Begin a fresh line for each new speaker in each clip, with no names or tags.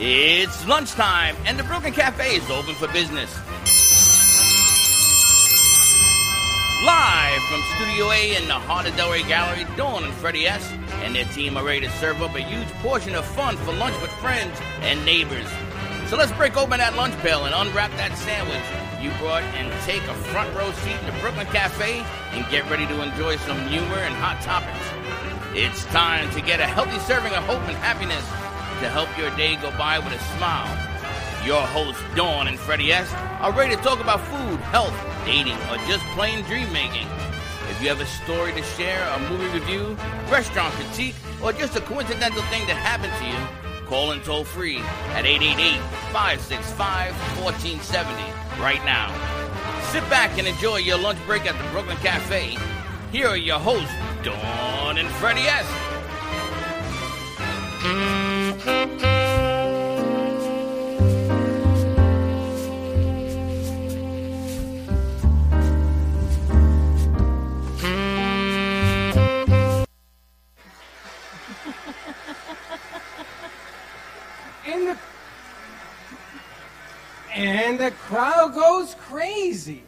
It's lunchtime, and the Brooklyn Cafe is open for business. Live from Studio A in the heart of Delray Gallery, Dawn and Freddie S. and their team are ready to serve up a huge portion of fun for lunch with friends and neighbors. So let's break open that lunch pail and unwrap that sandwich you brought and take a front row seat in the Brooklyn Cafe and get ready to enjoy some humor and hot topics. It's time to get a healthy serving of hope and happiness to help your day go by with a smile. Your hosts, Dawn and Freddie S., are ready to talk about food, health, dating, or just plain dream making. If you have a story to share, a movie review, restaurant critique, or just a coincidental thing that happened to you, call in toll free at 888 565 1470 right now. Sit back and enjoy your lunch break at the Brooklyn Cafe. Here are your hosts, Dawn and Freddie S.
And the and the crowd goes crazy.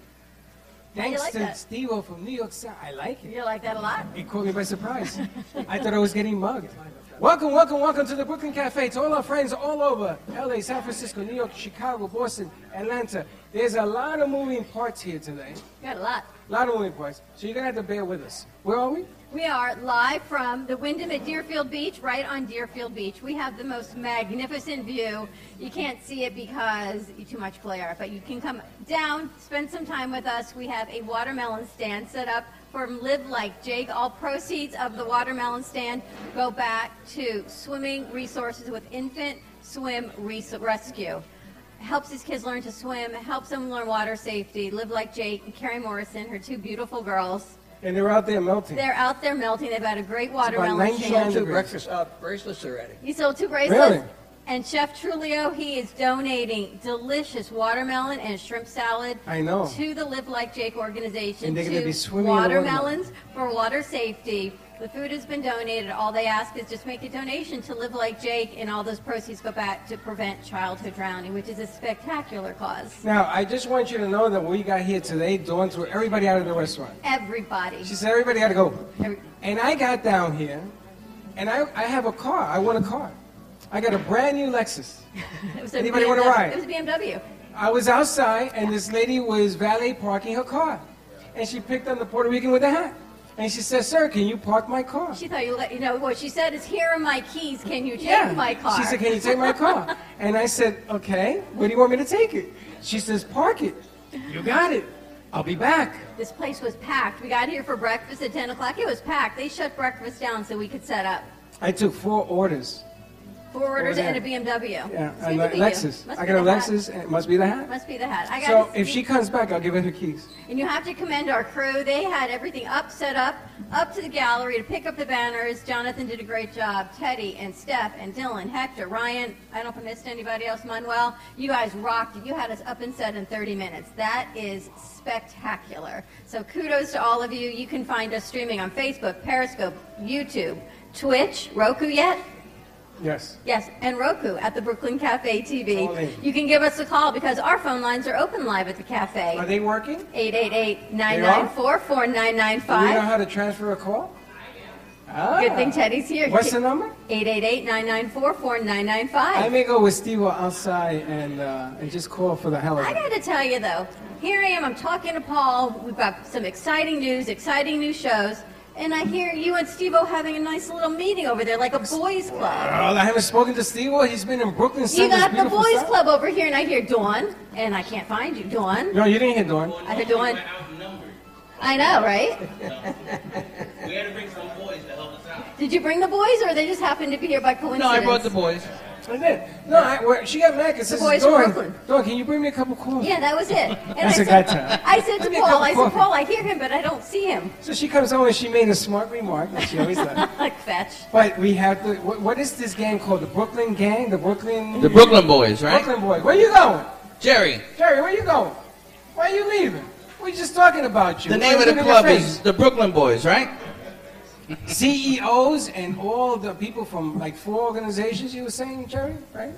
Thanks
like
to
that?
Steve from New York City. I like it.
You like that a lot?
He caught me by surprise. I thought I was getting mugged. Welcome, welcome, welcome to the Brooklyn Cafe. To all our friends all over LA, San Francisco, New York, Chicago, Boston, Atlanta. There's a lot of moving parts here today.
You got a lot.
A lot of moving parts. So you're going to have to bear with us. Where are we?
We are live from the Wyndham at Deerfield Beach, right on Deerfield Beach. We have the most magnificent view. You can't see it because you too much glare, but you can come down, spend some time with us. We have a watermelon stand set up for Live Like Jake. All proceeds of the watermelon stand go back to swimming resources with Infant Swim Res- Rescue. helps these kids learn to swim, helps them learn water safety, live like Jake and Carrie Morrison, her two beautiful girls.
And they're out there melting.
They're out there melting. They've had a great watermelon
90
stand.
degrees.
breakfast uh, bracelets already.
He sold two bracelets.
Really?
And Chef Trulio, he is donating delicious watermelon and shrimp salad
I know.
to the Live Like Jake organization
And they're gonna
to
be swimming in the
watermelons for water safety. The food has been donated. All they ask is just make a donation to Live Like Jake, and all those proceeds go back to prevent childhood drowning, which is a spectacular cause.
Now, I just want you to know that we got here today, Dawn threw everybody out of the restaurant.
Everybody.
She said everybody had to go.
Every-
And I got down here, and I, I have a car. I want a car. I got a brand new Lexus.
it was a
Anybody wanna
BMW
ride?
It was a BMW.
I was outside, and this lady was valet parking her car. And she picked on the Puerto Rican with the hat. And she said, Sir, can you park my car?
She thought you let you know what she said is here are my keys. Can you take my car?
She said, Can you take my car? and I said, Okay, where do you want me to take it? She says, Park it. You got it. I'll be back.
This place was packed. We got here for breakfast at 10 o'clock. It was packed. They shut breakfast down so we could set up.
I took four orders.
Four orders
yeah.
and a BMW.
Yeah,
It's
and
good
a
to be you.
Lexus.
Must
I
be
got a
the hat.
Lexus, and it must be the hat.
Must be the hat. I got
So
to
if she
speak-
comes back, I'll give her the keys.
And you have to commend our crew. They had everything up, set up, up to the gallery to pick up the banners. Jonathan did a great job. Teddy and Steph and Dylan, Hector, Ryan. I don't know if I missed anybody else. Manuel, you guys rocked. it. You had us up and set in 30 minutes. That is spectacular. So kudos to all of you. You can find us streaming on Facebook, Periscope, YouTube, Twitch, Roku yet?
Yes.
Yes, and Roku at the Brooklyn Cafe
Call in.
TV. You can give us a call because our phone lines are open live at the cafe.
Are they working? Do you know
888-994-4995.
how to transfer a call? Ah.
Good thing Teddy's here.
What's the number?
888-994-4995.
I
I,
may go with Steve outside and, uh, and just call for the hell of it.
got to tell you, though, here I am, I'm talking to Paul. We've got some exciting news, exciting new shows. And I hear you and Steve-O having a nice little meeting over there, like a boys club.
Well, Uh, I haven't spoken to Steve. He's been in Brooklyn since
You got the
beautiful
boys
sun.
club over here, and I hear Dawn, and I can't find you, Dawn.
No, you didn't hear Dawn.
I heard Dawn.
outnumbered.
I know, right?
We had to bring some boys to help us out.
Did you bring the boys, or they just happened to be here by coincidence?
No, I brought the boys.
I did. No, I, well, she got mad because this
boys
is
from
Dawn.
Brooklyn.
Dawn, can you bring me a cup of coffee?
Yeah, that was it. And
That's
I
a
said,
gotcha.
I said
Give
to
me a cup
Paul,
of
I said,
coffee.
Paul, I hear him, but I don't see him.
So she comes home and she made a smart remark, like she always does.
Like fetch.
But we have the, what, what is this gang called? The Brooklyn Gang? The Brooklyn...
The Brooklyn boys, right?
Brooklyn Boys. Where you going?
Jerry,
Jerry, where you going? Why are you leaving? We just talking about you.
the
Why
name
you
of the
leaving
club
your
is the Brooklyn Boys, right?
face? CEOs and all the people from like four organizations. You were saying, Jerry, right?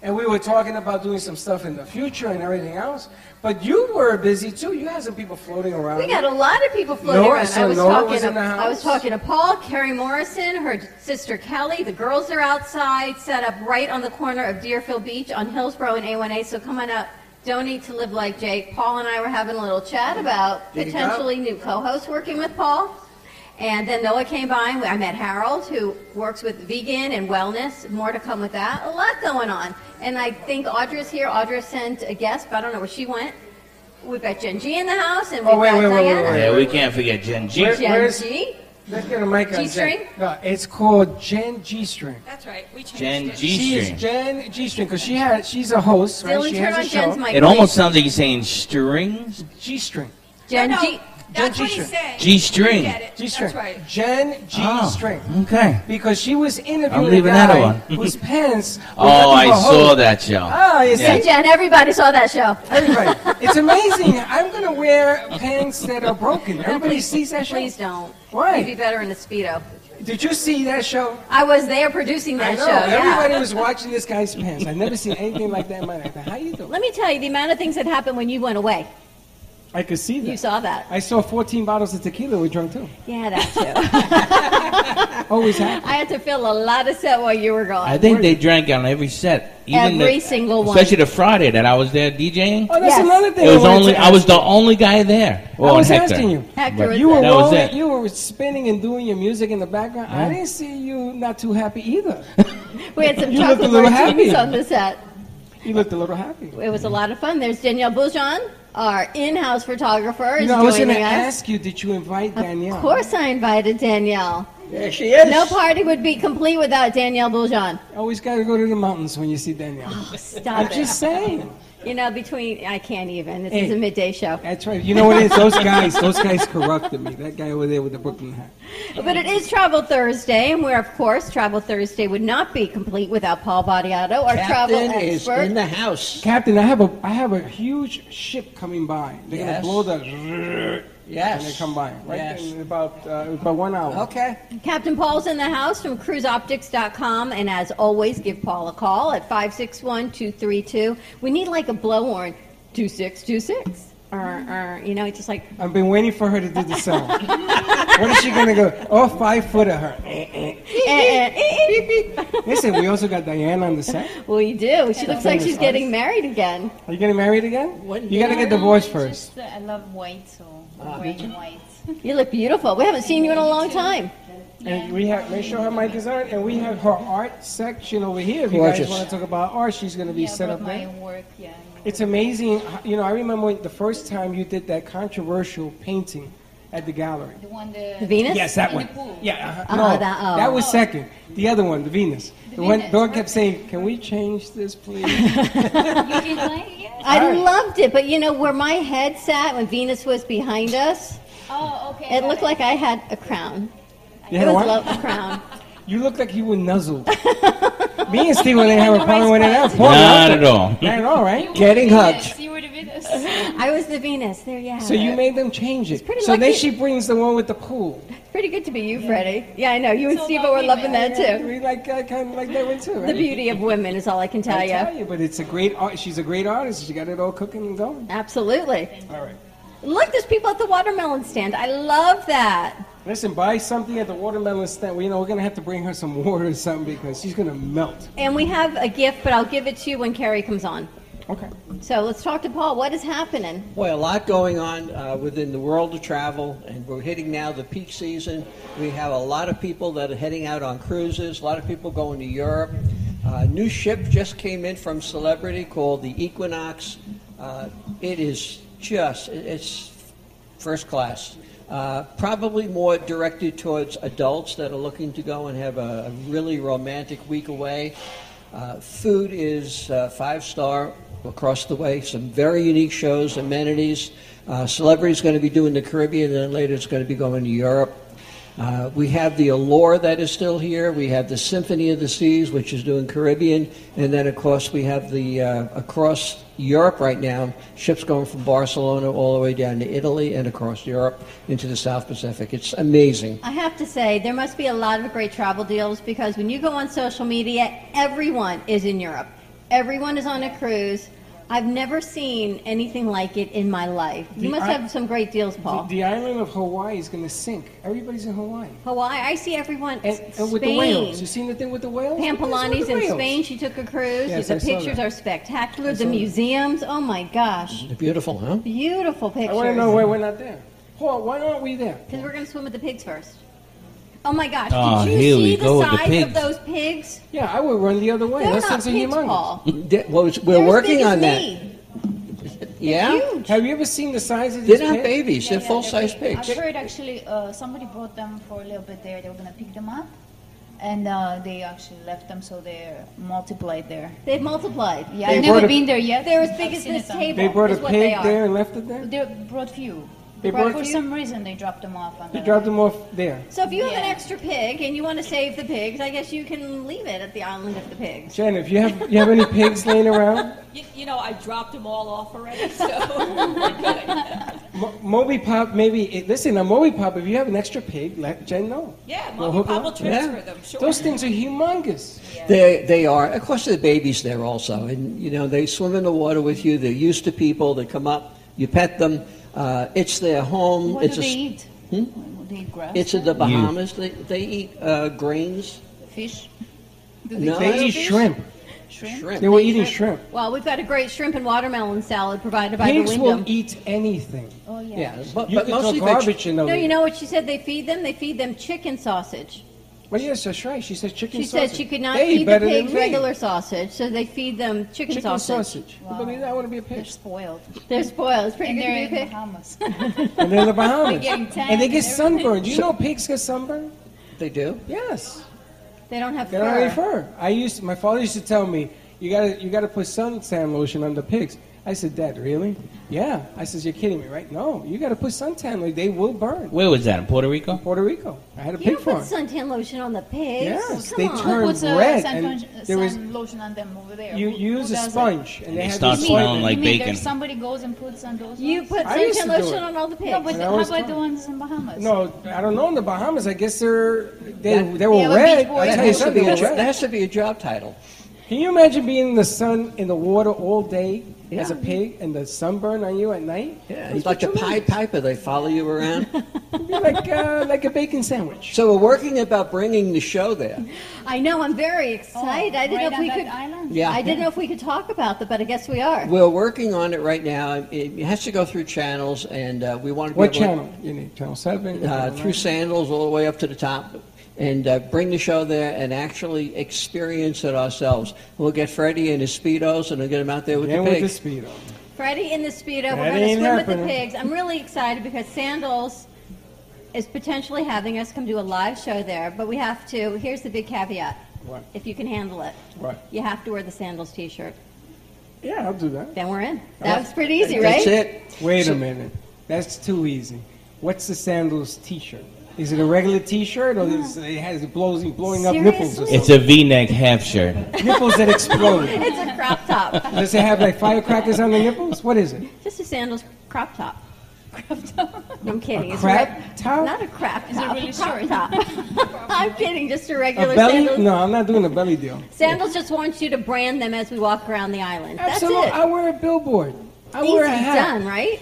and we were talking about doing some stuff in the future and everything else. But you were busy too. You had some people floating around.
We got a lot of people floating
Nora,
around.
so
I was
Nora
talking
was
to,
in the
I
house?
was talking to Paul, Carrie Morrison, her sister Kelly. The girls are outside, set up right on the corner of Deerfield Beach on Hillsborough and A1A. So come on up. Donate to live like Jake. Paul and I were having a little chat about
There you go.
potentially new co-hosts working with Paul. And then Noah came by. and I met Harold, who works with vegan and wellness. More to come with that. A lot going on. And I think Audra's here. Audra sent a guest, but I don't know where she went. We've got Gen G in the house, and we've
Oh, wait,
got
wait, wait, wait,
Diana.
wait.
Yeah, we can't forget Gen G.
Where-
Gen
where's-
G?
Let's get a mic on Jen.
G-string?
No, it's called Jen G string.
That's right. We changed
Gen
it.
She
G
is
string.
Jen G string because she had she's a host, right?
Dylan,
she
turn
has a
on
show.
Jen's mic.
It almost
please.
sounds like you're saying strings.
G string.
Gen
no,
G.
That's what
G-string.
he's saying.
G-string.
You get it.
G string.
That's right.
Jen G
Oh,
string.
Okay.
Because she was interviewing a
leaving that
guy
alone.
whose pants. were
Oh,
nothing
I
but
saw
holes.
that show.
Ah, you
Yeah.
see,
Jen, everybody saw that show.
everybody, it's amazing. I'm gonna wear pants that are broken. Everybody sees that show.
Please don't.
Why?
You'd be better in a speedo.
Did you see that show?
I was there producing
I
that
know.
show. Yeah.
Everybody was watching this guy's pants. I've never seen anything like that in my life. How you doing?
Let me tell you the amount of things that happened when you went away.
I could see
You
that.
saw that.
I saw 14 bottles of tequila we drunk too.
Yeah, that too.
Always happens.
I had to fill a lot of set while you were
I
gone.
think they drank on every set. Even the-
Every single one.
Especially the Friday that I was there DJing.
Oh, that's
Yes.
another
It
thing.
was
I wanted
only
to
I was
ask
the only guy there.
you. I
Well,
was
Hector.
asking you.
Hector was
You were
there.
That was
rolling,
it.
you were spinning and doing your music in the background. I didn't see you not too happy either.
We had some
You looked a
chocolate
little
martinis
happy.
on the set.
You looked a little happy.
It was a lot of fun. There's Danielle Boujon, our in-house photographer,
You
is
know, I was going to
joining us.
ask you, did you invite Danielle?
Of course, I invited Danielle.
There she is.
No party would be complete without Danielle Boujon.
Always got to go to the mountains when you see Danielle. I'm
Oh, Stop it.
just saying.
You know, between I can't even. This is
Hey.
a midday show,
That's right. You know what it is? Those guys, those guys corrupted me. That guy over there with the Brooklyn hat.
but it is Travel Thursday, and where of course Travel Thursday would not be complete without Paul Badiato, our travel
Captain is
expert.
in the house.
Captain, I have a, I have a huge ship coming by. They're
Yes.
going to blow the.
Yes.
And they come by. Right
Yes.
in about, uh, about one hour.
Okay.
Captain Paul's in the house from cruiseoptics.com, and as always, give Paul a call at 561-232. We need like a blow horn, two six two six. Or, you know, it's just like
I've been waiting for her to do the sound. what is she going to go? Oh, five foot of her.
eh, eh, eh, eh.
Listen, we also got Diana on the set.
we do. She looks like she's getting married again.
Are you getting married again?
When-
you got to get divorced first.
Just, uh, I love white, so
Ah,
wearing white.
You look beautiful. We haven't seen you in a long time.
And we have, make sure her mic is on, and we have her art section over here. If you guys
Gorgeous.
want to talk about art, she's going to be
Yeah,
set
about
up
my
there.
work, yeah. and
It's amazing. h- You know, I remember when the first time you did that controversial painting at the gallery.
The one that
The Venus?
Yes, that
In
one.
the pool.
Yeah, uh-huh.
Uh-huh,
no,
that- oh.
that was second. The other one, the Venus. The, one,
Venus,
Dawn kept saying, "Can we change this, please?"
You did like it?
I loved it, but you know where my head sat when Venus was behind us,
Oh, okay.
it
got
looked like I had a crown.
You had
it was
what?
love a crown.
You look like you were nuzzled. Me and Steve didn't have a problem with it at all.
Not at all.
Not at all, right?
Getting hugged.
You were the Venus.
I was the Venus. There, yeah.
So you made them change it.
pretty
So then
lucky.
she brings the one with the pool.
Pretty good to be you, Freddie. Yeah, Oh, I know. You and
So
Steve
about
were loving
women.
that too.
We like I kind of like that one too.
The
Right?
beauty of women is all I can tell
I
you.
tell you, but it's a great art. She's a great artist. She got it all cooking and going.
Absolutely.
All right.
Look, there's people at the watermelon stand. I love that.
Listen, buy something at the watermelon stand. Well, you know, we're gonna have to bring her some water or something because she's gonna melt.
And we have a gift, but I'll give it to you when Carrie comes on.
Okay.
So let's talk to Paul. What is happening?
Boy, a lot going on uh, within the world of travel, and we're hitting now the peak season. We have a lot of people that are heading out on cruises, a lot of people going to Europe. Uh, A new ship just came in from Celebrity called the Equinox. Uh, it is just, it- it's first class. Uh, probably more directed towards adults that are looking to go and have a, a really romantic week away. Uh, food is uh, five star across the way. Some very unique shows, amenities. Uh, celebrities going to be doing the Caribbean, and then later it's going to be going to Europe. Uh, we have the Allure that is still here. We have the Symphony of the Seas, which is doing Caribbean, and then of course we have the uh, across Europe right now. Ships going from Barcelona all the way down to Italy and across Europe into the South Pacific. It's amazing.
I have to say, there must be a lot of great travel deals because when you go on social media, everyone is in Europe. Everyone is on a cruise. I've never seen anything like it in my life. You
The
must
i-
have some great deals,
The,
Paul.
the island of Hawaii is going to sink. Everybody's in Hawaii.
Hawaii, I see everyone.
And, and with the
Spain.
whales. You seen the thing with the whales? Look at this with
Pampalani's
the
in
whales.
Spain. She took a cruise.
Yes,
the
I saw
pictures
that.
are spectacular.
saw
The
that.
museums. Oh my gosh.
Beautiful, huh?
Beautiful pictures.
I want to know why we're not there. Paul, why aren't we there?
Because we're going to swim with the pigs first. Oh my gosh.
Oh,
Did you
here
see
we
the
go with the
size
pigs.
of those pigs?
Yeah, I would run the other way.
They're
Those
not
things are
pigs,
humongous.
Paul.
That- well, we're
They're as
working
big as
on that.
me.
Yeah?
Huge.
Have you ever seen the size of
They're
these
not
pigs?
babies, they're
Yeah, yeah,
Oh,
full-size
big.
pigs.
I've heard actually uh, somebody brought them for a little bit there. They were gonna pick them up, and uh, they actually left them, so they're multiplied there.
They've multiplied.
Yeah,
They
I've
brought
never
a-
been there yet.
They're as
I've
big as
seen
this
it on-
table.
They brought a
is what
pig
they are.
there and left it there?
They brought few.
They
But
brought
for
few?
some reason they dropped them off. On
They
the-
dropped them off there.
So if you have an
Yeah.
extra pig and you want to save the pigs, I guess you can leave it at the island of the pigs.
Jen, if you have you have any pigs laying around,
You, you know, I dropped them all off already, so.
Mo- Moby Pop, maybe eh, listen. Now, Moby Pop, if you have an extra pig, let Jen know.
Yeah,
We'll
Mommy
hook her
Pop will
up.
transfer
Yeah.
them, sure.
Those things are humongous.
They, they are. Of course, the babies there also, and you know they swim in the water with you. They're used to people. They come up, you pet them. Uh, it's their home.
What
it's
do
a,
they
s- Hmm?
eat? They eat grass.
It's in the Bahamas. They, they eat uh, grains,
fish. Do
No.
eat
They eat
fish?
shrimp.
Shrimp.
shrimp.
They were eating shrimp.
Well, we've got a great shrimp and watermelon salad provided by
Pigs
the
will
Wyndham.
eat anything.
Oh yeah.
yeah, but,
You
but
can throw
mostly veg-
garbage in those.
No, you know what she said? They feed them. They feed them chicken sausage.
Well, yes, that's right. She said chicken
She
sausage.
said she could not
They
feed the
better than
pigs
me.
regular sausage, so they feed them chicken,
chicken
sausage.
sausage. You believe that? I want to be a
They're
pig.
spoiled.
They're spoiled. It's pretty
And
good
they're
to
in
be a
the
pig.
Bahamas.
And they're in the Bahamas.
getting tan
and they get
and everything.
sunburned. Do you know pigs get sunburned?
They do.
Yes.
They don't have
They don't have any
fur.
fur. I used my father used to tell me you gotta you gotta put suntan lotion on the pigs. I said, Dad, really? Yeah. I says, You're kidding me, right? No, you gotta put suntan lotion. They will burn.
Where was that? In Puerto Rico?
Puerto Rico. I had a
You
pig
don't put
farm.
suntan lotion on the pigs.
Yes,
Come
they
on.
turn- Turned
What's a
red
sun,
and
con-
there was-
sun lotion on them over there?
You
Who-
you
who
use a
does it?
sponge and
And
they
it
have
starts
this
smelling
ointment.
like
you mean
bacon.
If somebody goes and puts on those.
You
ones?
put
I used
suntan
to do
lotion
it.
on all the pigs.
No, but
When I
how
was
about
done.
the ones in Bahamas?
No, I don't know in the Bahamas. I guess they're they they
have
were
a
red.
beach boy.
I
That
tell you
has, to
something,
be
they
a
were
jo- that
red.
has to be a job title.
Can you imagine being in the sun in the water all day as a
Yeah.
pig and the sunburn on you at night?
Yeah,
That's
it's like a
what you
Pied Piper. They follow you around.
It'd be like uh, like a bacon sandwich.
so we're working about bringing the show there.
I know. I'm very
Oh,
excited. I didn't
right
know if we
on
could.
that island?
Yeah.
I didn't know if we could talk about that, but I guess we are.
We're working on it right now. It has to go through channels, and uh, we want to be
What
able to-
channel? You need channel seven.
uh,
channel
through sandals all the way up to the top and uh, bring the show there and actually experience it ourselves. We'll get Freddie and his Speedos and we'll get him out there with
nine. and
the
with
pig.
the speedo.
Freddie in the
That
speedo. We're going to
ain't
swim with the
happening.
pigs. I'm really excited because Sandals is potentially having us come do a live show there, but we have to. Here's the big caveat:
What?
if you can handle it,
What?
you have to wear the Sandals T-shirt.
Yeah, I'll do that.
Then we're in.
Well,
That was pretty easy,
That's
right?
it.
Wait a minute. That's too easy. What's the sandals T-shirt? Is it a regular T-shirt or is it has it blows blowing up nipples? Or
Seriously?
It's a V-neck half shirt.
something? nipples that explode.
It's a crop top,
Does it have like firecrackers on the nipples? What is it?
just a Sandals crop top. I'm kidding. It's
crap
reg-
top?
Not a crap
it
top.
really
a crop
short?
top. I'm kidding. Just a regular
A belly?
sandals.
No, I'm not doing a belly deal.
Sandals just wants you to brand them as we walk around the island.
Absolutely.
That's
I
it.
wear a billboard. I
Easy
wear a hat.
done, right?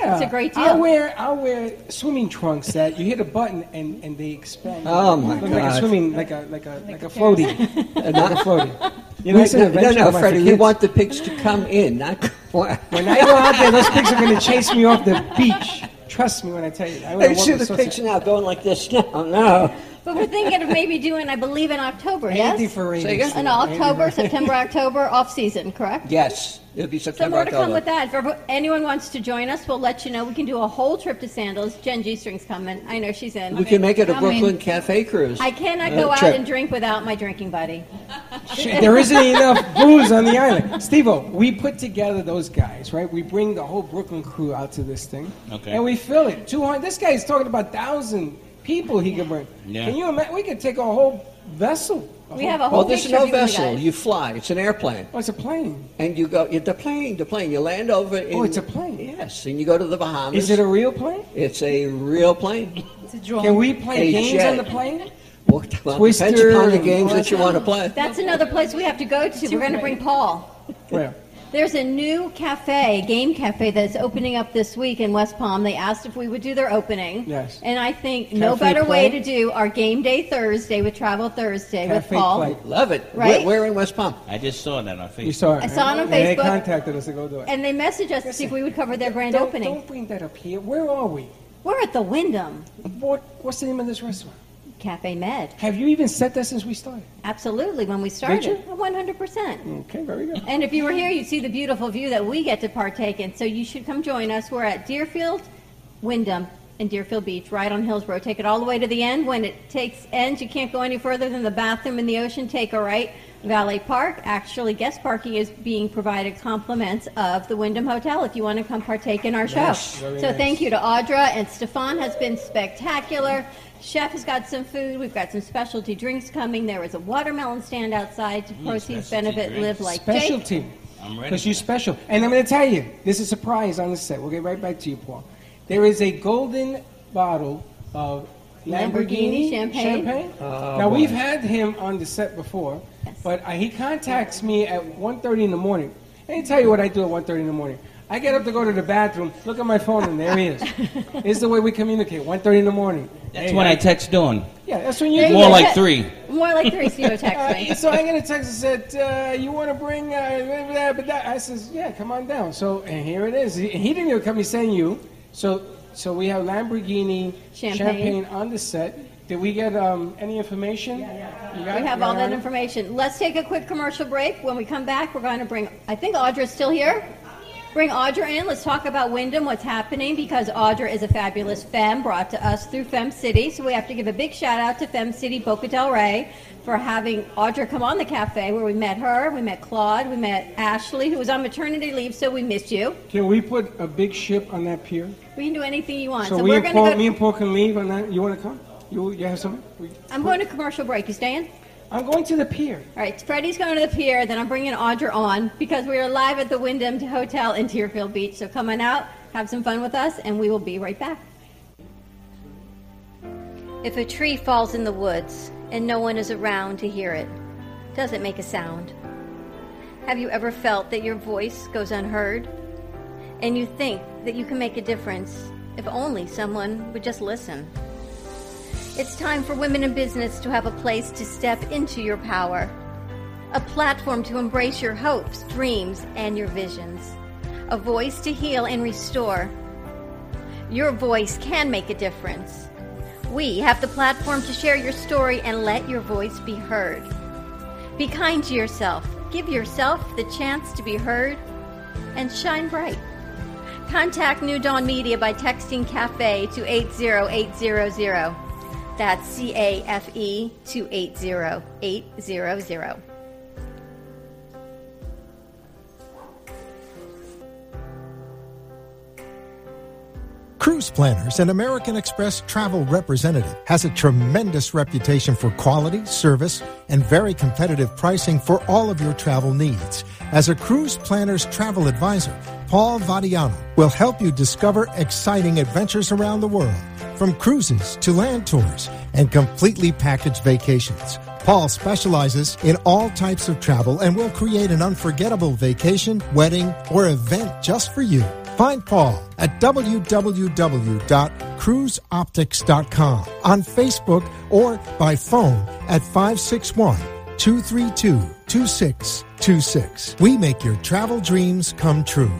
Yeah.
It's a great
I
deal.
wear I wear swimming trunks that you hit a button and, and they expand.
Oh, my
Look Like a
God.
swimming like a like a like a floaty.
And
Like a
not-
floaty. You
we-
I said
no,
eventually
no,
I'm like,
Freddie,
for
we
kids.
want the pigs to come in, not go out.
When I go out there, those pigs are going to chase me off the beach. Trust me when I tell you. I
I
wouldn't
can
walk
see
with
the
sausage.
pigs now going like this. No, no.
But we're thinking of maybe doing, I believe, in October,
Andy
yes?
Ferrari.
Say again?
In October, September, October, off-season, correct?
Yes, it'll be
So
September,
more to
October.
come with that. If anyone wants to join us, we'll let you know. We can do a whole trip to Sandals. Jen G. String's coming. I know she's
we
in.
can make it a
Come in.
Brooklyn Cafe cruise.
I cannot
Uh,
go out
trip.
and drink without my drinking buddy.
Shit, there isn't enough booze on the island. Steve we put together those guys, right? We bring the whole Brooklyn crew out to this thing.
Okay.
And we fill it. 200. This guy is talking about 1,000 people he could bring.
Yeah.
Can you imagine? We could take a whole vessel. A
We
whole-
have a whole
well, this is
picture
no
of you with the
vessel.
guys.
You fly. It's an airplane.
Oh, it's a plane.
And you go, the plane, the plane. You land over in.
Oh, it's a plane.
Yes, and you go to the Bahamas.
Is it a real plane?
It's a real plane.
It's a drone.
Can we play
A
games
jet.
on the plane?
Well, it depends
Twister
upon the
and
games
all
that you
that.
want to play.
That's another place we have to go to. We're going to bring Paul.
Where?
There's a new cafe, game cafe, that's opening up this week in West Palm. They asked if we would do their opening.
Yes.
And I think no
Cafe
better
Play?
way to do our game day Thursday with Travel Thursday with
Cafe
Paul.
Play.
Love it.
Right?
We're, in West Palm.
I just saw that on Facebook.
You saw it.
I saw it on
right? And They
Facebook.
contacted us to go do it.
And they messaged us to see if we would cover their grand
don't,
opening.
Don't bring that up here. Where are we?
We're at the Wyndham
What, what's the name of this restaurant?
Cafe Med.
Have you even said that since we started?
Absolutely, when we started,
you?
100%.
Okay, very good.
And if you were here, you'd see the beautiful view that we get to partake in. So you should come join us. We're at Deerfield, Wyndham, and Deerfield Beach, right on Hills Road. Take it all the way to the end. When it takes ends, you can't go any further than the bathroom and the ocean. Take a right. Valley Park. Actually, guest parking is being provided compliments of the Wyndham Hotel if you want to come partake in our show. So thank you to Audra and Stefan has been spectacular. Chef has got some food. We've got some specialty drinks coming. There was a watermelon stand outside to proceeds
specialty
benefit
drinks.
live like Jake.
Specialty.
I'm ready.
Because you're special. And I'm going to tell you, this is a surprise on the set. We'll get right back to you, Paul. There is a golden bottle of Lamborghini,
Lamborghini champagne.
Oh,
now, we've had him on the set before, but uh, he contacts me at 1.30 in the morning. Let me tell you what I do at 1.30 in the morning. I get up to go to the bathroom, look at my phone, and there he is. this is the way we communicate, 1.30 in the morning.
That's
Hey,
when I text Dawn.
Yeah, that's when you
There
do
you
More
go.
like
Te-
three.
More like three. Steve text
Uh,
me.
so I get a text that said, uh, "You want to bring?" Uh, blah, blah, blah, blah. I says, "Yeah, come on down." So and here it is. He, he didn't even come. He's saying you. So so we have Lamborghini
Champagne.
on the set. Did we get um, any information? Yeah, yeah. You got
We
it?
have
You
all
got
that
it?
information. Let's take a quick commercial break. When we come back, we're going to bring. I think Audra's still here. Bring Audra in. Let's talk about Wyndham, what's happening, because Audra is a fabulous femme brought to us through Femme City. So we have to give a big shout out to Femme City Boca Del Rey for having Audra come on the cafe where we met her, we met Claude, we met Ashley, who was on maternity leave, so we missed you.
Can we put a big ship on that pier?
We can do anything you want.
So,
So,
we
we're
and
going
Paul,
to
me
go.
and Paul can leave on that. You want to come? You you have something? We,
I'm going to commercial break. You staying?
I'm going to the pier.
All right, Freddie's going to the pier, then I'm bringing Audra on because we are live at the Wyndham Hotel in Deerfield Beach. So come on out, have some fun with us, and we will be right back. If a tree falls in the woods and no one is around to hear it, does it make a sound? Have you ever felt that your voice goes unheard? And you think that you can make a difference if only someone would just listen? It's time for women in business to have a place to step into your power, a platform to embrace your hopes, dreams, and your visions, a voice to heal and restore. Your voice can make a difference. We have the platform to share your story and let your voice be heard. Be kind to yourself, give yourself the chance to be heard, and shine bright. Contact New Dawn Media by texting CAFE to 80800. That's C A F E to 80800.
Cruise Planners, an American Express travel representative, has a tremendous reputation for quality, service, and very competitive pricing for all of your travel needs. As a Cruise Planners travel advisor, Paul Vadiano will help you discover exciting adventures around the world, from cruises to land tours and completely packaged vacations. Paul specializes in all types of travel and will create an unforgettable vacation, wedding, or event just for you. Find Paul at www.cruiseoptics.com on Facebook or by phone at 561 232 2626. We make your travel dreams come true.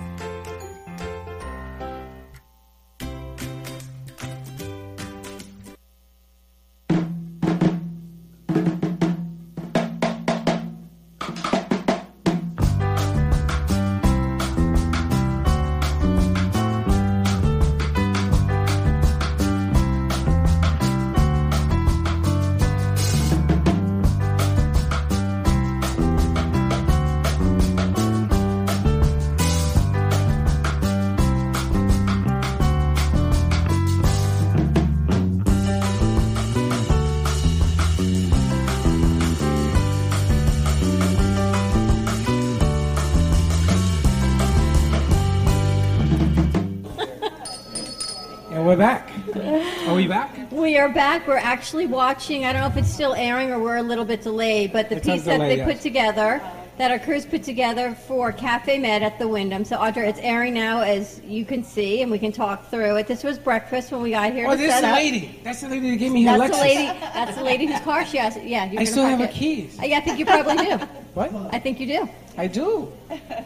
And we're back. Are we back?
We are back. We're actually watching. I don't know if it's still airing or we're a little bit delayed, but the
It's on
piece that
delay,
they
yes.
put together that our crews put together for Cafe Med at the Wyndham. So, Audra, it's airing now, as you can see, and we can talk through it. This was breakfast when we got here.
Oh,
to
this
set up.
lady. That's the lady that gave me her
That's the
Lexus.
lady. That's the lady whose car she has. Yeah, you're
I
gonna
still have
park
her
it.
keys.
Uh, Yeah, I think you probably do.
What?
I think you do.
I do.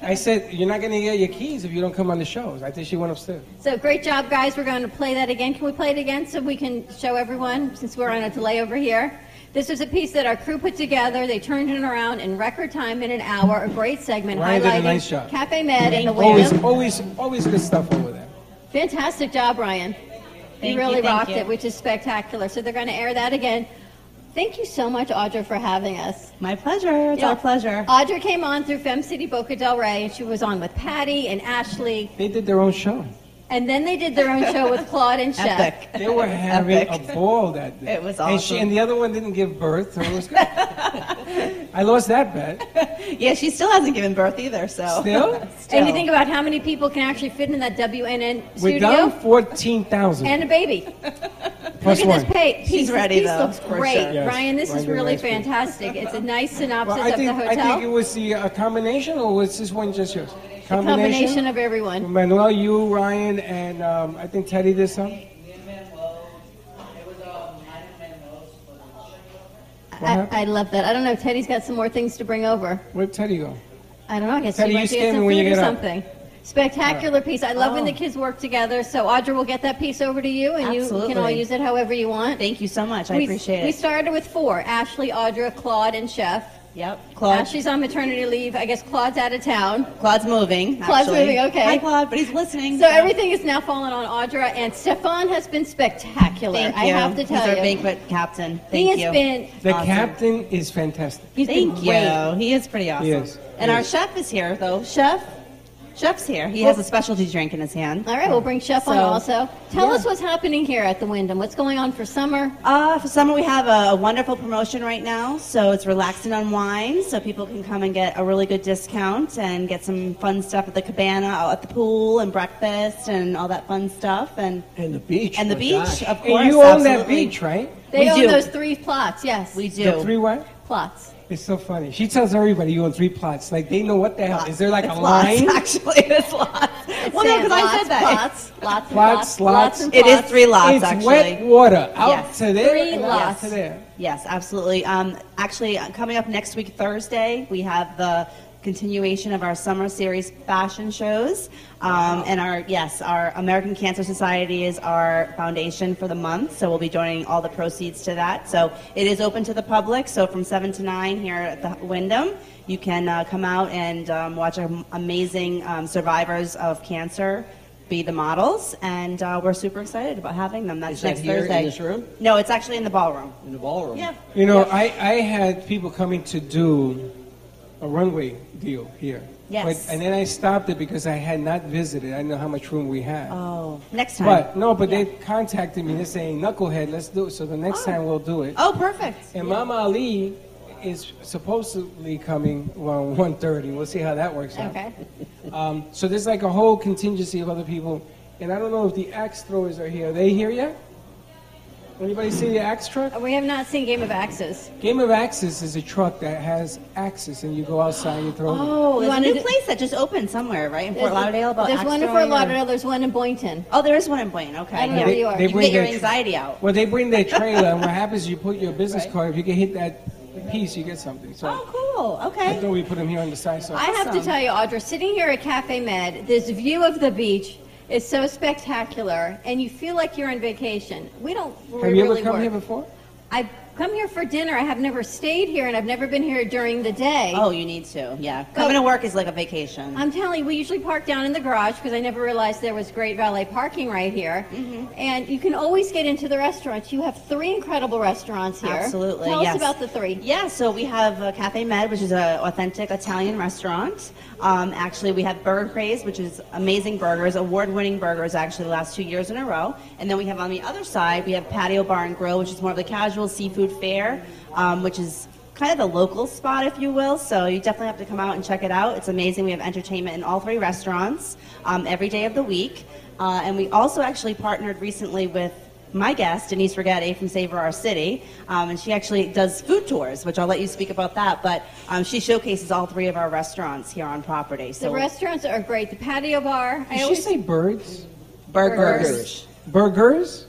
I said, you're not going to get your keys if you don't come on the shows. I think she went upstairs.
So great job, guys. We're going to play that again. Can we play it again so we can show everyone since we're on a delay over here? This is a piece that our crew put together. They turned it around in record time in an hour. A great segment
Ryan did a
highlighting
nice job.
Cafe Med and the
Always,
Wyndham.
always, always good stuff over there.
Fantastic job, Ryan.
Thank
you
you,
really
thank
rocked
you.
it, which is spectacular. So they're going to air that again. Thank you so much, Audra, for having us.
My pleasure. It's
Yeah.
our pleasure.
Audra came on through Fem City Boca del Rey, and she was on with Patty and Ashley,
They did their own show.
and then they did their own show with Claude and Chef.
Epic.
They were having
Epic.
a ball that day.
It was
And, she,
awesome.
and the other one didn't give birth, so it was good. I lost that bet.
Yeah, she still hasn't given birth either, so.
Still?
Still.
And you think about how many people can actually fit in that WNN
We're
studio
down 14,000.
and a baby.
Plus
Look at
one.
this pa- piece.
She's
This
ready,
piece
though,
looks
for
great.
sure.
Yes.
Ryan, this
Ryan
is
did a
really
nice piece.
fantastic. It's a nice synopsis
Well, I
of
think,
the
I
hotel.
think it was the uh, combination, or was this one just yours?
a combination of everyone.
Manuel, you, Ryan, and um, I think Teddy did some.
I, I love that. I don't know. Teddy's got some more things to bring over.
Where'd Teddy go?
I don't know. I guess
Teddy,
she
you
went to
scan
get some
when you
food or
get up.
something. Spectacular piece. I love when the kids work together. So Audra will get that piece over to you, and you can all
Absolutely.
use it however you want.
Thank you so much. I
we,
appreciate
We
it.
started with four: Ashley, Audra, Claude, and Chef.
Yep. Claude.
Ashley's on maternity leave. I guess Claude's out of town.
Claude's moving.
Claude's
actually.
moving, okay.
Hi, Claude, but he's listening.
So everything is now fallen on Audra, and Stefan has been spectacular.
Thank you.
I have to
he's
tell
our
you.
banquet captain. Thank
he has
you.
been
The
Awesome.
captain is fantastic.
He's been
Thank
great. He is pretty awesome.
He is.
And
He
our
is.
chef is here, though. Chef, chef's here. He has a specialty drink in his hand.
all right. We'll bring Chef on
So,
also. Tell
yeah.
us what's happening here at the Wyndham. What's going on for summer?
Uh, for summer, we have a wonderful promotion right now. So it's Relax and Unwind. So people can come and get a really good discount and get some fun stuff at the cabana, out at the pool, and breakfast, and all that fun stuff. And
And the beach.
and the
my
beach,
gosh.
of course.
And oh you own that
absolutely.
beach, right?
They
We
own
do.
those three plots. Yes,
We
The
do.
three what?
plots.
It's so funny. She tells everybody you own three plots. Like they know what the hell. Is there like a
It's lots,
line?
Actually, it's lots. well, no,
Sand
because I said
lots,
that.
Plots, lots, and
Plots,
plots,
lots.
and
It is
plots.
three lots,
it's
actually.
wet water out
Yes.
to there
Three
and out
lots.
to there.
Yes, absolutely. Um, actually, uh, coming up next week, Thursday, we have the continuation of our summer series fashion shows. Um, and our, yes, our American Cancer Society is our foundation for the month, so we'll be donating all the proceeds to that. So it is open to the public, so from 7 to 9 here at the Wyndham, you can uh, come out and um, watch our amazing um, survivors of cancer be the models, and uh, we're super excited about having them. That's
Is that
next
here in
Thursday.
this room?
No, it's actually in the ballroom.
In the ballroom.
Yeah.
You know, I, I had people coming to do a runway deal here.
Yes.
But, and then I stopped it because I had not visited. I didn't know how much room we had.
Oh, next time.
but no, but they contacted me. They're saying, "Knucklehead, let's do it." So the next time we'll do it.
Oh, perfect.
And Mama Ali is supposedly coming around 1.30. We'll see how that works out.
Okay.
Um, so there's like a whole contingency of other people, and I don't know if the axe throwers are here. Are they here yet? Anybody see the axe truck?
We have not seen Game of Axes.
Game of Axes is a truck that has axes, and you go outside and you throw them.
Oh, there's a
wanna
new
do-
place that just opened somewhere, right? In Fort Lauderdale. About
There's
axe
one in
throwing
Fort
or-
Lauderdale. There's one in Boynton.
Oh, there is one in Blaine. Okay.
I don't know
yeah.
where you are.
You get your
tra-
anxiety out.
Well, they bring their trailer, and what happens is you put your business card. If you can hit that piece, you get something. So
Oh, cool.
I
Okay.
thought we put them here on the side. So
I have to
Awesome.
tell you, Audra, sitting here at Cafe Med, this view of the beach is so spectacular, and you feel like you're on vacation. We don't we
have you ever
really
come
work.
here before?
I've come here for dinner. I have never stayed here, and I've never been here during the day.
Oh, you need to. Yeah. Coming to work is like a vacation.
I'm telling you, we usually park down in the garage because I never realized there was great valet parking right here.
Mm-hmm.
And you can always get into the restaurants. You have three incredible restaurants here.
Absolutely.
Tell
yes.
us about the three.
Yeah, so we have uh, Cafe Med, which is an authentic Italian restaurant. Um, actually, we have Burger Craze, which is amazing burgers, award-winning burgers actually the last two years in a row. And then we have on the other side, we have Patio Bar and Grill, which is more of the casual seafood fair, um, which is kind of the local spot, if you will. So you definitely have to come out and check it out. It's amazing. We have entertainment in all three restaurants um, every day of the week. Uh, and we also actually partnered recently with my guest, Denise Rigetti from Savor Our City, um, and she actually does food tours, which I'll let you speak about that. But um, she showcases all three of our restaurants here on property. So
The restaurants are great. The patio bar. I
Did she
always
say birds?
burgers.
Burgers?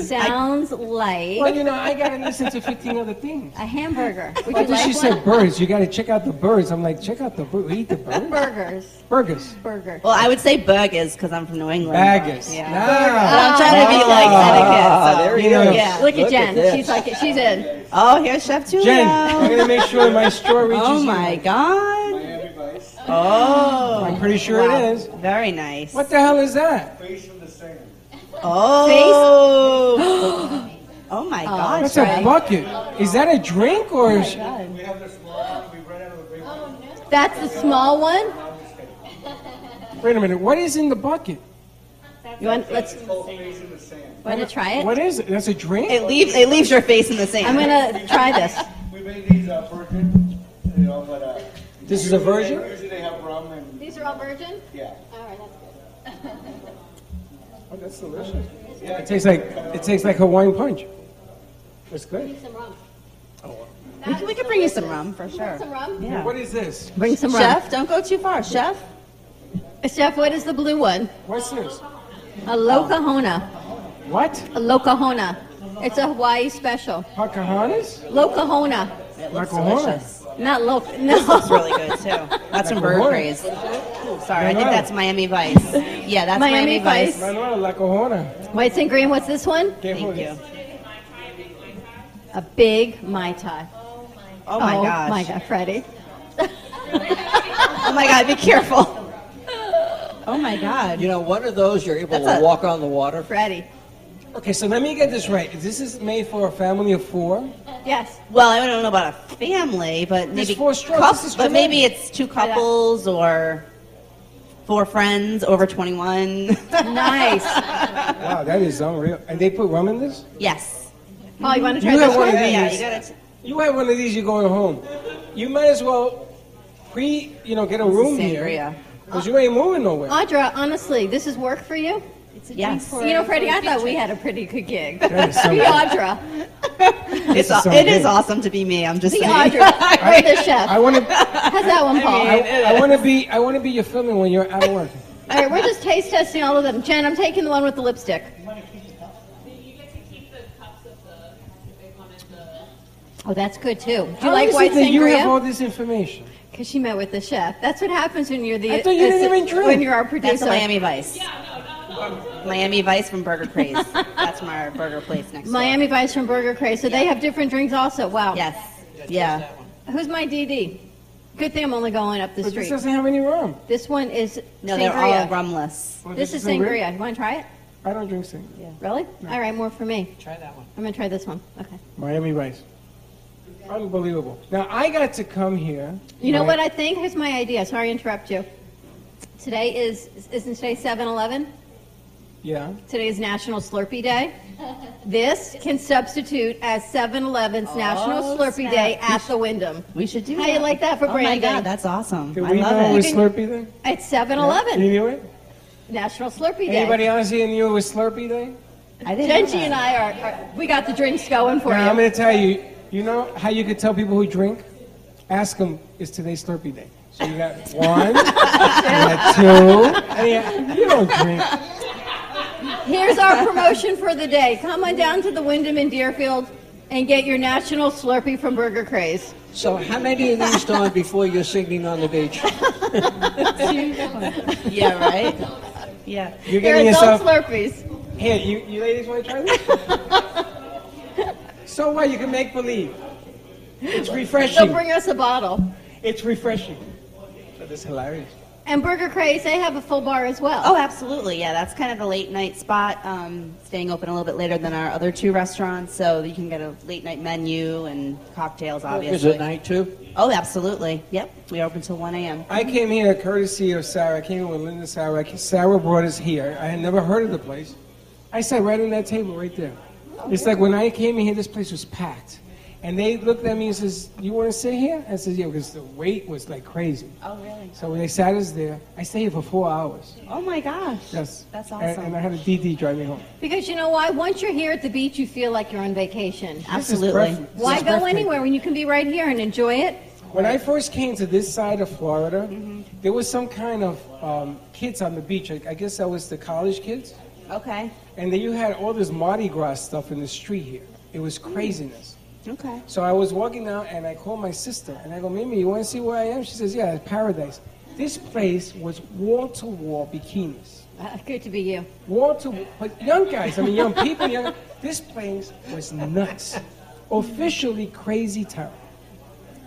Sounds like
Well, you know, I gotta listen to 15 other things.
a hamburger. Would
Why
you
did she
like
say
one?
birds? You gotta check out the birds. I'm like, check out the birds. Eat the birds?
Burgers.
Burgers.
Burger.
Well, I would say burgers because I'm from New England.
Baggers.
Yeah. But
Nah. Ah,
I'm trying to be like etiquette. so-
there
you go.
Yeah.
Ah, Look at
Look at
Jen.
this.
She's like, she's in.
Oh, here's Chef Tulio.
Jen, I'm gonna make sure my store reaches
Oh
you.
my God.
I'm pretty sure
Wow.
it is.
Very nice.
Oh. What the hell is that?
Oh. oh my God.
That's
Frank.
a bucket. Is that a drink
Oh
or? is-
That's the small one.
Wait a minute. What is in the bucket?
You want? Let's. Want to try it?
What is it? That's a drink.
It leaves it leaves your face in the sand.
I'm gonna try this.
We made these uh, virgin, you know, but uh,
This is a virgin.
usually they have rum and
These are all virgin.
yeah.
All right, that's good.
Oh, that's delicious.
It tastes like it tastes like Hawaiian punch. That's good.
Some rum.
we, can, we can bring you some rum for sure.
Some rum.
Yeah.
What is this?
Bring some rum.
Chef, don't go too far. Chef,
Chef, what is the blue one?
What's this?
A locahona.
What?
A locahona. It's a Hawaii special.
Pocahontas?
Locahona.
it
Like
looks
a horn.
delicious.
Not loc. No.
It's really good too. That's
Like a
from
horn.
bird craze. Sorry, I think
Manuela.
that's Miami Vice. Yeah, that's Miami,
Miami
Vice.
Manuela La Cojona.
Whites and green. What's this one?
Thank you.
A big mai tai.
Oh my
Oh my
gosh.
God, Freddie.
Oh my god, be careful. Oh my god.
You know, one of those you're able
That's
to
a-
walk on the water.
Freddie.
Okay, so let me get this right. This is made for a family of four.
Yes.
Well, I don't know about a family, but
There's
maybe
four strokes.
cou-
This is
but
tremendous.
maybe it's two couples or four friends over 21.
Nice.
Wow, that is unreal. And they put rum in this?
yes.
Oh, you want to try
You
this
have one
one?
of
Yeah, yeah, you
these.
gotta
You have one of these. You're going home. You might as well pre, you know, get a room here
sangria. Oh,
because you ain't moving nowhere.
Audra, honestly, this is work for you?
Yes.
You know, Freddie, I thought we had a pretty good gig.
That is something.
The Audra.
It's,
is so
it is
good.
awesome to be me. I'm just
The
saying.
Audra. Or the chef.
I want to.
How's that one, Paul?
I want to be. I want to be your filming when you're out of work.
All right, we're just taste testing all of them. Jen, I'm taking the one with the lipstick. Oh, that's good too. Do you
How
like
is it
white
that you have all
sangria?
this information?
Because she met with the chef. That's what happens when you're the
I thought you didn't
assi-
even drink.
when you're our
That's
producer.
a Miami Vice. Miami Vice from Burger Craze. That's from our burger place next door.
Miami Vice from Burger Craze. So they have different drinks also. Wow.
Yes. Yeah.
Who's my DD? Good thing I'm only going up the
But this
street.
doesn't have any rum.
This one is
No, they're all
sangria.
rumless.
Well,
this, is sangria. You want to try it?
I don't drink sangria.
Really? All right, more for me. Try that
one.
I'm gonna try this one. Okay.
Miami Vice. Unbelievable. Now I got to come here.
You know
right?
what I think? Here's my idea. Sorry to interrupt you. Today is isn't today 7-Eleven?
Yeah.
Today is National Slurpee Day. This can substitute as 7-Eleven's
Oh,
National Slurpee Day at the Wyndham.
We should do
How
that.
you like that for
oh
branding?
my God, that's awesome.
Do
I
we know it
love
was
it.
Slurpee Day?
At 7-Eleven,
You knew it?
National Slurpee Day.
Anybody else here knew it was Slurpee Day?
I didn't know
Genji and
that.
I are, are we got the drinks going for
Now, I'm
you.
going to tell you, you know how you could tell people who drink? Ask them, is today Slurpee Day? So you got one, you got two, and you, you don't drink.
Here's our promotion for the day. Come on down to the Wyndham in Deerfield and get your National Slurpee from Burger Craze.
So how many of these done before you're singing on the beach?
Yeah, right? yeah.
You're
They're
getting
adult
yourself.
Slurpees.
Here, you, you ladies want to try this? so what? You can make believe. It's
They'll
refreshing.
bring us a bottle.
it's refreshing. That is hilarious.
And Burger Craze, they have a full bar as well.
Oh, absolutely. Yeah, that's kind of the late night spot, um, staying open a little bit later than our other two restaurants, so you can get a late night menu and cocktails,
Oh, Is
obviously.
it night too?
Oh, absolutely. Yep. We open till 1 a.m.
I came here courtesy of Sarah. I came here with Linda Sarah. I ca- Sarah brought us here. I had never heard of the place. I sat right on that table right there. It's like when I came in here, this place was packed. And they looked at me and says, "You want to sit here?" I said, "Yeah," because the wait was like crazy.
Oh, really?
So when they sat us there, I stayed here for four hours.
Oh my gosh.
Yes.
That's
And-
awesome.
And I had a DD drive me home.
Because you know why? Once you're here at the beach, you feel like you're on vacation.
Absolutely. perfect. This
Why
is
go
perfect.
anywhere when you can be right here and enjoy it?
When I first came to this side of Florida,
Mm-hmm.
there was some kind of um, kids on the beach. I, I guess that was the college kids.
Okay.
And then you had all this Mardi Gras stuff in the street here. It was
Mm.
craziness.
Okay.
So I was walking out and I called my sister and I go, Mimi, you want to see where I am? She says, Yeah, it's paradise. This place was wall to wall bikinis.
Uh, good to be you.
Wall to but young guys, I mean young people, young this place was nuts. Officially crazy town.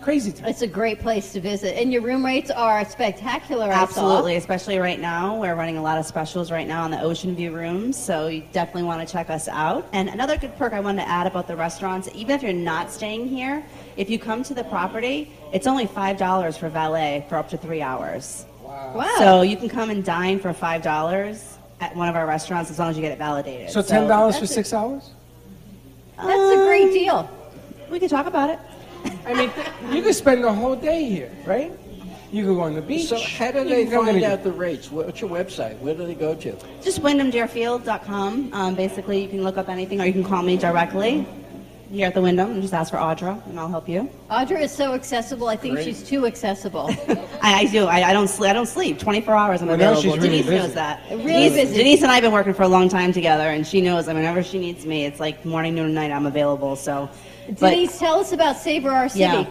Crazy town.
It's a great place to visit, and your room rates are spectacular. I saw.
Absolutely, especially right now. We're running a lot of specials right now on the Ocean View Rooms, so you definitely want to check us out. And another good perk I wanted to add about the restaurants, even if you're not staying here, if you come to the property, it's only $5 for valet for up to three hours.
Wow.
So you can come and dine for $5 at one of our restaurants as long as you get it validated.
So ten dollars for
That's-
six hours? Uh,
That's a great deal.
We can talk about it.
I mean, you could spend the whole day here, right? You could go on the beach.
So how do
You
they
could go on
find
the-
out the rates? What's your website? Where do they go to?
Just WyndhamDeerfield.com. Um, basically, you can look up anything or you can call me directly here at the Wyndham and just ask for Audra, and I'll help you.
Audra is so accessible. I think she's too accessible.
I, I do. I, I don't sleep. I don't sleep. 24 hours. I'm
Well, now
available.
she's really
Denise
busy.
knows that.
Really
Denise,
busy.
Denise and I have been working for a long time together, and she knows. that whenever she needs me, it's like morning, noon, and night. I'm available. So, but-
Denise, tell us about Savor Our City.
Yeah.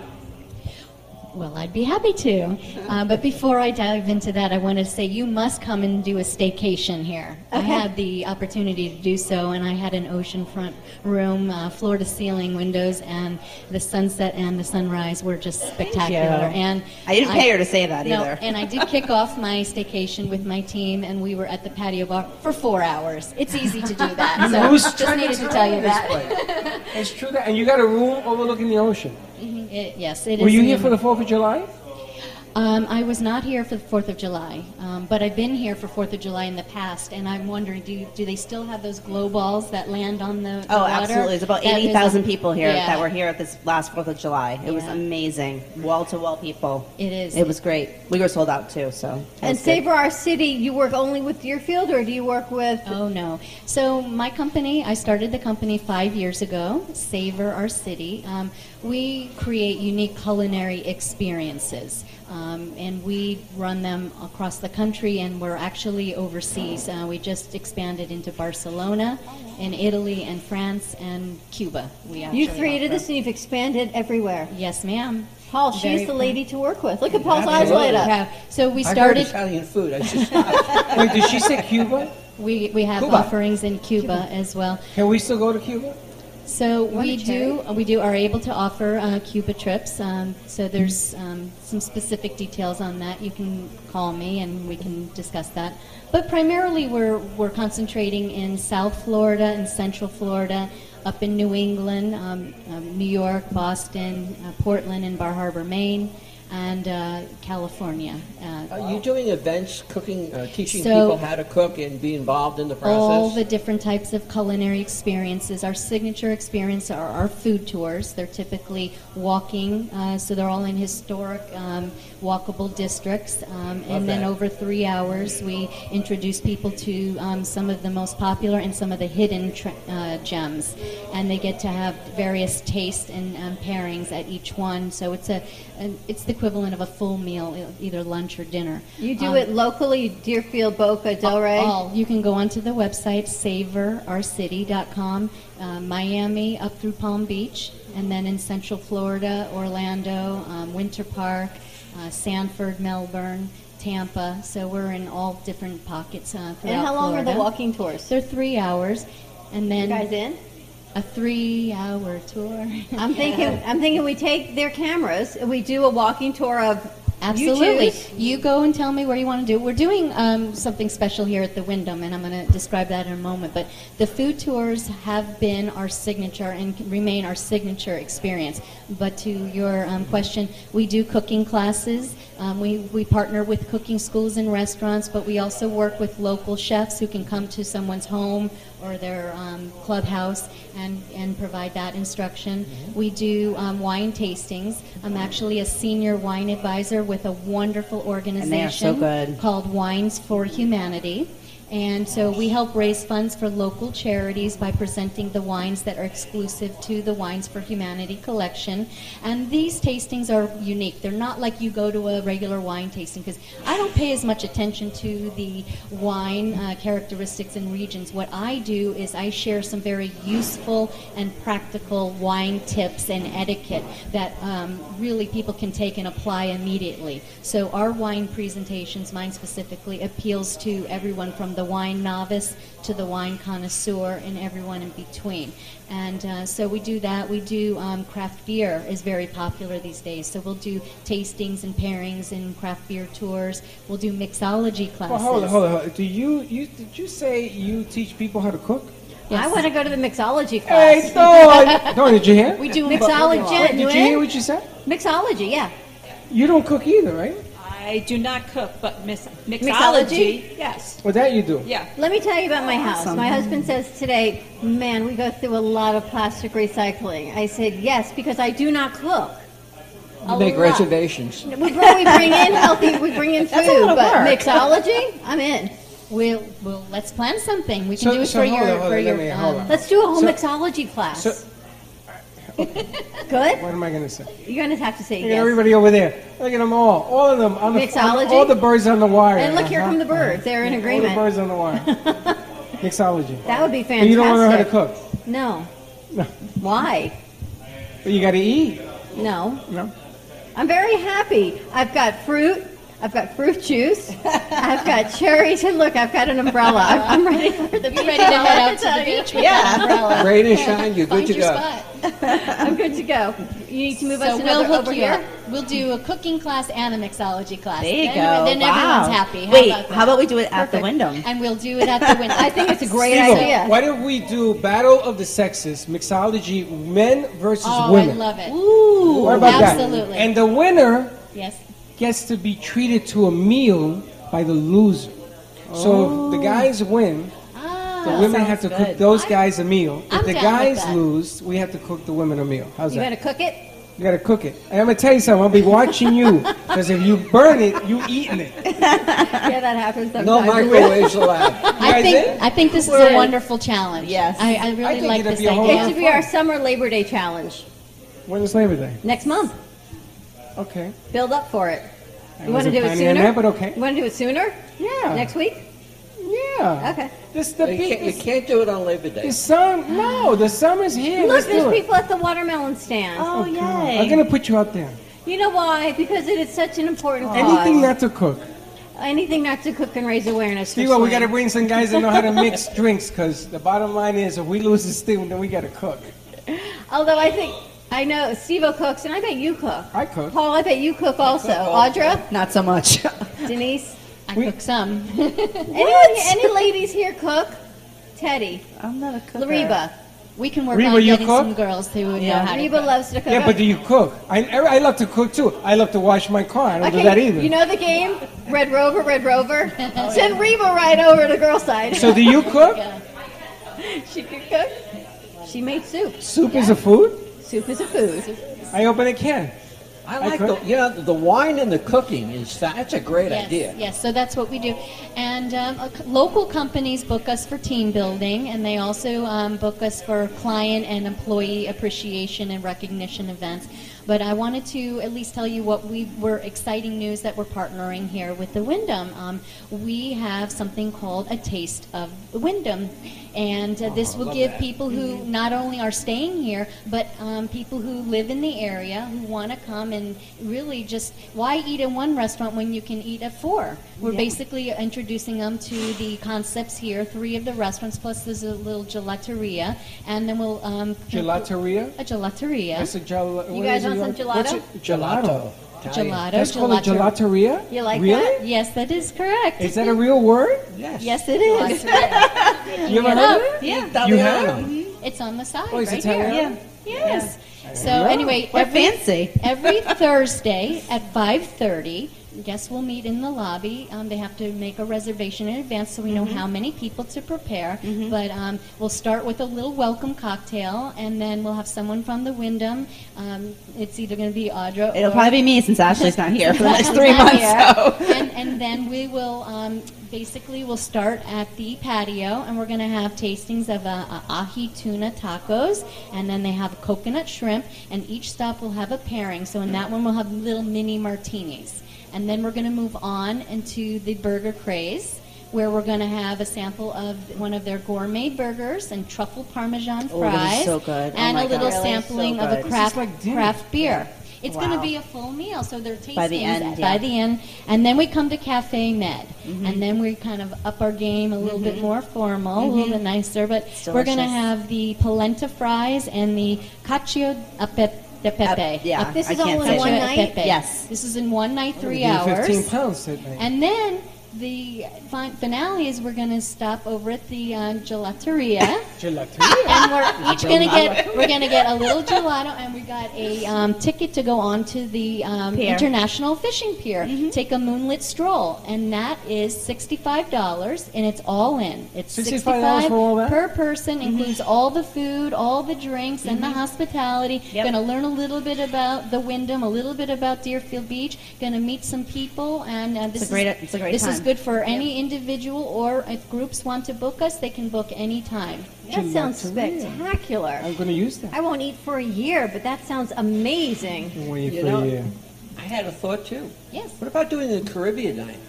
Well, I'd be happy to. Uh, but before I dive into that, I want to say you must come and do a staycation here. I
Okay.
had the opportunity to do so, and I had an oceanfront room, uh, floor to ceiling windows, and the sunset and the sunrise were just spectacular. And
I didn't pay her to say that
no,
either.
and I did kick off my staycation with my team, and we were at the patio bar for four hours. It's easy to do that.
You
so
lose
just
track of
needed to
time
tell you
in this
that.
place. it's true that, and you got a room overlooking the ocean.
Mhm, it- yes, it is.
Were you
an
here for the Fourth of July?
Um, I was not here for the Fourth of July, um, but I've been here for Fourth of July in the past, and I'm wondering, do do they still have those glow balls that land on the, the
oh,
water?
absolutely. It's about
That is a-
80,000 people here
Yeah.
that were here at this last Fourth of July. It was
Yeah.
amazing. Wall to wall people.
It is.
It was great. We were sold out too. So. it
And
was good.
Savor Our City, you work only with Deerfield, or do you work with?
Oh no! So my company, I started the company five years ago. Savor Our City. Um, we create unique culinary experiences, um, and we run them across the country. And we're actually overseas. Uh, we just expanded into Barcelona, and Italy, and France, and Cuba. We actually
you created
offer.
this, and you've expanded everywhere.
Yes, ma'am.
Paul,
Very
she's the
proud.
lady to work with. Look at Paul's eyes
Absolutely.
light up.
Yeah. So we
I heard
started.
Italian food. I just
Wait, did she say Cuba?
We, we have
Cuba.
offerings in Cuba as well.
Can we still go to Cuba?
So we do, uh, we do are able to offer uh, Cuba trips. Um, so there's um, some specific details on that. You can call me and we can discuss that. But primarily, we're we're concentrating in South Florida and Central Florida, up in New England, um, um, New York, Boston, uh, Portland, and Bar Harbor, Maine, and uh, California. Uh,
Are you doing events, cooking, uh, teaching
So-
people how to cook and be involved in the process?
all the different types of culinary experiences. Our signature experience are our food tours. They're typically walking, uh, so they're all in historic, um, walkable districts. Um,
Love
and then
that.
over three hours, we introduce people to um, some of the most popular and some of the hidden tr uh, gems. And they get to have various tastes and um, pairings at each one. So it's a, an, it's the equivalent of a full meal, e- either lunch or dinner.
You do
Um,
it locally, Deerfield, Boca, Delray.
all. You can go onto the website, savorourcity.com, uh, Miami up through Palm Beach, and then in Central Florida, Orlando, um, Winter Park, uh, Sanford, Melbourne, Tampa. So we're in all different pockets uh, throughout
and how long are the
Florida.
walking tours?
They're three hours, and
You
then
guys in?
a three-hour tour.
I'm thinking. I'm thinking we take their cameras. and We do a walking tour of.
Absolutely.
You
You,
choose.
go and tell me where you want to do. it. We're doing um, something special here at the Wyndham, and I'm going to describe that in a moment. But the food tours have been our signature and can remain our signature experience. But to your um, question, we do cooking classes. Um, we, we partner with cooking schools and restaurants, but we also work with local chefs who can come to someone's home or their um, clubhouse and, and provide that instruction.
Mm-hmm.
We do um, wine tastings. I'm actually a senior wine advisor with a wonderful organization
they are so good.
called Wines for Humanity. And so we help raise funds for local charities by presenting the wines that are exclusive to the Wines for Humanity collection. And these tastings are unique. They're not like you go to a regular wine tasting because I don't pay as much attention to the wine uh, characteristics and regions. What I do is I share some very useful and practical wine tips and etiquette that um, really people can take and apply immediately. So our wine presentations, mine specifically, appeals to everyone from the wine novice to the wine connoisseur and everyone in between. And uh, so we do that. We do um, craft beer is very popular these days. So we'll do tastings and pairings and craft beer tours. We'll do mixology classes.
Well, hold on, hold on. hold on. Do you, you did you say you teach people how to cook?
I want to go to the mixology class.
Hey, Dawn! Dawn, did you hear?
We do mixology.
Wait, did you hear what you said?
Mixology, yeah.
You don't cook either, right?
I do not cook, but mis- mixology,
Mixology?
yes.
Well, that you do.
Yeah.
Let me tell you about my house.
Awesome.
My husband says today, man, we go through a lot of plastic recycling. I said, yes, because I do not cook. A
You make
lot.
reservations.
We bring, we bring in healthy, we bring in
That's a
food,
lot of
but
work.
mixology, I'm in.
We'll, we'll let's plan something. We can
So-
do it
so
for
hold
your
on, hold
for
on,
your.
let me- hold
um,
on.
Let's do a whole
So-
mixology class.
So-
Good?
What am I going to say?
You're going to have to say
Look
yes.
at everybody over there. Look at them all. All of them. On the,
Mixology?
all the birds on the wire.
And look, here
Uh-huh.
come the birds. They're in
All the
agreement.
birds on the wire. Mixology.
That would be
But
fantastic.
you don't know how to cook.
No.
No.
Why?
But you got to eat.
No.
No.
I'm very happy. I've got fruit. I've got fruit juice. I've got cherries, and look, I've got an umbrella. I'm, I'm ready for the beach.
ready to head
umbrella,
out
I
to
tell
the
you.
beach with that umbrella.
Rain and shine, you're good to go.
I'm good to go. You need to move
so
us
we'll
another
hook
over
you
here.
up. We'll do a cooking class and a mixology class.
There you
then,
go.
Then
Wow.
everyone's happy. How
Wait,
about that?
how about we do it at the Wyndham?
And we'll do it at the window.
um, I think it's a great
Steve-o,
idea.
Why don't we do Battle of the Sexes, mixology, men versus
Oh,
women?
I love it.
Ooh,
What about
Absolutely.
that? And the winner
Yes.
gets to be treated to a meal by the loser. So
Oh.
if the guys win, the women have to cook those guys a meal. If
Ah, I'm
the
down with
guys
that.
lose, we have to cook the women a meal. How's
You
that?
gotta cook it.
you gotta cook it. And I'm gonna tell you something. I'll be watching you because if you burn it, you eating it. You
Yeah, that happens sometimes.
No microwaves allowed.
I
guys in?
think I think this is
We're
a
in.
wonderful challenge.
Yes.
I, I
I
really
think
like
it'd
this
be a whole
It
idea.
lot.
should be our summer Labor Day challenge.
When is Labor Day?
Next month.
Okay.
Build up for it. You want to
wasn't
do it
planning on
sooner?
that, but okay.
You want to do it sooner?
Yeah.
Next week?
Yeah.
Okay.
This the
You can't, you
big.
can't do it on Labor Day.
The sun? No, the summer's here.
Look,
Let's do
there's
it.
people at the watermelon stand.
Oh,
I'm
yay.
gonna put you out there.
You know why? Because it is such an important cause.
Anything not to cook.
Anything not to cook and raise awareness. for
Steve, we
swimming.
got to bring some guys that know how to mix drinks because the bottom line is if we lose this thing, then we got to cook.
Although I think I know Steve cooks, and I bet you cook.
I cook.
Paul, I bet you cook also. Audra,
Not so much.
Denise,
I
We-
cook some.
anyone, any ladies here cook? Teddy,
I'm not a cooker.
Lariba.
we can work
Reba,
on
you
getting
cook?
some girls who would
Yeah.
know how to
Reba
cook.
loves to cook.
Yeah, but do you cook? I, I love to cook too. I love to wash my car. I don't do that either.
you know the game, Red Rover, Red Rover.
Oh,
Send Reba right over to girl side.
so do you cook?
she could cook. She made soup.
Soup is a food.
Soup is a food.
I open a can.
I like the,
could-
you know, the wine and the cooking is, fa- that's a great
yes,
idea.
Yes, so that's what we do. And um, uh, c- local companies book us for team building, and they also um, book us for client and employee appreciation and recognition events. But I wanted to at least tell you what we were exciting news that we're partnering here with the Wyndham. Um, we have something called a taste of the Wyndham, and uh,
Oh,
this will give people
Mm-hmm.
who not only are staying here, but um, people who live in the area who want to come and really just why eat in one restaurant when you can eat at four? We're basically introducing them to the concepts here, three of the restaurants, plus there's a little gelateria, and then we'll um,
Gelateria.
a gelateria,
That's a gel-
You guys want some
What's
gelato?
it? Gelato.
Italian.
gelato,
That's called a
gelater-
gelateria.
You like
really?
that?
Yes, that is correct.
Is that a real word?
Yes.
yes, it is.
You ever heard? of it?
yeah,
You
Italiano.
have?
it's on the side
Oh, it's
right
Italian.
here.
Yeah.
Yes. So
Yeah.
anyway,
We're
every
fancy.
every Thursday at 5:30 guests will meet in the lobby. Um, they have to make a reservation in advance so we know
Mhm.
how many people to prepare. But um, we'll start with a little welcome cocktail, and then we'll have someone from the Wyndham. Um, it's either going to be Audra.
It'll
or-
probably be me since Ashley's not here for the next
Ashley's
three
not
months,
here.
so.
And, and then we will um, basically we'll start at the patio, and we're going to have tastings of uh, uh, ahi tuna tacos, and then they have coconut shrimp, and each stop will have a pairing. So in that one, we'll have little mini martinis, and then we're going to move on into the burger craze. Where we're going to have a sample of one of their gourmet burgers and truffle parmesan
Oh,
fries,
that is so good. Oh
and
my
a little
God. Really?
sampling
So
of a
good. This is
craft
like dinner.
craft beer. It's going to
Wow.
be a full meal, so they're tasting
By the end,
by
yeah. Mm-hmm.
the end, and then we come to Cafe Med, and then we kind of up our game a little bit more formal, a little
Mhm.
bit nicer. But
Mm-hmm. It's
we're going to
delicious.
have the polenta fries and the cacio a pe- de pepe.
yeah,
Uh, this
I
is all
can't
in
say
one
it.
night.
Pepe. Yes.
this is in one night, three
Give you
hours.
15 pounds, said me.
And then the fin- finale is we're going to stop over at the uh, gelateria. and we're each gonna get we're gonna get a little gelato, and we got a um, ticket to go on to the um,
Pier. Mm-hmm.
international fishing pier. Take a moonlit stroll, and that is sixty five dollars, and it's all in. It's sixty
$65
five
for all that?
per
Mm-hmm.
person, includes all the food, all the drinks, and the hospitality. Gonna learn a little bit about the Wyndham, a little bit about Deerfield Beach. Gonna meet some people, and uh, this
a great-
is
it's a great
this is
time.
good for any individual or if groups want to book us, they can book any time.
That sounds
Gelateria.
spectacular.
I'm going to use that.
I won't eat for a year, but that sounds amazing.
Wait
You
for
know-
you.
I had a thought too.
Yes.
What about doing the Caribbean night?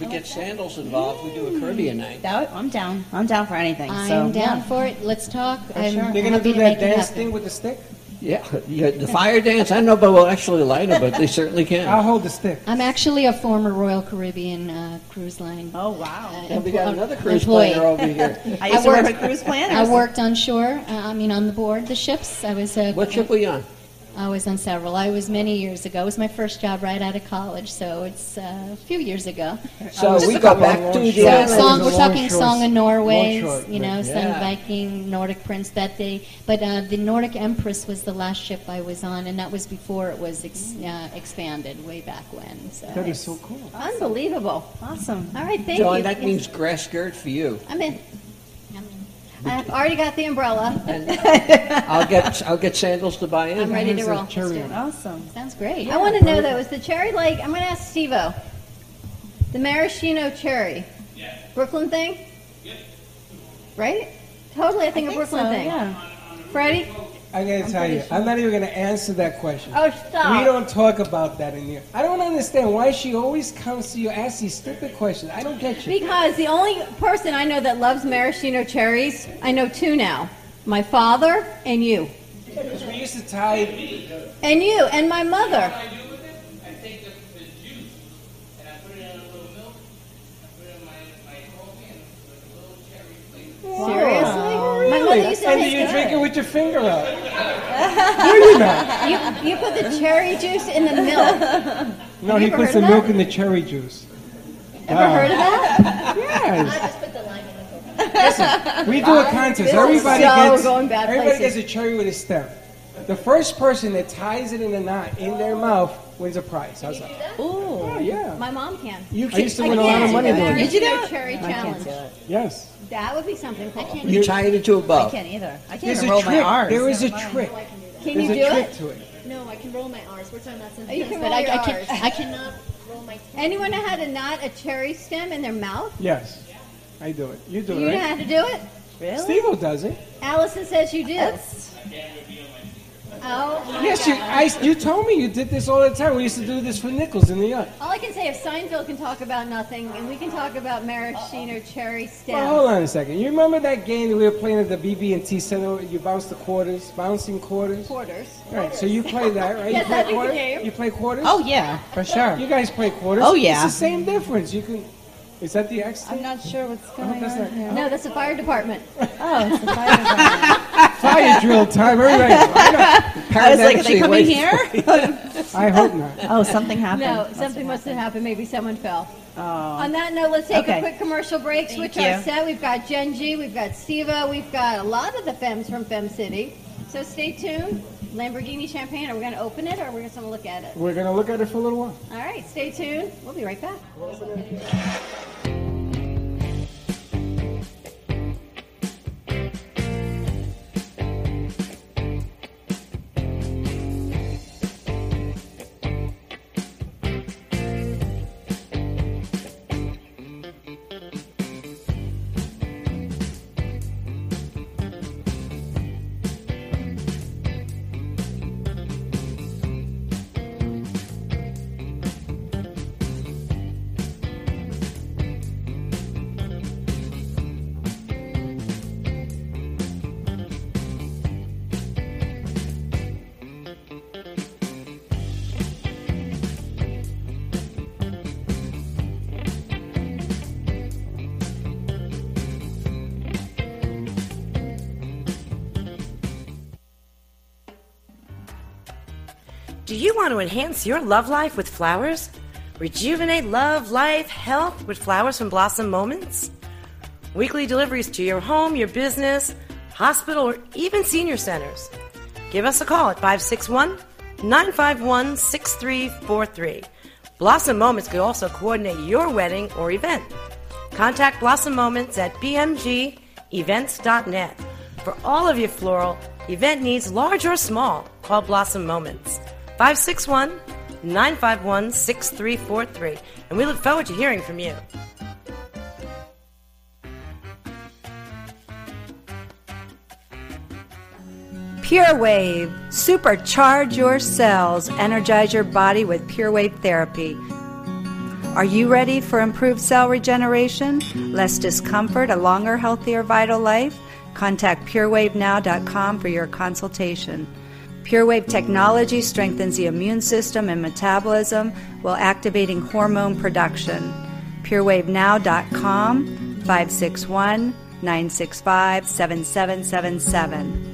We get sandals involved, we do a Caribbean
Mm.
night.
That, I'm down. I'm down for anything.
I
so,
am down
yeah.
for it. Let's talk. I'm
sure.
They're going to
happy
do
to
that
make it
dance
happen.
thing with the stick?
Yeah, yeah, the fire dance, I don't know if it will actually light it, but they certainly
I'll
can.
hold the stick.
I'm actually a former Royal Caribbean uh, cruise line.
Oh wow!
And we got another
uh,
cruise
employee.
player over here.
I used to work
worked-
with cruise planners.
I worked on shore. Uh, I mean, on the board the ships. I was a.
What ship were you on?
I was on several. I was many years ago. It was my first job right out of college, so it's uh, a few years ago. Um,
So
just
we
a
go
couple
back
of
to
long
the
shots.
So
Yeah,
island.
song,
it
we're
was a
talking
long
Song of
short-
Norway,
long short
you know,
thing.
Sun
Yeah.
Viking, Nordic Prince that day. But uh, the Nordic Empress was the last ship I was on, and that was before it was ex- uh, expanded way back when. So
Mm. That is so cool.
Unbelievable.
Awesome.
All right, thank
John,
you.
that means grass skirt for you.
I'm in. I've already got the umbrella.
I'll get, I'll get sandals to buy
I'm
in.
ready to
Here's a
roll. Let's do
cherry
it.
Awesome.
sounds great.
I want to know though, is the cherry like? I'm going to ask Steve-O. The maraschino cherry. Brooklyn thing. Right? Totally, I think, a Brooklyn
so,
thing.
Yeah.
Freddie?
I gotta tell you, I'm not even gonna answer that question.
Oh, stop.
We don't talk about that in here. I don't understand why she always comes to you ask these stupid questions. I don't get you.
Because the only person I know that loves maraschino cherries, I know two now. My father and you.
Because we used to tie.
And you and my mother.
I do with it, I take the, the juice and I put it in a little milk. I put it in my, my whole hand with a little cherry flavor.
Seriously? My mother used to
and
take
you
the-
drink it with your finger out. no, you not.
You, you put the cherry juice in the milk.
No,
Have
he
you ever
puts
heard
the
of
milk
that?
in the cherry juice.
Ever heard of
Oh,
that?
Yes. Listen, we do a contest.
This is
Everybody
so
gets
going bad
everybody
places.
gets a cherry with a stem. The first person that ties it in a knot in their mouth wins a prize. How's that?
Ooh.
Oh yeah.
My mom can.
You I used to
I
win a lot of
can't
money
do
doing
that.
it.
Did you do
Maraschino
it?
cherry
I can't
challenge.
do it.
Yes.
That would be something cool. Can
You tie it into a
I
bow.
can't either. I can't
There's
even
a
roll
trick.
my R's.
There is
never
a
mind.
trick.
you
There's a
do it?
trick to it.
No, I can roll my R's. We're talking about something
Oh, You
else,
can
but
roll
I,
your
I,
Rs.
can, I cannot roll my.
Anyone know how to knot a cherry stem in their mouth?
Yes. I do it. You do
You
it,
know
right?
how to do it?
Really?
Steve does it.
Allison says you do.
That's-
Oh, my
Yes, you,
God.
I, you told me you did this all the time. We used to do this for nickels in the yard.
All I can say is Seinfeld can talk about nothing, and we can talk about maraschino cherry stems.
Well, hold on a second. You remember that game that we were playing at the BB&T Center? You bounce the quarters, bouncing quarters.
Quarters.
Right, so you play that, right?
Yes,
you play
that'd be the
quarters?
game.
You play quarters?
Oh yeah. For sure.
You guys play quarters?
Oh, yeah.
It's the same difference. You can. Is that the X?
I'm not sure what's going
that's
on
not-
here.
No, that's the fire department.
Oh, it's the fire department.
Fire drill time. Everybody. I, know.
I was like, are
Paramedics,
they coming
wait.
here?
I hope not.
Oh, something happened.
No, something must have happened. Maybe someone fell.
Uh,
Oh.
On that note, let's take a
Okay.
quick commercial break.
Thank
Switch
you.
our set. We've got Gen G, we've got Steva, we've got a lot of the femmes from Fem City. So stay tuned. Lamborghini Champagne, are we going to open it or we're just going to look at it?
We're gonna look at it for a little while.
All right, stay tuned. We'll be right back.
Do you want to enhance your love life with flowers? Rejuvenate love, life, health with flowers from Blossom Moments? Weekly deliveries to your home, your business, hospital, or even senior centers. Give us a call at 561 951 6343. Blossom Moments could also coordinate your wedding or event. Contact Blossom Moments at bmgevents.net. For all of your floral event needs, large or small, call Blossom Moments 561 951 6343. And we look forward to hearing from you.
Pure Wave. Supercharge your cells. Energize your body with Pure Wave therapy. Are you ready for improved cell regeneration, less discomfort, a longer, healthier, vital life? Contact purewavenow.com for your consultation. PureWave technology strengthens the immune system and metabolism while activating hormone production. PureWaveNow.com 561 965 7777.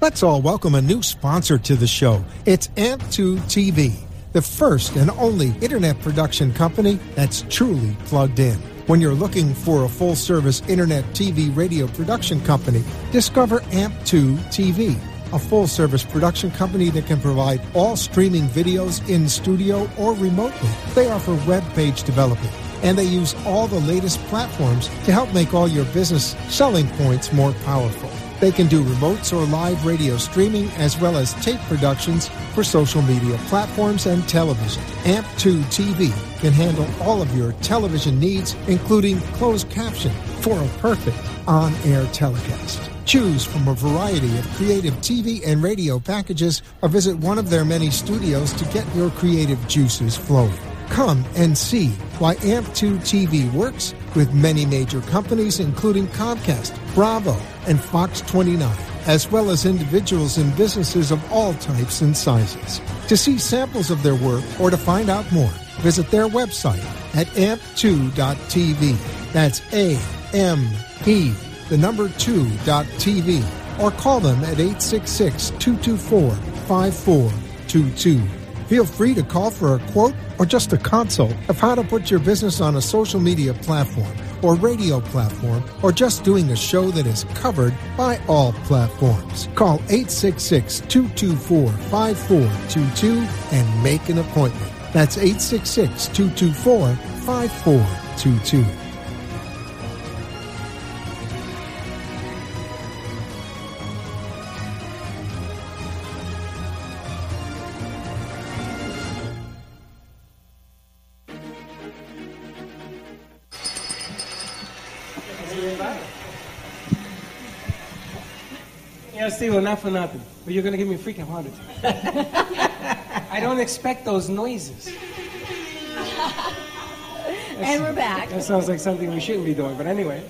Let's all welcome a new sponsor to the show. It's AMP2 TV, the first and only internet production company that's truly plugged in. When you're looking for a full service internet TV radio production company, discover AMP2 TV, a full service production company that can provide all streaming videos in studio or remotely. They offer web page development and they use all the latest platforms to help make all your business selling points more powerful. They can do remotes or live radio streaming as well as tape productions for social media platforms and television. AMP2 TV can handle all of your television needs, including closed caption for a perfect on air telecast. Choose from a variety of creative TV and radio packages or visit one of their many studios to get your creative juices flowing. Come and see why AMP2 TV works with many major companies, including Comcast, Bravo, and Fox 29, as well as individuals and businesses of all types and sizes. To see samples of their work or to find out more, visit their website at amp2.tv. That's A M E, the number 2.tv, or call them at 866 224 5422. Feel free to call for a quote or just a consult of how to put your business on a social media platform or radio platform or just doing a show that is covered by all platforms. Call 866 224 5422 and make an appointment. That's 866 224 5422.
you invited. Yeah, Steve, not for nothing, but you're gonna give me a freaking heart attack. I don't expect those noises.
And we're back.
That sounds like something we shouldn't be doing, but anyway.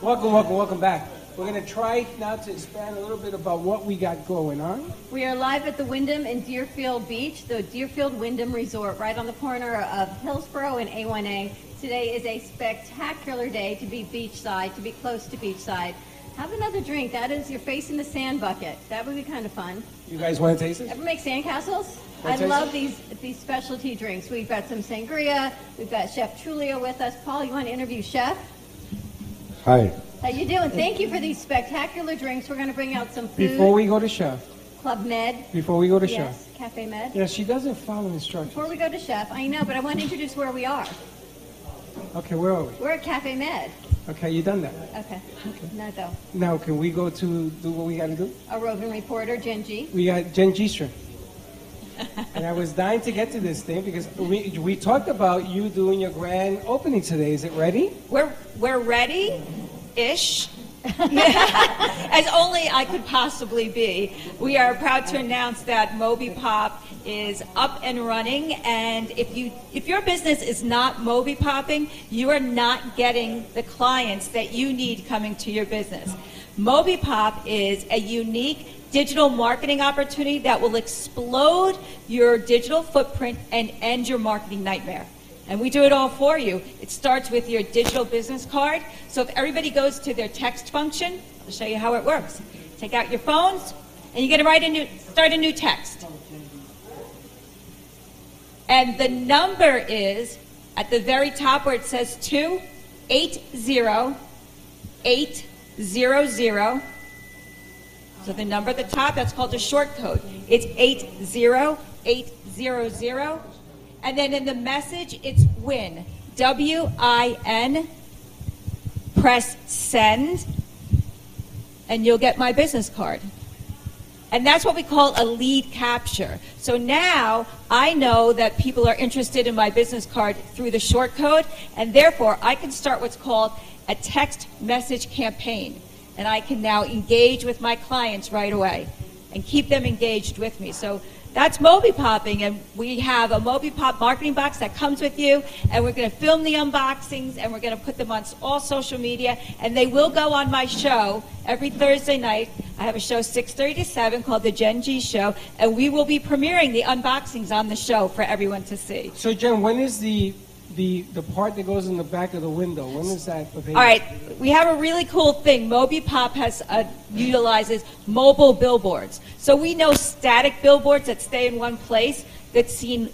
Welcome, welcome, welcome back. We're gonna try now to expand a little bit about what we got going on.
We are live at the Wyndham in Deerfield Beach, the Deerfield Wyndham Resort, right on the corner of Hillsborough and A1A. Today is a spectacular day to be beachside, to be close to beachside. Have another drink. That is your face in the sand bucket. That would be kind of fun.
You guys wanna taste it?
Ever make sandcastles?
Wanna
I
taste
love
it?
these these specialty drinks. We've got some sangria. We've got Chef Trulio with us. Paul, you want to interview Chef?
Hi.
How you doing? Thank you for these spectacular drinks. We're going to bring out some food.
Before we go to chef,
Club Med.
before we go to chef.
Yes, Cafe Med.
Yeah, she doesn't follow instructions.
Before we go to Chef, I know, but I want to introduce where we are.
Okay, where are we?
We're at Cafe Med.
Okay, you done that.
Okay. Not though.
Now, can we go to do what we gotta do?
A roving reporter, Genji.
We got Jen Gistra. and I was dying to get to this thing because we, we talked about you doing your grand opening today. Is it ready?
We're, we're ready ish. As only I could possibly be. We are proud to announce that Moby Pop is up and running and if you if your business is not Moby Popping, you are not getting the clients that you need coming to your business. Moby Pop is a unique digital marketing opportunity that will explode your digital footprint and end your marketing nightmare. And we do it all for you. It starts with your digital business card. So if everybody goes to their text function, I'll show you how it works. Take out your phones, and you're going to write a new, start a new text. And the number is at the very top where it says two eight zero eight zero zero. So the number at the top, that's called a short code. It's 80800. And then in the message, it's win. W I N. Press send, and you'll get my business card. And that's what we call a lead capture. So now I know that people are interested in my business card through the short code, and therefore I can start what's called a text message campaign. And I can now engage with my clients right away and keep them engaged with me. So that's Moby Popping, and we have a Moby Pop marketing box that comes with you, and we're going to film the unboxings, and we're going to put them on s- all social media, and they will go on my show every Thursday night. I have a show 6:30 to 7 called the Gen G Show, and we will be premiering the unboxings on the show for everyone to see.
So, Jen, when is the the the part that goes in the back of the window? When is that available?
All right, we have a really cool thing. Moby Pop has uh, utilizes mobile billboards, so we know static billboards that stay in one place that's seen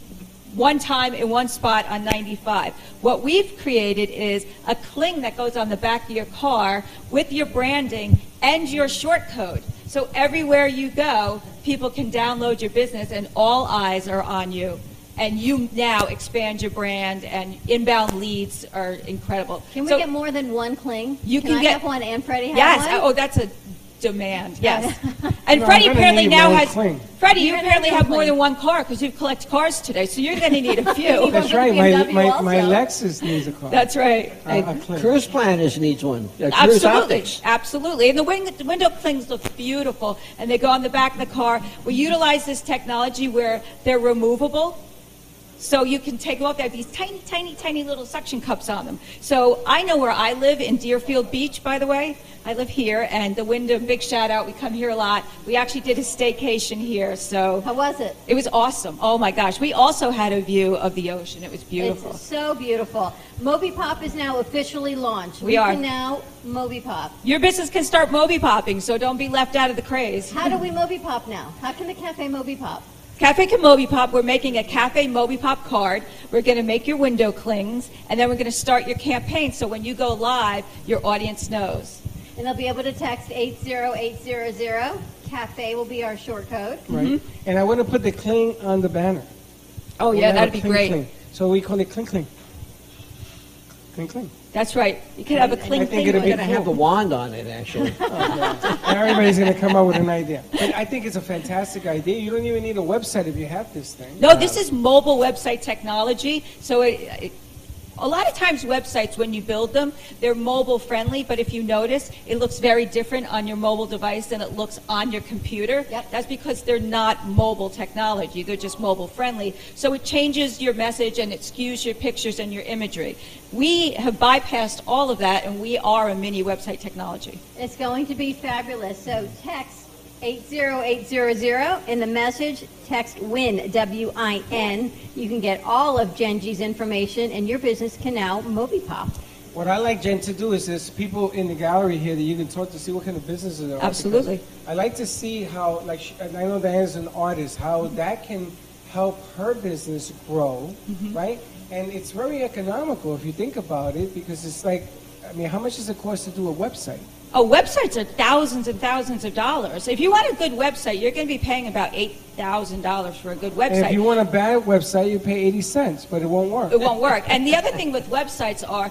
one time in one spot on 95. What we've created is a cling that goes on the back of your car with your branding and your short code. So everywhere you go, people can download your business, and all eyes are on you. And you now expand your brand, and inbound leads are incredible.
Can we
So-
get more than one cling?
You can
I
get-
have one and Freddie have
Yes.
one?
Oh, that's a demand. Yes. And
No, I'm
Freddie
gonna
apparently
need
now
more
has.
cling.
Freddie, you
You're gonna
apparently
need
have
more
more than one car because you've collected cars today, so you're going to need a few.
That's right. My, my, my Lexus needs a car.
That's right.
A,
And
a clean.
Cruise planners needs one. Uh, Cruise
Absolutely,
optics.
absolutely. And the wing, the window things look beautiful, and they go on the back of the car. We utilize this technology where they're removable, so you can take them off. They have these tiny, tiny, tiny little suction cups on them. So I know where I live in Deerfield Beach, by the way. I live here, and the Wyndham, big shout out. We come here a lot. We actually did a staycation here, so.
How was it?
It was awesome. Oh my gosh. We also had a view of the ocean. It was beautiful.
It's so beautiful. Moby Pop is now officially launched.
We are.
can now Moby Pop.
Your business can start Moby popping, so don't be left out of the craze.
How do we Moby Pop now? How can the cafe Moby Pop?
Cafe Camobi Pop, we're making a Cafe Mobi Pop card. We're going to make your window clings, and then we're going to start your campaign so when you go live, your audience knows.
And they'll be able to text 80800. Cafe will be our short code.
Right. And I want to put the cling on the banner.
Oh,
We'll
yeah,
have a
that'd be
cling,
great.
cling. So we call it cling cling. Cling cling.
That's right. You could have a cling
I
cling
think it'd be
one.
I have a wand on it, actually.
Now everybody's going to come up with an idea. But I think it's a fantastic idea. You don't even need a website if you have this thing. Uh,
No, this is mobile website technology, so it, it, A lot of times, websites, when you build them, they're mobile friendly, but if you notice, it looks very different on your mobile device than it looks on your computer. That's because they're not mobile technology, they're just mobile friendly. So it changes your message and it skews your pictures and your imagery. We have bypassed all of that, and we are a mini website technology.
It's going to be fabulous. So text 80800 in the message, text WIN, W I N. You can get all of Gen G's information, and your business can now MobiPop.
What I like, Jen, to do is there's people in the gallery here that you can talk to see what kind of businesses there are. because
Absolutely.
I like to see how, like, sh- and I know Diane's an artist, how that can help her business grow,
Mm-hmm.
right? And it's very economical if you think about it, because it's like, I mean, how much does it cost to do a website?
Oh, websites are thousands and thousands of dollars. If you want a good website, you're going to be paying about $8,000 for a good website.
And if you want a bad website, you pay 80 cents, but it won't work.
It won't work. And the other thing with websites are,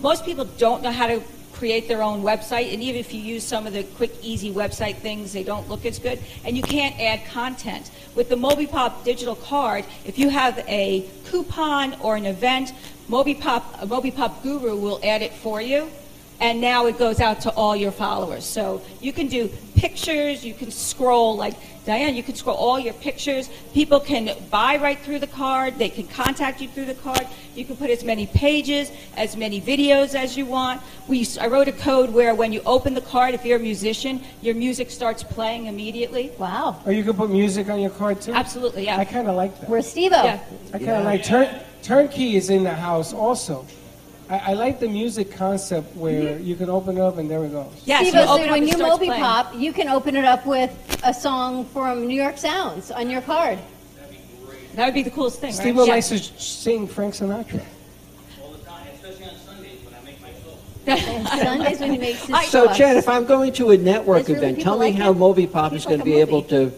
most people don't know how to create their own website, and even if you use some of the quick, easy website things, they don't look as good, and you can't add content. With the MobiPop digital card, if you have a coupon or an event, MobiPop, a MobiPop guru will add it for you, and now it goes out to all your followers. So you can do pictures, you can scroll, like Diane, you can scroll all your pictures. People can buy right through the card, they can contact you through the card. You can put as many pages, as many videos as you want. We, I wrote a code where when you open the card, if you're a musician, your music starts playing immediately. Wow.
Or Oh, you can put music on your card too.
Absolutely, yeah.
I kind of like that.
We're Steve-O. Yeah.
I kind of like turn, Turnkey is in the house also. I, I like the music concept where you can open up and there it goes.
Steve, so when you MobiPop, you can open it up with a song from New York Sounds on your card.
That would be the coolest thing.
Steve
right?
likes to sing Frank Sinatra.
Sundays when he makes his
So,
choice.
Chad, if I'm going to a network
There's really
event,
people
tell me
like
how
it.
MobiPop is
People
going to
come
be able to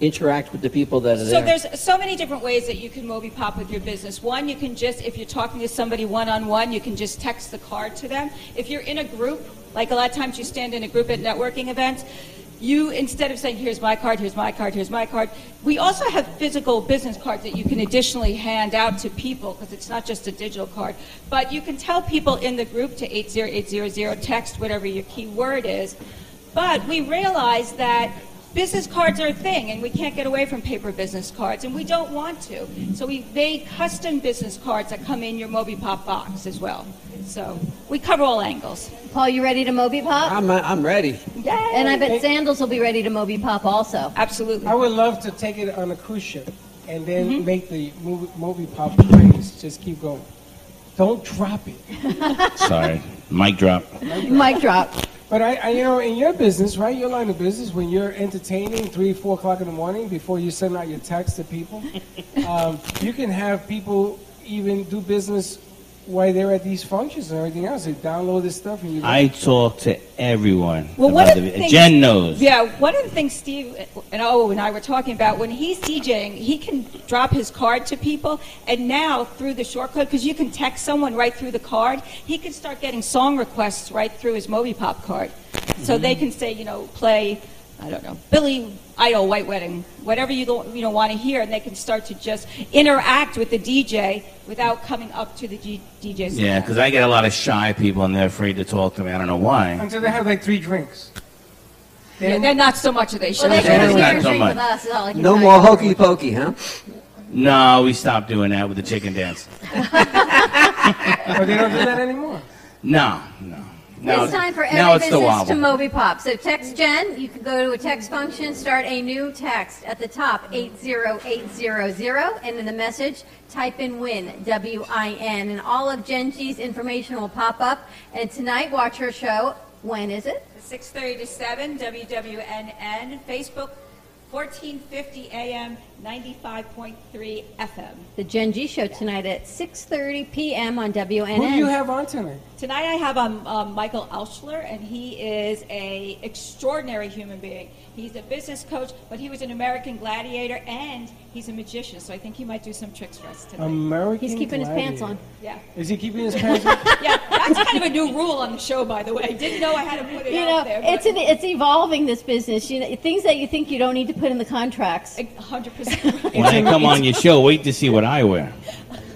interact with the people that are
So
there.
there's so many different ways that you can MobiPop with your business. One, you can just, if you're talking to somebody one-on-one, you can just text the card to them. If you're in a group, like a lot of times you stand in a group at networking events, you, instead of saying, here's my card, here's my card, here's my card, we also have physical business cards that you can additionally hand out to people because it's not just a digital card. But you can tell people in the group to 80800 text whatever your keyword is. But we realize that business cards are a thing, and we can't get away from paper business cards, and we don't want to. So we made custom business cards that come in your MobiPop box as well. So we cover all angles.
Paul, you ready to Moby Pop?
I'm, I'm ready.
And I bet Sandals will be ready to Moby Pop also.
Absolutely.
I would love to take it on a cruise ship and then make the movie, movie pop craze just keep going. Don't drop it.
Sorry. Mic drop.
Mic drop.
But I, I, you know, in your business, right, your line of business, when you're entertaining three, four o'clock in the morning before you send out your text to people, um, you can have people even do business while they're at these functions and everything else. They download this stuff and you.
I talk to everyone.
Well,
about
one of
the-
the things,
Jen knows.
Yeah, one of the things Steve and Owen and I were talking about when he's DJing, he can drop his card to people, and now through the shortcut, because you can text someone right through the card, he can start getting song requests right through his MobiPop card, so they can say, you know, play, I don't know, Billy Idol, White Wedding, whatever you don't, you know, want to hear, and they can start to just interact with the DJ without coming up to the G- DJ's.
Yeah, because I get a lot of shy people and they're afraid to talk to me. I don't know why.
Until they have like three drinks.
Yeah, they're not so much of they should.
they can Not so much.
No more hokey pokey, huh?
No, we stopped doing that with the chicken dance.
But they don't do that anymore.
No, no. Now,
it's time for
now
every
it's the
business to
wobble.
Moby Pop. So text Jen, you can go to a text function, start a new text at the top, 80800, and in the message, type in WIN, W-I-N, and all of Gen G's information will pop up. And tonight, watch her show. When is it?
6:30 to 7, WWNN, Facebook, 1450 AM, 95.3 FM.
The Gen G show tonight at 6.30 p.m. on
Who do
WNN.
you have on tonight?
Tonight I have um, um, Michael Auschler, and he is a extraordinary human being. He's a business coach, but he was an American gladiator, and he's a magician, so I think he might do some tricks for us tonight.
American. Gladiator.
Yeah.
Is he keeping his pants on?
Yeah, that's kind of a new rule on the show, by the way. I didn't know I had to put it
You know,
out there.
it's, an, it's evolving, this business. You know, things that you think you don't need to put in the contracts.
100%.
When I come on your show, wait to see what I wear.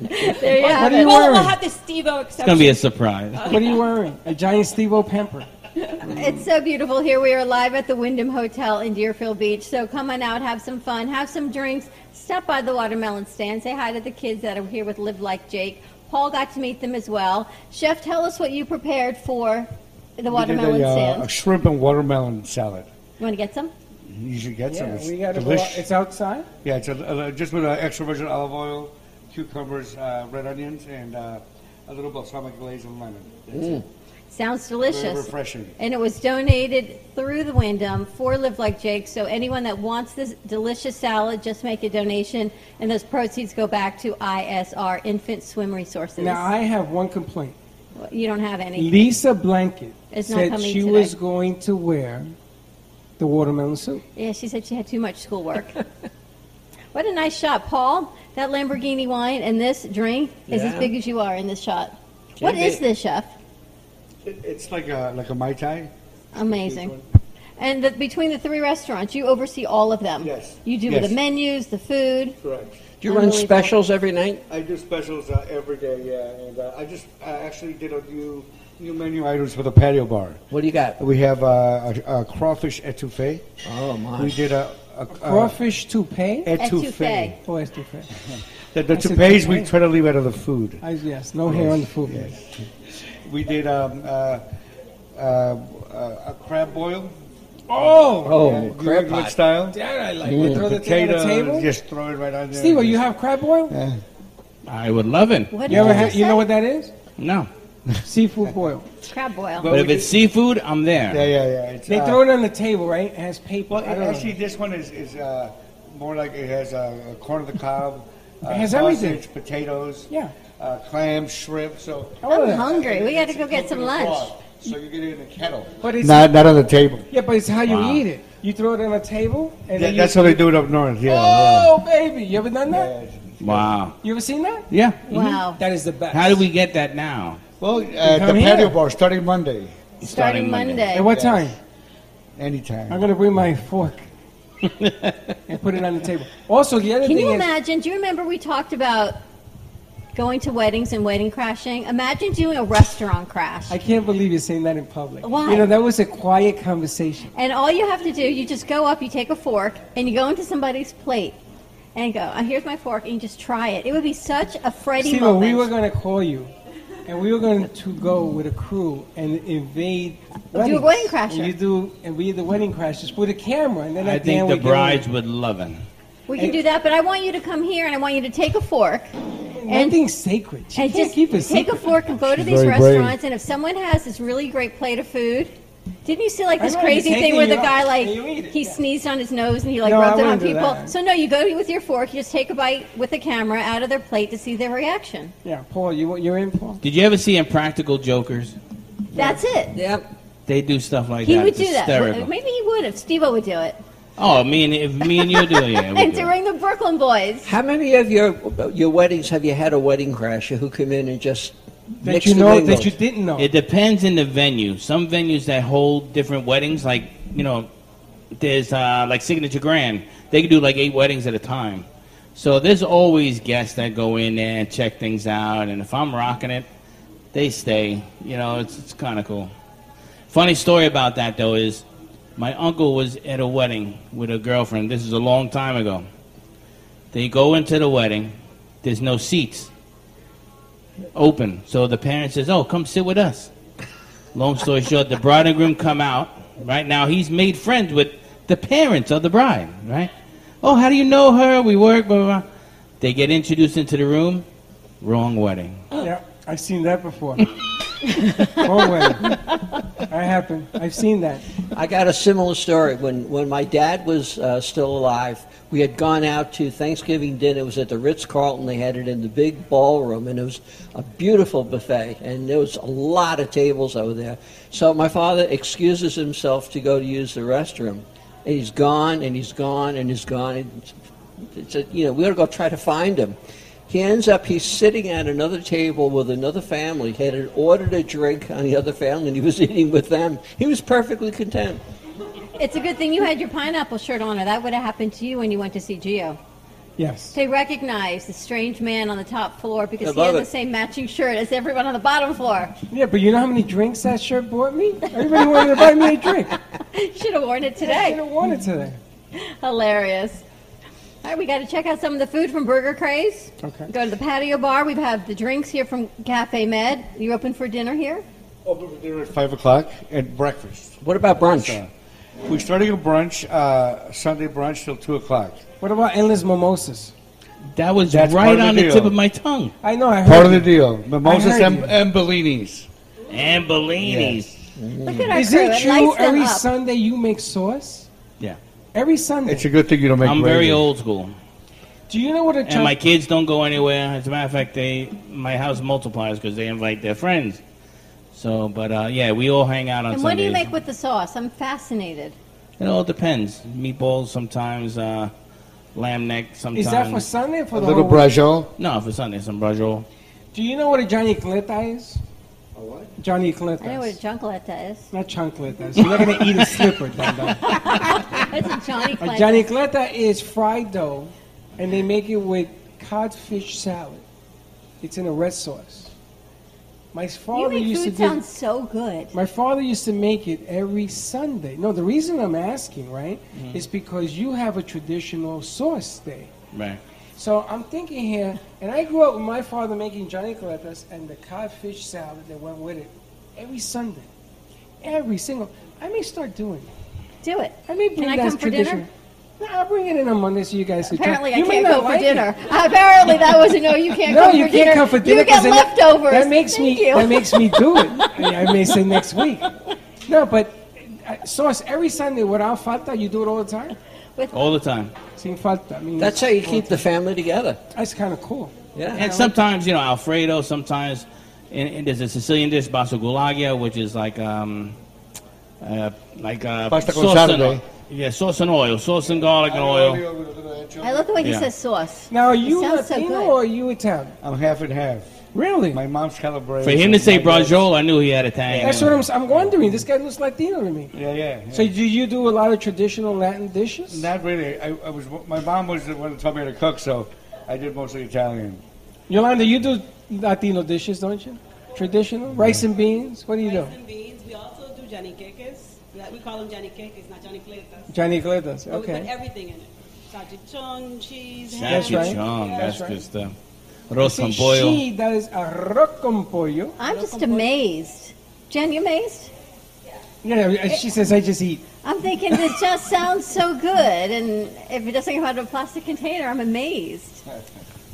there
What- what are
well,
you
we'll
wearing?
have the Steve-O
It's going to be a
exception.
surprise.
What are you wearing? A giant Steve-O pamper.
It's so beautiful here. We are live at the Wyndham Hotel in Deerfield Beach. So come on out, have some fun, have some drinks, stop by the watermelon stand, say hi to the kids that are here with Live Like Jake. Paul got to meet them as well. Chef, tell us what you prepared for the
we did
watermelon
a,
stand.
uh, a shrimp and watermelon salad.
You want to get some?
You should get some.
Yeah,
It's
we got to go. out-
delish.
It's outside.
yeah, it's a, a, just with uh, extra virgin olive oil, cucumbers, uh, red onions, and uh, a little balsamic glaze and lemon. That's it.
Sounds delicious.
Very refreshing.
And it was donated through the Wyndham for Live Like Jake. So anyone that wants this delicious salad, just make a donation, and those proceeds go back to ISR, Infant Swim Resources.
Now I have one complaint.
you don't have any.
Lisa Blanket
It's not
said
coming
she
today.
was going to wear the watermelon suit.
Yeah, she said she had too much schoolwork. what a nice shot, Paul. That Lamborghini wine and this drink is as
Yeah.
big as you are in this shot.
Can
What
be.
is this, chef?
It, it's like a like a mai tai.
Amazing. And the, between the three restaurants, you oversee all of them. Yes. You do
Yes.
the menus, the food.
Correct.
Do you run
Unbelievable.
specials every night?
I do specials uh, every day, yeah, and uh, I just uh, actually did a new new menu items for the patio bar.
What do you got?
We have uh, a, a crawfish etouffee.
Oh my!
We did a, a, a
Crawfish toupee.
Etouffee.
Oh, etouffee.
The, the
I said
toupees we
toupee.
try to leave out of the food.
I, yes, no hair on the food.
We did um, uh, uh, uh, a crab boil.
Oh,
Oh, crab pot. style.
That I like. We throw the thing on the
Potato,
table.
Just throw it right on there.
Steve, you have crab boil?
I would love it.
What
You ever had, you know what that is?
No.
Seafood boil.
Crab boil.
But if it's seafood, I'm there.
Yeah, yeah, yeah. It's,
They
uh,
throw it on the table, right? It has paper.
Well,
I don't know.
actually, this one is, is uh, more like it has uh, corn of the cob, uh,
It has
sausage,
everything.
potatoes,
Yeah.
uh, clams, shrimp. So
Oh,
I'm hungry. We got to go get
It's
some
cooked in a
lunch.
broth, So you get it in a kettle.
But it's
Not not on the table.
yeah, but it's how you
Wow.
eat it. You throw it on a table, and
Yeah,
then you-
that's how they do it up north. Yeah.
Oh, baby, you ever done that?
Wow.
You ever seen that?
Yeah.
Mm-hmm.
Wow.
That is the best.
How do we get that now?
Well,
They
at Uh, the
come here.
patio bar starting Monday.
Starting Monday. Monday.
At
Yes.
what time?
Anytime.
I'm gonna bring my fork and put it on the table. Also, the other
Can
thing
you
is,
imagine? Do you remember we talked about going to weddings and wedding crashing? Imagine doing a restaurant crash.
I can't believe you're saying that in public.
Why?
You know, that was a quiet conversation.
And all you have to do, you just go up, you take a fork, and you go into somebody's plate and go, oh, here's my fork, and you just try it. It would be such a Freddy
Steve,
moment.
we were gonna call you, and we were going to go with a crew and invade.
a
weddings.
wedding crasher.
And you do, and we the wedding crashes with a camera, and then
I
at the end
think the
we get on-
brides would love it.
we can do that, but I want you to come here, and I want you to take a fork. And,
Nothing's sacred. You
and
can't
just
keep it
take a
secret.
fork and go to
She's
these
very brave.
restaurants, and if someone has this really great plate of food, didn't you see like
I
this
know, you
crazy
take
thing
it,
where
you
the
don't-
guy like
and you eat it,
he sneezed on his nose and he like
No, I
rubbed it on
wouldn't do
people?
that.
So no, you go with your fork, you just take a bite with the camera out of their plate to see their reaction.
Yeah, Paul, you you're in, Paul.
Did you ever see Impractical Jokers?
That's it.
Yep.
They do stuff like
He
that.
would
It's
do
hysterical.
that. Maybe he would if Steve would do it.
Oh, me and if me and you do it. Yeah, we
and
do
during the Brooklyn Boys.
How many of your your weddings have you had a wedding crasher who come in and just
That
mix
you
the
know
mingle?
that you didn't know.
It depends in the venue. Some venues that hold different weddings, like you know, there's uh, like Signature Grand. They can do like eight weddings at a time. So there's always guests that go in there and check things out. And if I'm rocking it, they stay. You know, it's it's kind of cool. Funny story about that though is, my uncle was at a wedding with a girlfriend. This is a long time ago. They go into the wedding. There's no seats open. So the parent says, "Oh, come sit with us." Long story short, the bride and groom come out. Right now, he's made friends with the parents of the bride. Right? Oh, how do you know her? We work. Blah blah. blah. They get introduced into the room. Wrong wedding.
Yeah, I've seen that before. Wrong way. That happened. I've seen that.
I got a similar story when when my dad was uh, still alive. We had gone out to Thanksgiving dinner. It was at the Ritz Carlton. They had it in the big ballroom, and it was a beautiful buffet. And there was a lot of tables over there. So my father excuses himself to go to use the restroom, and he's gone, and he's gone, and he's gone. And it's a, you know, we ought to go try to find him. He ends up, he's sitting at another table with another family, had had ordered a drink on the other family, and he was eating with them. He was perfectly content.
It's a good thing you had your pineapple shirt on, or that would have happened to you when you went to see Geo.
Yes.
They recognize the strange man on the top floor
I
because he
love
had the
it.
same matching shirt as everyone on the bottom floor.
Yeah, but you know how many drinks that shirt bought me? Everybody wanted to buy me a drink.
Should have worn it today.
Should have worn it today.
Hilarious. All right, we got to check out some of the food from Burger Craze.
Okay.
Go to the patio bar. We have the drinks here from Cafe Med. You open for dinner here?
Open for dinner at five o'clock and breakfast.
What about brunch?
we're starting a brunch, uh, Sunday brunch till two o'clock.
What about endless mimosas?
That was
That's right part of the on the deal. tip of
my tongue.
I know. I heard
Part of the
you.
deal,
I
mimosas
heard
and,
you.
and bellinis.
And bellinis.
Look at our
Is
crew.
it
lights
true
them
every
up.
Sunday you make sauce?
Yeah.
Every Sunday.
It's a good thing you don't make.
I'm very
gravy.
old school.
Do you know what a
And my
chunk?
kids don't go anywhere. As a matter of fact, they my house multiplies because they invite their friends. So, but uh, yeah, we all hang out on
And
Sundays.
what do you make with the sauce? I'm fascinated.
It all depends. Meatballs sometimes, uh, lamb neck sometimes.
Is that for Sunday or for
A
the
little
whole week?
brajol.
No, for Sunday, some brajol.
Do you know what a Johnny Clita is? A
what?
Johnny
I know
Clita.
what a junkaletta is.
Not chancleta. So you're not gonna eat a slipper, dum dum.
That's a Johnny
A
Cleta.
Janicleta is fried dough, and they make it with codfish salad. It's in a red sauce. My
You
father
make
used to
food
do.
sound so good.
my father used to make it every Sunday. No, the reason I'm asking, right, is because you have a traditional sauce day.
Right.
So I'm thinking here, and I grew up with my father making Johnny Coletas and the codfish salad that went with it every Sunday, every single. I may start doing it.
Do it.
I may bring
Can I
that
come for dinner?
tradition. No, I'll bring it in on Monday so you guys can. try.
Apparently, I
You may
can't
not
go for
like it.
dinner. Apparently, that was a no. You can't
No,
come
you
for
can't
dinner.
come for dinner
You get
'cause then that-
leftovers.
that makes
Thank
me-
You.
that makes me do it. I, I may say next week. No, but uh, sauce every Sunday without falta. You do it all the time.
All the time.
Sin falta. I mean,
That's how you keep the family together.
That's kind of cool.
Yeah.
And sometimes, you know, Alfredo, sometimes, and, and there's a Sicilian dish, basso gulagia, which is like, um, uh, like, uh,
Pasta con
sauce and
sardo.
oil. Yeah, sauce and oil, sauce and garlic and oil.
I love the way he
Yeah.
says sauce.
Now, are
It
you
sounds so
Latino
good.
or are you Italian?
I'm half and half.
Really?
My mom's Calabrese.
For him to say
My dad's-
brajol, I knew he had Italian.
That's what I'm. s- I'm wondering. This guy looks Latino to me.
Yeah, yeah. yeah.
So, do you do a lot of traditional Latin dishes?
Not really. I, I was. My mom was the one who taught me how to cook, so I did mostly Italian.
Yolanda, you do Latino dishes, don't you? Traditional rice and beans. What do you do?
Rice and beans. We also do Johnny Kekes. That- We call them Johnny Kekes, not Johnny Cletas.
Johnny Gledas.
But we put
Okay.
everything in it. Sajichong, cheese,
That's
ham.
right.
Chong,
That's
that's
right.
good stuff. Roast
See,
and boil.
She does arroz con pollo.
I'm just amazed. Jen, you amazed?
Yeah, yeah, she says I just eat.
I'm thinking it just sounds so good, and if it doesn't come out of a plastic container, I'm amazed.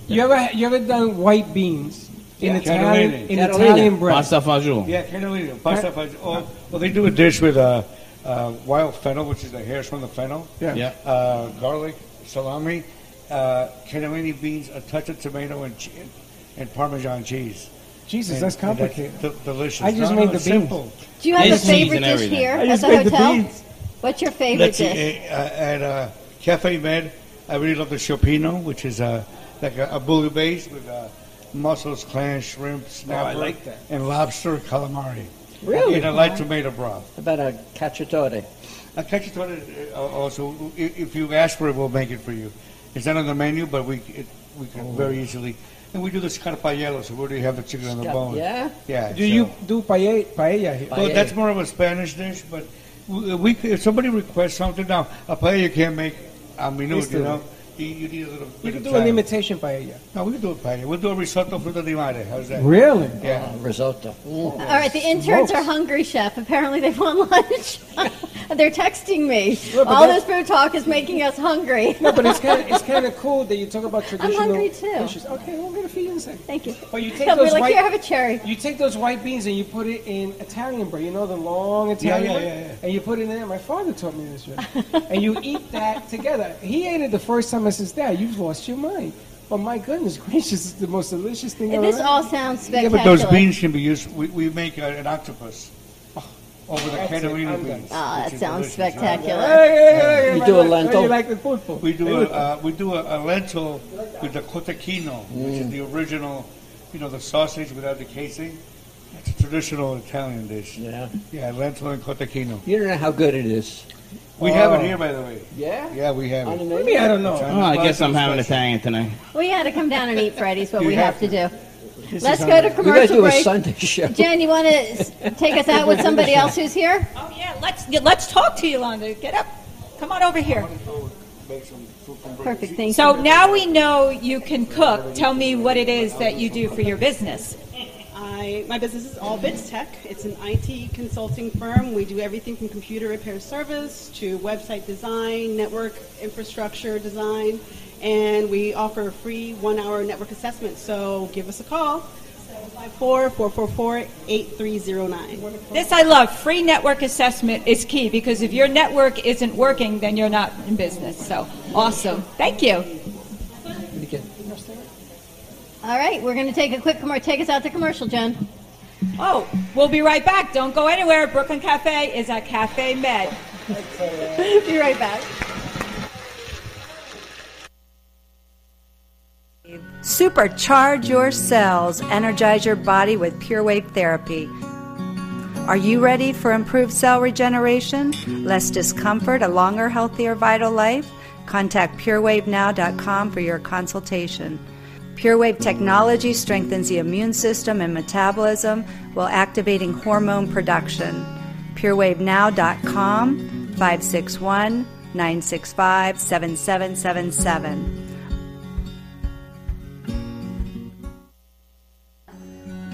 You ever you ever done white beans in
Yeah.
Italian
Cannellini.
in
Cannellini.
Italian bread?
Pasta fagioli.
Yeah, cannellini, pasta fudge. Oh, well, they do a dish with uh, uh, wild fennel, which is the hairs from the fennel.
Yeah.
Yeah.
Uh, garlic, salami, uh, cannellini beans, a touch of tomato, and che- and Parmesan cheese.
Jesus,
And-
that's
and
complicated.
de- delicious.
I just
No,
made
no,
the
it's
beans.
simple.
Do you have
Yes,
a
cheese
favorite
and
dish
everything.
here
I
at
just
the
made the
hotel?
beans.
What's your favorite
Let's see,
dish?
uh, uh, at uh, Cafe Med, I really love the Chopino, which is uh, like a, a bouillabaisse with uh, mussels, clams, shrimp, snapper,
Oh, like that.
and lobster calamari.
Really?
In a light tomato broth.
About a cacciatore.
A cacciatore uh, also, i- if you ask for it, we'll make it for you. It's not on the menu, but we it, we can very easily. And we do the scarpaiello, so where do you have the chicken on the
Oh. Scar-
bone?
yeah?
Yeah.
Do you do paella, paella here?
Well, that's more of a Spanish dish, but we, we c- if somebody requests something now, a paella you can't make a minute, you
Instantly.
know. You, you need a little bit
You can
of
do
time.
an imitation paella.
No, we can do a paella. We'll do a risotto fruta di mare. How's that?
Really?
Yeah.
Uh, risotto. Mm.
All right, the interns
Smokes.
are hungry, Chef. Apparently, they want lunch. They're texting me.
Yeah, but
All
that-
this food talk is making us hungry.
No, but it's kind of it's kind of cool that you talk about traditional
hungry too.
dishes. Okay, well, I'm gonna feed you in a second.
Thank you.
But you take
They'll be
those
like,
white-
here, have a cherry.
You take those white beans and you put it in Italian bread. You know the long Italian
yeah,
bread,
yeah, yeah.
and you put it in there. My father taught me this, right? and you eat that together. He ate it the first time. I says, "Dad, you've lost your mind." But my goodness gracious, it's the most delicious thing
And
I've
this
ever.
all sounds
Yeah,
spectacular.
but those beans can be used. We, we make uh, an octopus Oh, over the
That's it, I'm
cannellini
done.
beans.
Ah,
which
that
is
sounds
delicious.
spectacular.
Hey, hey, hey, hey,
You
my
do a
God,
lentil?
You like the food? food.
We do a uh, we do a, a lentil with the cotechino, which
Mm.
is the original, you know, the sausage without the casing. It's a traditional Italian dish.
Yeah.
Yeah, lentil and cotechino.
You don't know how good it is. Oh.
We have it here, by the way.
Yeah?
Yeah, we have
On the
it.
menu? Maybe I don't know.
It's on
Oh,
the
I guess
special
I'm having
special.
Italian tonight.
We had to come down and eat Freddy's, what
You
we
have
have to do.
This
Let's
is
go to
unbelievable.
commercial break.
We gotta do a Sunday show.
Jen, you want to take us out with somebody else who's here?
Oh, yeah, let's, yeah, let's talk to Yolanda. Get up. Come on over here.
Perfect, thank
So
you.
now we know you can cook. Tell me what it is that you do for your business.
I, my business is All Bits Tech. It's an IT consulting firm. We do everything from computer repair service to website design, network infrastructure design, and we offer a free one hour network assessment. So give us a call 754 444 8309.
This I love. Free network assessment is key because if your network isn't working, then you're not in business. So awesome. Thank you.
All right, we're going to take a quick, commer- take us out to commercial, Jen.
Oh, we'll be right back. Don't go anywhere. Brooklyn Cafe is at Cafe Med.
be right back.
Supercharge your cells, energize your body with Pure Wave Therapy. Are you ready for improved cell regeneration, less discomfort, a longer, healthier, vital life? Contact purewavenow.com for your consultation. PureWave technology strengthens the immune system and metabolism while activating hormone production. PureWaveNow.com 561 965 7777.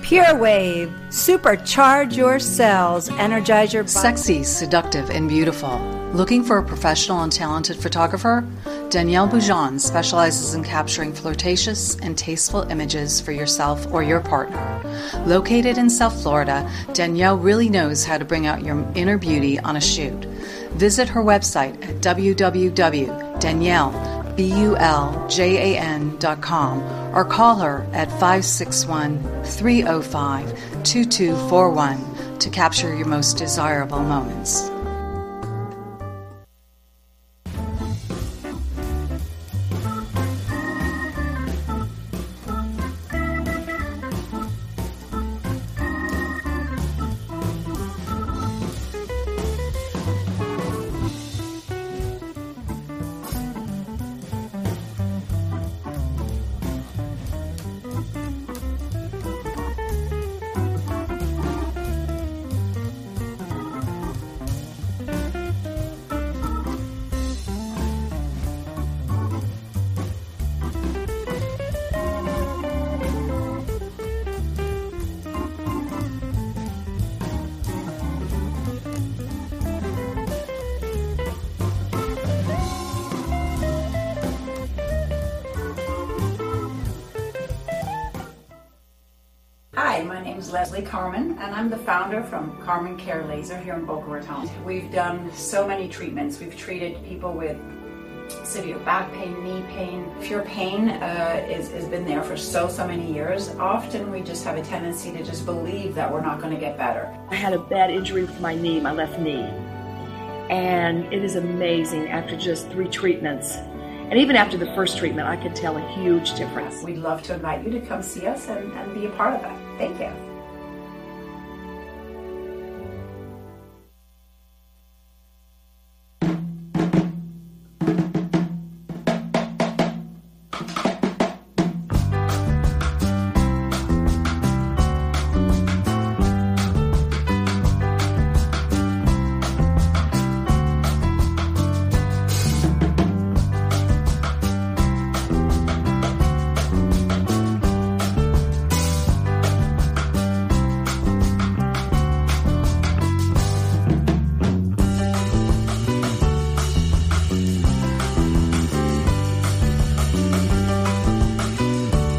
Pure Wave. Supercharge your cells, energize your body.
Sexy, seductive, and beautiful. Looking for a professional and talented photographer? Danielle Boujon specializes in capturing flirtatious and tasteful images for yourself or your partner. Located in South Florida, Danielle really knows how to bring out your inner beauty on a shoot. Visit her website at www.daniellebuljan.com or call her at 561 305 2241 to capture your most desirable moments.
Hi, my name is Leslie Carmen, and I'm the founder from Carmen Care Laser here in Boca Raton. We've done so many treatments. We've treated people with severe back pain, knee pain. If your pain uh, is, has been there for so, so many years, often we just have a tendency to just believe that we're not going to get better.
I had a bad injury with my knee, my left knee. And it is amazing after just three treatments. And even after the first treatment, I could tell a huge difference.
We'd love to invite you to come see us and, and be a part of that. Thank you.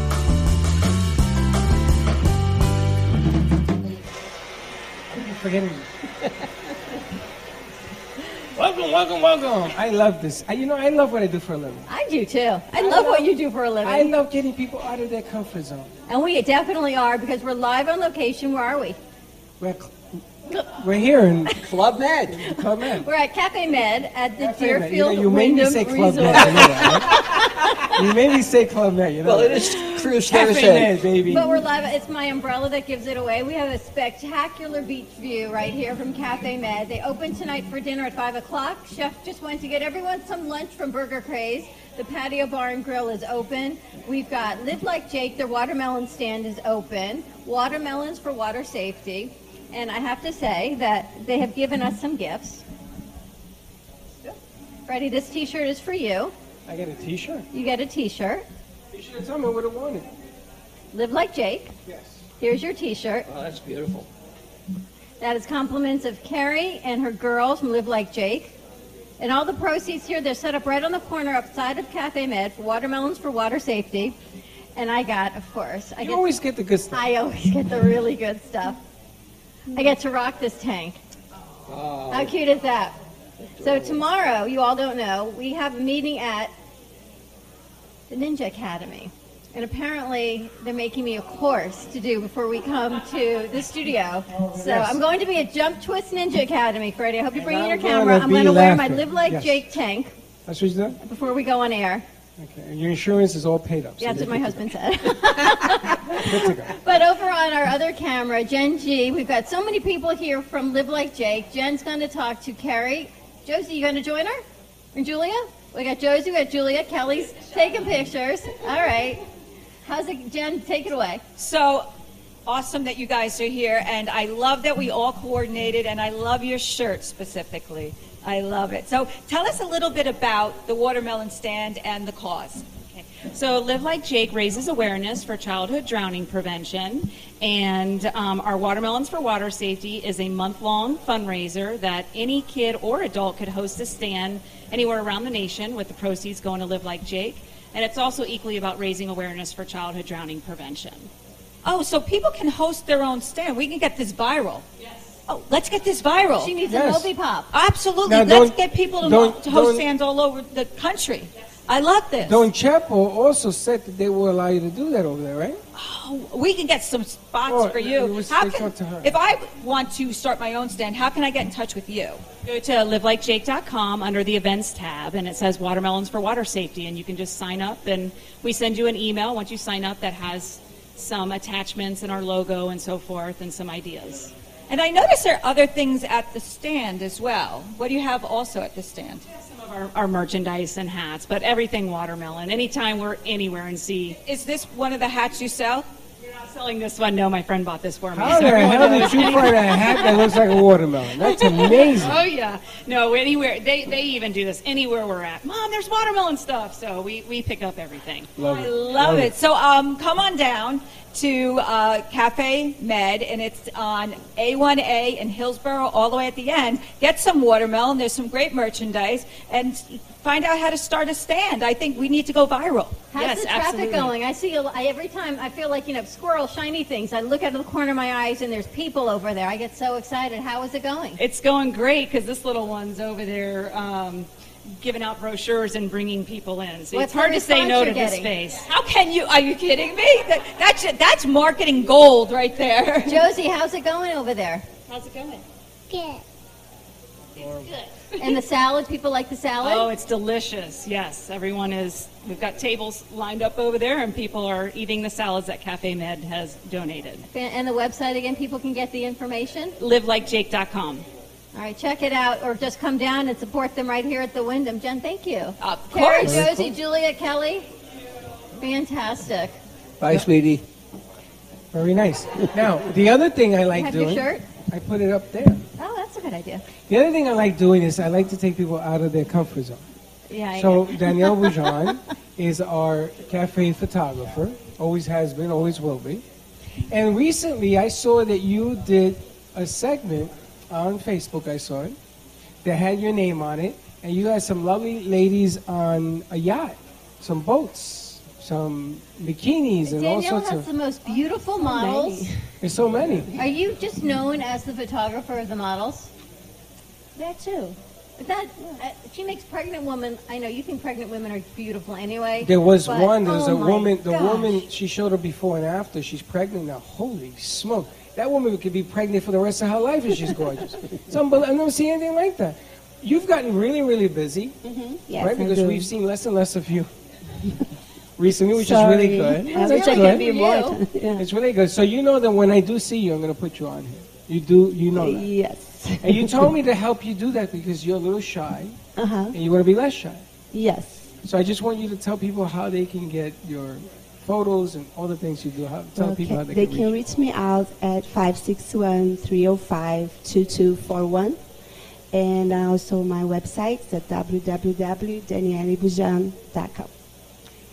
Forgetting. welcome, welcome, welcome. I love this. I, you know, I love what I do for a living.
I do too. I, love what you do for a living.
I love getting people out of their comfort zone.
And we definitely are because we're live on location. Where are we?
We're cl- We're here in
Club Med.
Club Med.
We're at Cafe Med
Wait
at the
a minute,
Deerfield
you, know, you made me
Wyndham
say Club Med.
Resort.
I know that, right? You made me say Club Med. You know
Well,
that.
it is Cruise
Cafe
Thursday.
Med, baby.
But we're live. It's my umbrella that gives it away. We have a spectacular beach view right here from Cafe Med. They open tonight for dinner at five o'clock. Chef just went to get everyone some lunch from Burger Craze. The patio bar and grill is open. We've got Live Like Jake. Their watermelon stand is open. Watermelons for water safety. And I have to say that they have given us some gifts. Freddie, this T-shirt is for you.
I get a T-shirt.
You get a T-shirt.
You should have told me I would have wanted.
Live Like Jake.
Yes.
Here's your T-shirt.
Oh, that's beautiful.
That is compliments of Carrie and her girls from Live Like Jake. And all the proceeds here, they're set up right on the corner outside of Cafe Med for watermelons for water safety. And I got, of course, I
You
get,
always get the good stuff.
I always get the really good stuff. I get to rock this tank. How cute is that? So tomorrow, you all don't know, we have a meeting at the Ninja Academy. And apparently, they're making me a course to do before we come to the studio. So
yes.
I'm going to be at Jump Twist Ninja Academy, Freddie. I hope you bring in your
I'm
camera.
gonna
I'm
be
going to wear my
laughing.
Live Like
Yes.
Jake tank
That's what you did.
before we go on air.
Okay. And your insurance is all paid up. so
Yeah, that's
you're
what my
good to
husband said. but over on our other camera, Jen G, we've got so many people here from Live Like Jake. Jen's going to talk to Carrie. Josie, you going to join her? And Julia? We got Josie, we got Julia. Kelly's taking pictures. All right. How's it, Jen? Take it away.
So awesome that you guys are here, and I love that we all coordinated, and I love your shirt specifically. I love it. So tell us a little bit about the watermelon stand and the cause.
So, Live Like Jake raises awareness for childhood drowning prevention, and um, our Watermelons for Water Safety is a month long fundraiser that any kid or adult could host a stand anywhere around the nation with the proceeds going to Live Like Jake. And it's also equally about raising awareness for childhood drowning prevention.
Oh, so people can host their own stand. We can get this viral. Yes. Oh, let's get this viral.
She needs
a
a Moby Pop.
Absolutely.
Now,
let's
don't-
get people to,
don't-
mo- to host
don't-
stands all over the country. I love this.
go. Don Chapo also said that they will allow you to do that over there, right?
Oh, we can get some spots
Oh,
for
it
you.
was-
How
they
can,
talked to her.
if I want to start my own stand, how can I get in touch with you?
Go to livelikeJake.com under the events tab, and it says Watermelons for Water Safety, and you can just sign up. And we send you an email once you sign up that has some attachments and our logo and so forth and some ideas.
And I notice there are other things at the stand as well. What do you have also at the stand?
Our, our merchandise and hats, but everything watermelon. Anytime we're anywhere and see.
Is this one of the hats you sell?
You're not selling this one. No, my friend bought this for me.
How
so
the
everyone
hell did
knows.
you find a hat that looks like a watermelon? That's amazing.
Oh yeah, no, anywhere they, they even do this anywhere we're at. Mom, there's watermelon stuff, so we, we pick up everything.
Love
I
it.
love, it. So um, come on down to uh, Cafe Med, and it's on A1A in Hillsborough, all the way at the end. Get some watermelon. There's some great merchandise, and find out how to start a stand. I think we need to go viral.
How's the traffic going? I see a l- I, every time I feel like you know squirrel shiny things. I look out of the corner of my eyes and there's people over there. I get so excited. How is it going?
It's going great because this little one's over there um, giving out brochures and bringing people in. So
What's
it's
the
hard to say
response
no to
you're
this
getting?
face.
How can you? Are you kidding me? That, that's that's marketing gold right there.
Josie, how's it going over there?
How's it going?
Good. Good. And the salad, people like the salad.
Oh, it's delicious. Yes, everyone is. We've got tables lined up over there, and people are eating the salads that Cafe Med has donated.
And the website again, people can get the information.
LiveLikeJake.com.
All right, check it out, or just come down and support them right here at the Wyndham. Jen, thank you.
Of
Carrie,
course.
Josie, Julia, Kelly. Fantastic.
Bye, sweetie.
Very nice. Now, the other thing I like
Have your
doing,
shirt?
I put it up there.
Oh, that's a good idea.
The other thing I like doing is I like to take people out of their comfort zone.
Yeah. I
So
know.
Danielle Boujon is our cafe photographer, always has been, always will be. And recently I saw that you did a segment on Facebook, I saw it, that had your name on it, and you had some lovely ladies on a yacht, some boats, some bikinis, and all
Danielle
sorts
has the
of. Oh,
most beautiful models.
There's so many.
Are you just known as the photographer of the models? That too. That uh, she makes pregnant women. I know you think pregnant women are beautiful anyway.
There was
but-
one. There was
oh
a
my
woman. The
gosh.
woman she showed her before and after. She's pregnant now. Holy smoke! That woman could be pregnant for the rest of her life if she's gorgeous. it's unbel- I've never seen anything like that. You've gotten really, really busy,
Yes,
right?
I
Because
do.
we've seen less and less of you recently, which
Sorry.
is really good.
I wish I
That's
could
good.
be more. attentive.
It's really good. So you know that when I do see you, I'm going to put you on here. You do, you know that.
Uh, Yes.
And you told me to help you do that because you're a little shy,
Uh-huh.
and you want to be less shy.
Yes.
So I just want you to tell people how they can get your photos and all the things you do. How, tell
Okay.
people how they,
They
can,
can
reach.
reach me out at 561-305-2241. And also my website is at www.danieliboujan.com.
you.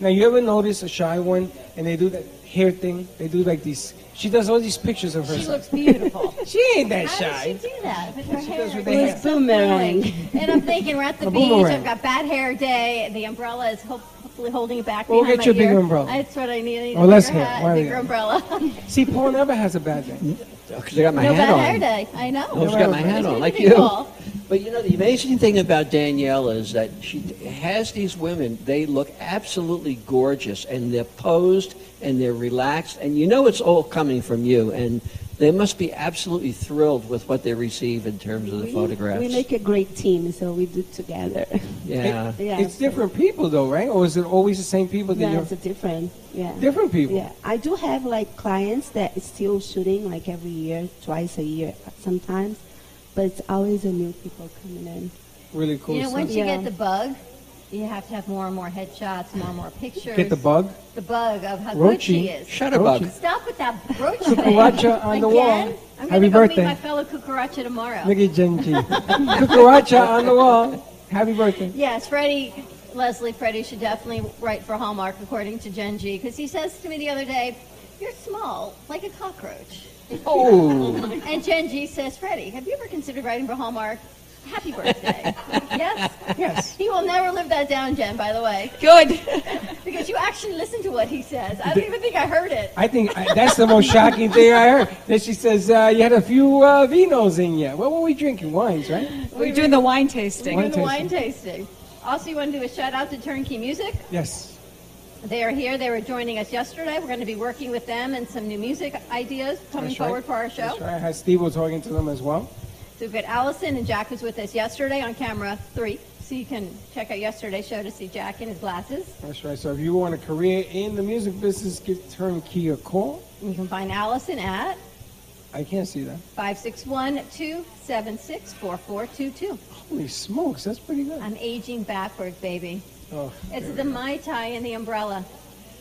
Now you ever notice a shy one, and they do that hair thing? They do like these. She does all these pictures of herself.
beautiful.
she ain't that shy.
do that with her hair?
with their hair. boomerang.
And I'm thinking we're at the
A
beach.
boomerang.
I've got bad hair day. The umbrella is ho- hopefully holding it back.
We'll
behind
get
my
you a bigger
ear.
umbrella.
That's what I need. I need
Or
a
less
bigger
hair.
hat,
Why do
bigger
you-
umbrella.
See, Paul never has a bad day.
Because I Oh, got my
no
hat
bad
on.
hair day. I know.
I just got my hat
It's
on, like you.
beautiful.
But you know, the amazing thing about Danielle is that she has these women, they look absolutely gorgeous, and they're posed, and they're relaxed, and you know it's all coming from you, and they must be absolutely thrilled with what they receive in terms of the photographs.
We make a great team, so we do it together.
Yeah.
It-
yeah.
It's different people though, right? Or is it always the same people? That
No, it's a
you're,
different. Yeah.
Different people.
Yeah. I do have like clients that is still shooting like every year, twice a year sometimes, but it's always a new people coming in.
really cool.
You know,
stuff.
once you
Yeah.
get the bug, you have to have more and more headshots, more and more pictures.
Get the bug?
The bug of how good
Roachy.
she is.
Shutterbug. Roachy.
Stop with that brooch thing.
Cucaracha on the wall.
Again? I'm
Happy
gonna go
birthday.
meet my fellow cucaracha tomorrow.
Look at Gen G. Cucaracha on the wall. Happy birthday.
Yes, Freddie, Leslie, Freddie should definitely write for Hallmark, according to Gen G, because he says to me the other day, "You're small, like a cockroach."
Oh.
and Gen G says, "Freddie, have you ever considered writing for Hallmark?" Happy birthday. yes?
Yes.
He will never live that down, Jen, by the way.
Good.
because you actually listen to what he says. I don't even think I heard it.
I think I, that's the most shocking thing I heard. That she says uh, you had a few uh, vinos in you. What were we drinking? Wines, right?
We're doing the wine tasting.
We're doing the wine tasting. Also, you want to do a shout out to Turnkey Music?
Yes.
They are here. They were joining us yesterday. We're going to be working with them and some new music ideas coming
That's right.
forward for our show.
That's right. Has Steve was talking to them as well.
So we've got Allison and Jack was with us yesterday on camera three. So you can check out yesterday's show to see Jack in his glasses.
That's right. So if you want a career in the music business, give Turnkey a call.
You can find Allison at
I can't see that.
561 276 4422.
Holy smokes, that's pretty good.
I'm aging backward, baby.
Oh,
It's the Mai Tai and the umbrella.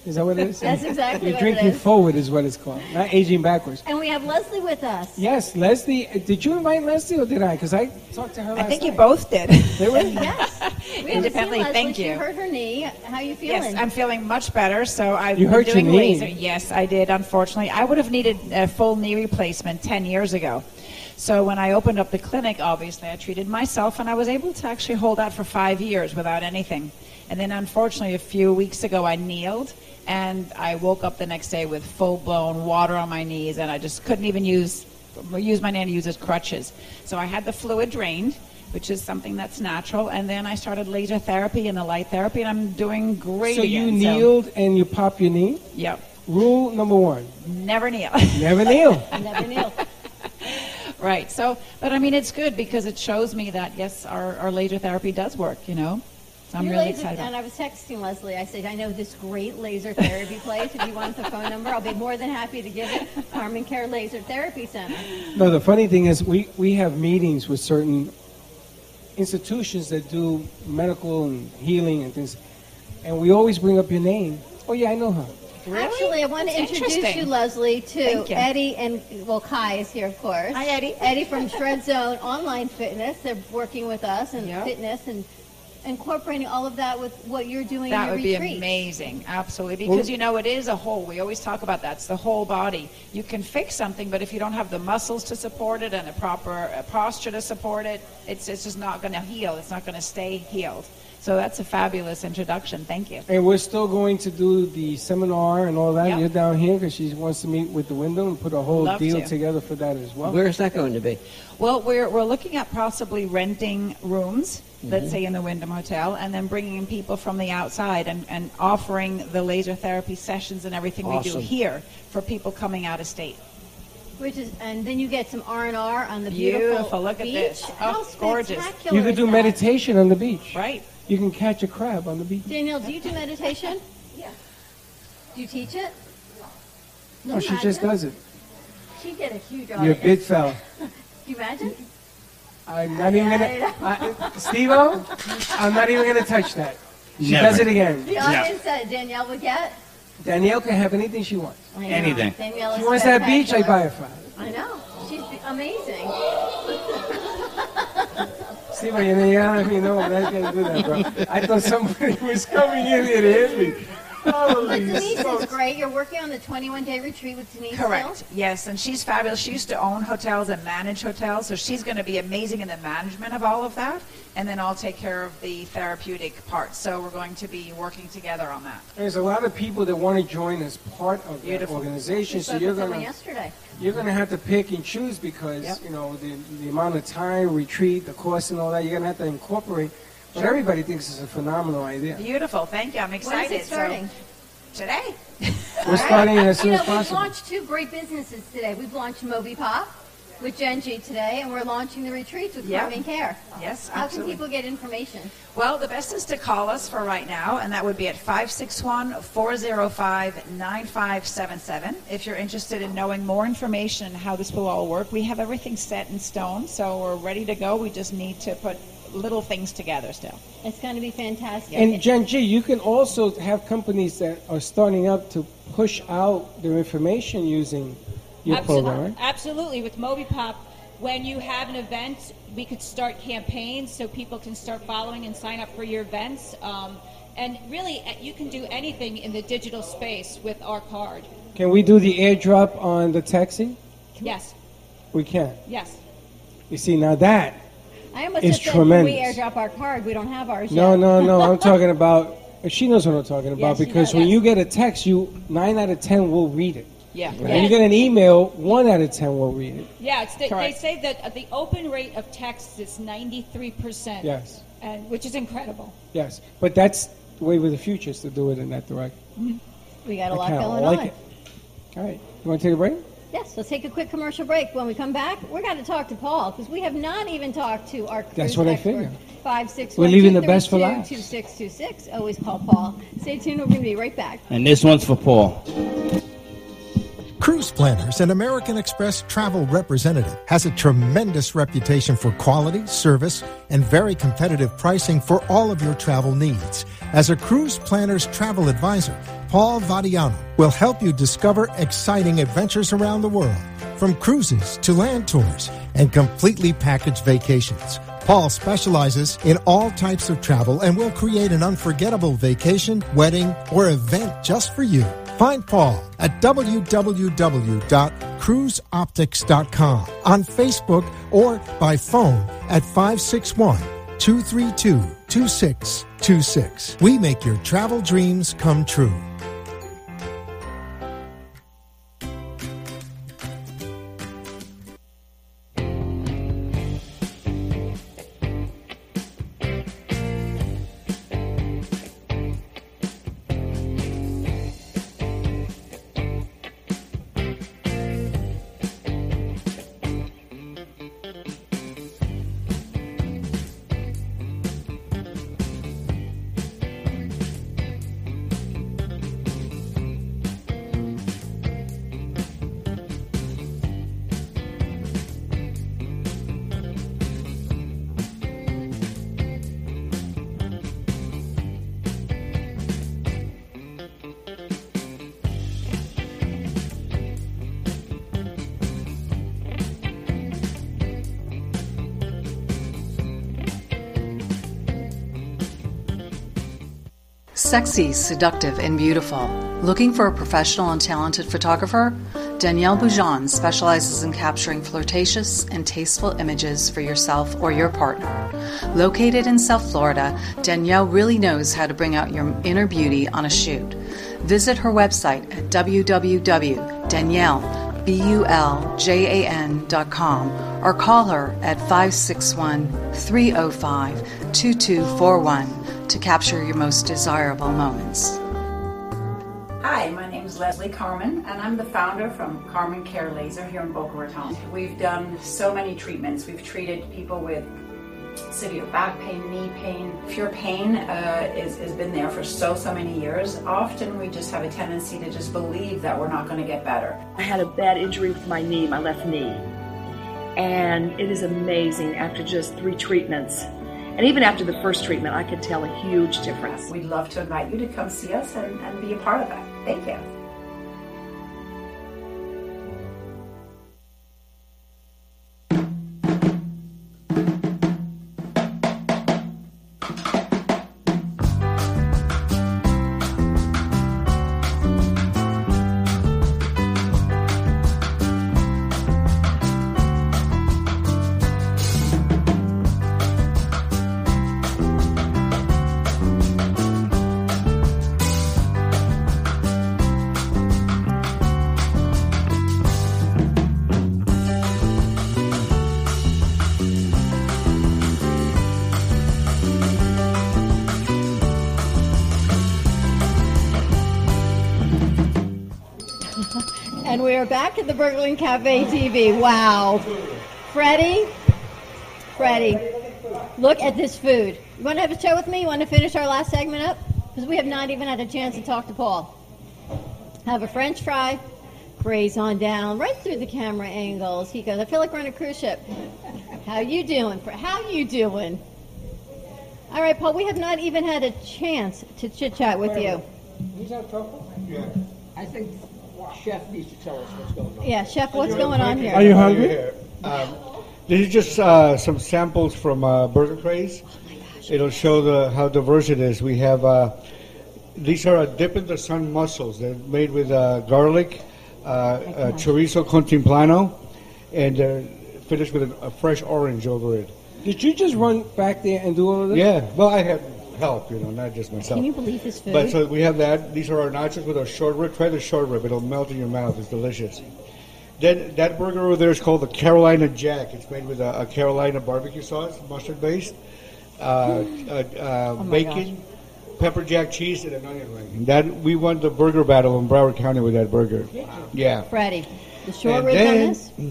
is that what it is?
That's exactly
You're
what it
drinking
is.
forward is what it's called, not aging backwards.
And we have Leslie with us.
Yes, Leslie. uh, Did you invite Leslie or did I? Because I talked to her last
I think
night.
you
both did.
They were?
Yes. We haven't seen
Independently,
Leslie.
thank
She
you.
hurt her knee. How are you feeling?
Yes, I'm feeling much better. So I've
You
been
hurt your
doing
knee.
laser. Yes, I did. Unfortunately, I would have needed a full knee replacement ten years ago. So when I opened up the clinic, obviously I treated myself, and I was able to actually hold out for five years without anything. And then, unfortunately, a few weeks ago, I kneeled, and I woke up the next day with full-blown water on my knees, and I just couldn't even use use my nanny uses crutches. So I had the fluid drained, which is something that's natural, and then I started laser therapy and the light therapy, and I'm doing great.
So you
again,
kneeled and you pop your knee.
Yep.
Rule number one:
Never kneel.
never kneel.
Never kneel.
right. So, but I mean, it's good because it shows me that yes, our, our laser therapy does work. You know, so I'm
Your
really
laser-
excited.
And
About
I was texting Leslie. I said, I know this great laser therapy place. If you want the phone number, I'll be more than happy to give it. Carmen Care Laser Therapy Center.
No, the funny thing is, we, we have meetings with certain institutions that do medical and healing and things, and we always bring up your name. Oh yeah, I know her.
Actually, I want to
That's
introduce
interesting.
you, Leslie, to
Thank you.
Eddie and, well, Kai is here, of course. Hi, Eddie. Eddie from Shred Zone Online Fitness. They're working with us and fitness and incorporating all of that with what you're doing
that
in your
would
retreat.
be amazing, absolutely, because
Well-
you know it is a whole. We always talk about that. It's the whole body. You can fix something, but if you don't have the muscles to support it and the proper uh, posture to support it, it's it's just not going to heal. It's not going to stay healed. So that's a fabulous introduction. Thank you.
And we're still going to do the seminar and all that.
Yeah.
You're down here because she wants to meet with the window and put a whole
Love
deal
to.
together for that as well.
Where's that going to be?
Well, we're, we're looking at possibly renting rooms,
Mhm.
Mm-hmm.
let's say in the Wyndham Hotel, and then bringing in people from the outside and, and offering the laser therapy sessions and everything we do
Awesome.
here for people coming out of state.
Which is, and then you get some R and R on the beautiful,
Beautiful, look at
beach.
this. Oh,
How
gorgeous.
spectacular
You could
is
do
that?
meditation on the beach.
Right.
You can catch a crab on the beach.
Danielle, do you do meditation? yeah. Do you teach it?
No, she just does it.
She did a huge
You're a
audience.
big fella.
Do you imagine?
I'm not even gonna. I, Steve-O, I'm not even gonna touch that. She
Never.
does it again.
The audience that Danielle would get.
Danielle can have anything she wants.
I know.
Anything.
Danielle is
She wants that beach, I buy
spectacular.
it for her.
I know. She's be- amazing.
Steve, you know, you don't even know I'm not gonna do that, bro. I thought somebody was coming in here to hit me.
But
Holy
Denise
smokes.
is great. You're working on the 21 day retreat with Denise.
Correct. Yes, and she's fabulous. She used to own hotels and manage hotels, so she's going to be amazing in the management of all of that. And then I'll take care of the therapeutic part. So we're going to be working together on that.
There's a lot of people that want to join as part of the
Beautiful.
organization,
We
so
spoke
you're
with someone
gonna
yesterday.
you're gonna have to pick and choose because
Yep.
you know the the amount of time, retreat, the cost, and all that. You're gonna have to incorporate. But
Sure.
everybody thinks it's a phenomenal idea.
Beautiful. Thank you. I'm
is it
excited. So-
starting?
today.
We're starting as soon
you
as
know, we've
possible.
launched two great businesses today. We've launched Moby Pop with Gen G today, and we're launching the retreats with
Yeah.
Carmen Care.
Yes,
How
absolutely.
can people get information?
Well, the best is to call us for right now, and that would be at 561 405 9577. If you're interested in knowing more information and how this will all work, we have everything set in stone, so we're ready to go. We just need to put little things together still.
It's going to be fantastic.
And Gen G, you can also have companies that are starting up to push out their information using your
Absolutely.
program, right?
Absolutely. With Moby Pop, when you have an event, we could start campaigns so people can start following and sign up for your events. Um, and really, uh, you can do anything in the digital space with our card.
Can we do the airdrop on the taxi?
Yes,
We can.
yes.
You see, now that
I almost
It's
said
tremendous.
we airdrop our card. We don't have ours
No,
yet.
no, no. I'm talking about. She knows what I'm talking about
she
because
does,
when
yes.
you get a text, you nine out of ten will read it.
Yeah.
When you get an email, one out of ten will read it.
Yeah, it's the, they
Correct.
say that uh, the open rate of texts is 93%.
Yes.
And, which is incredible.
Yes, but that's the way with the future is to do it in that direction.
Mm-hmm.
We got a
I
lot
kinda
going
like
on.
it. All right, you want to take a break?
Yes, let's take a quick commercial break. When we come back, we're going to talk to Paul because we have not even talked to our cruise
That's what I
expert.
figured.
Five six.
We're
one,
leaving
two,
the best for
three, two,
last.
Two six two six. Always call Paul. Stay tuned. We're going to be right back.
And this one's for Paul.
Cruise Planners, an American Express travel representative, has a tremendous reputation for quality, service, and very competitive pricing for all of your travel needs. As a Cruise Planners travel advisor, Paul Vadiano will help you discover exciting adventures around the world, from cruises to land tours and completely packaged vacations. Paul specializes in all types of travel and will create an unforgettable vacation, wedding, or event just for you. Find Paul at www.cruiseoptics.com, on Facebook, or by phone at 561 232 2626. We make your travel dreams come true.
Sexy, seductive, and beautiful. Looking for a professional and talented photographer? Danielle Boujon specializes in capturing flirtatious and tasteful images for yourself or your partner. Located in South Florida, Danielle really knows how to bring out your inner beauty on a shoot. Visit her website at www.daniellebuljan.com or call her at 561 305 2241 to capture your most desirable moments.
Hi, my name is is Leslie Carmen, and I'm the founder from Carmen Care Laser here in Boca Raton. We've done so many treatments. We've treated people with severe back pain, knee pain. Pure pain uh, is, has been there for so, so many years. Often we just have a tendency to just believe that we're not going to get better.
I had a bad injury with my knee, my left knee. And it is amazing after just three treatments. And even after the first treatment, I could tell a huge difference.
We'd love to invite you to come see us and, and be a part of that. Thank you.
And we are back at the Brooklyn Cafe TV. Wow. Freddie, Freddie, look at this food. You want to have a show with me? You want to finish our last segment up? Because we have not even had a chance to talk to Paul. Have a french fry, graze on down, right through the camera angles. He goes, I feel like we're on a cruise ship. How you doing? Fre- How you doing? All right, Paul, we have not even had a chance to chit-chat with you.
Who's that purple? Yeah. I think Chef needs to tell us what's going on.
Yeah, Chef, what's going on here?
Are you hungry? Um, This is just uh, some samples from uh, Burger Craze. It'll show the how diverse it is. We have uh, these are a dip in the sun mussels. They're made with uh, garlic, uh, uh, chorizo con timplano, and they're finished with a, a fresh orange over it.
Did you just run back there and do all of this?
Yeah. Well, I had help, you know, not just myself.
Can you believe this food?
But so we have that. These are our nachos with our short rib. Try the short rib; it'll melt in your mouth. It's delicious. Then that burger over there is called the Carolina Jack. It's made with a, a Carolina barbecue sauce, mustard based, uh, uh, uh,
my
bacon, pepper jack cheese, and an onion ring. And that we won the burger battle in Broward County with that burger. Yeah.
Freddie, the short
and
ribs on
then,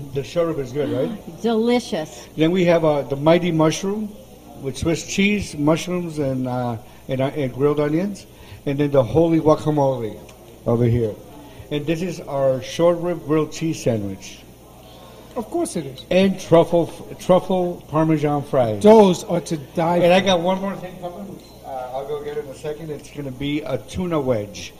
this?
The short rib is good, right?
Delicious.
Then we have uh, the mighty mushroom with Swiss cheese, mushrooms, and, uh, and, uh, and grilled onions. And then the holy guacamole over here. And this is our short rib grilled cheese sandwich.
Of course it is.
And truffle truffle parmesan fries.
Those are to die
And I got one more thing coming. Uh, I'll go get it in a second. It's going to be a tuna wedge.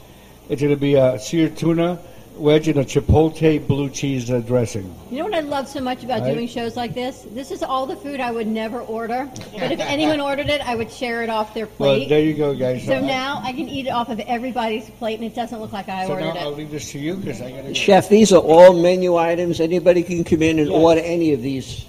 It's going to be a seared tuna wedge and a chipotle blue cheese uh, dressing.
You know what I love so much about
Right.
doing shows like this? This is all the food I would never order, but if anyone ordered it, I would share it off their
Well,
plate.
there you go, guys.
so
I-
now I can eat it off of everybody's plate, and it doesn't look like I
so now
ordered
I'll
it.
leave this to you because I got to
Chef, these are all menu items. Anybody can come in and
Yes.
order any of these.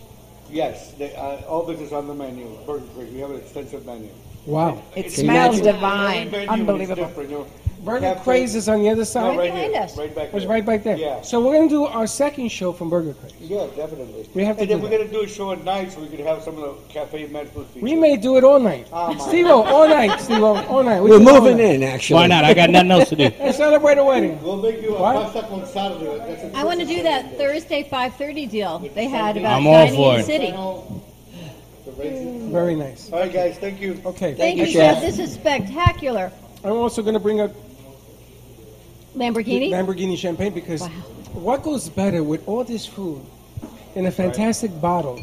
Yes, they, uh, all this is on the menu. Burger King, we have an extensive menu.
Wow.
It It's
smells
magic.
divine.
Every menu is
Unbelievable.
different, you know.
Burger
Cafe-
Craze is on the other side.
No, right here, Right back
It was right back there.
Yeah.
So we're going to do our second show from Burger Craze.
Yeah, definitely.
We have to
and then
do
we're going to do a show at night so we can have some of the cafe med food features.
We may do it all night.
Oh, my.
Steve all night, Steve all night. We
We're
can do it all
moving
night.
in, actually. Why
not? I got nothing else to do.
Let's celebrate a wedding.
We'll make you a
What?
pasta con salsa. That's a-
I want to do that Thursday 5:30 deal they had about
I'm all
dining
for
in
it.
the city.
Very nice.
All right, guys, thank you.
Okay.
Thank you, Chef. This is spectacular.
I'm also going to bring up
Lamborghini.
Lamborghini champagne because what goes better with all this food in a fantastic bottle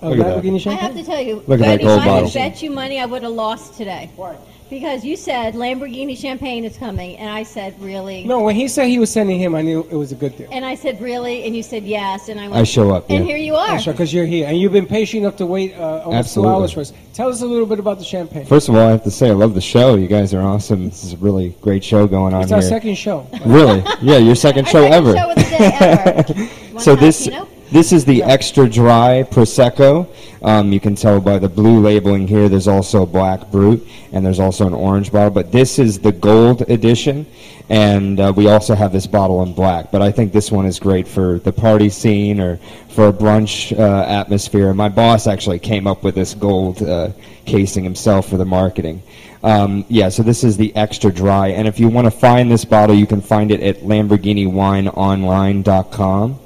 of
Look at that.
Lamborghini
I have
champagne?
to tell you,
Look at that
Bernie,
gold
I
bottle.
would bet you money I would have lost today. Why? Because you said Lamborghini champagne is coming, and I said really.
No, when he said he was sending him, I knew it was a good deal.
And I said really, and you said yes, and I went.
I show up,
And
yeah.
here you are.
Because you're here and you've been patient enough to wait uh, almost two
Absolutely.
hours for us. Tell us a little bit about the champagne.
First of all, I have to say I love the show. You guys are awesome. This is a really great show going on
it's
here.
our second show.
Really? Yeah, your second show ever.
show of the day ever.
so this This is the extra dry Prosecco. Um, you can tell by the blue labeling here. There's also a black Brut, and there's also an orange bottle. But this is the gold edition, and uh, we also have this bottle in black. But I think this one is great for the party scene or for a brunch uh, atmosphere. My boss actually came up with this gold uh, casing himself for the marketing. Um, yeah, so this is the extra dry. And if you want to find this bottle, you can find it at LamborghiniWineOnline.com.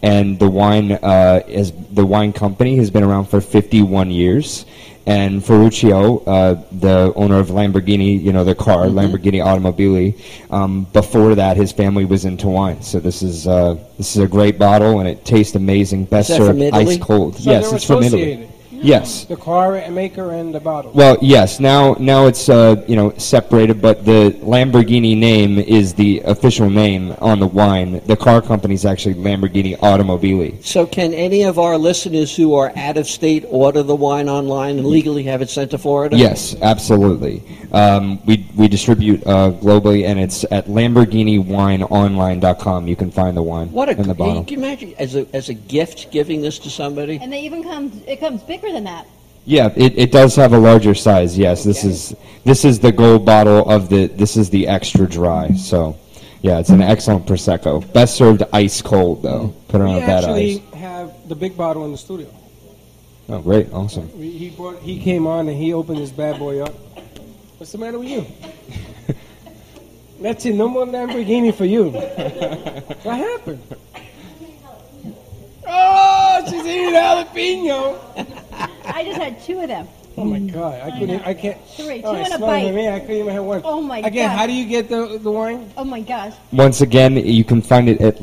And the wine uh, is the wine company has been around for 51 years. And Ferruccio, uh, the owner of Lamborghini, you know the car,
Mm-hmm.
Lamborghini Automobili. Um, before that, his family was into wine. So this is uh, this is a great bottle, and it tastes amazing. Best
that
served
from Italy?
ice cold.
So
yes,
they're
it's from Italy.
associated.
Yes.
The car maker and the bottle.
Well, yes. Now, now it's uh, you know separated, but the Lamborghini name is the official name on the wine. The car company is actually Lamborghini Automobili.
So, can any of our listeners who are out of state order the wine online and legally have it sent to Florida?
Yes, absolutely. Um, we we distribute uh, globally, and it's at LamborghiniWineOnline.com. You can find the wine
What a
in the bottle.
Can you imagine as a as a gift giving this to somebody?
And they even comes, it comes bigger than that.
Yeah, it, it does have a larger size. Yes, this is this is the gold bottle of the this is the extra dry. So, yeah, it's an excellent prosecco. Best served ice cold though. Put it
we
on that
actually
ice.
have the big bottle in the studio.
Oh, great, awesome.
We, he brought, he came on and he opened this bad boy up. What's the matter with you? That's it. No more Lamborghini for you. what happened? Oh, she's eating jalapeno.
I just had two of them.
Oh my god, I couldn't. I can't.
Mm. Three, two
oh,
and
it's
a
smaller than Me.
bite.
I couldn't even have one.
Oh my
Again,
God.
how do you get the the wine?
Oh my gosh.
Once again, you can find it at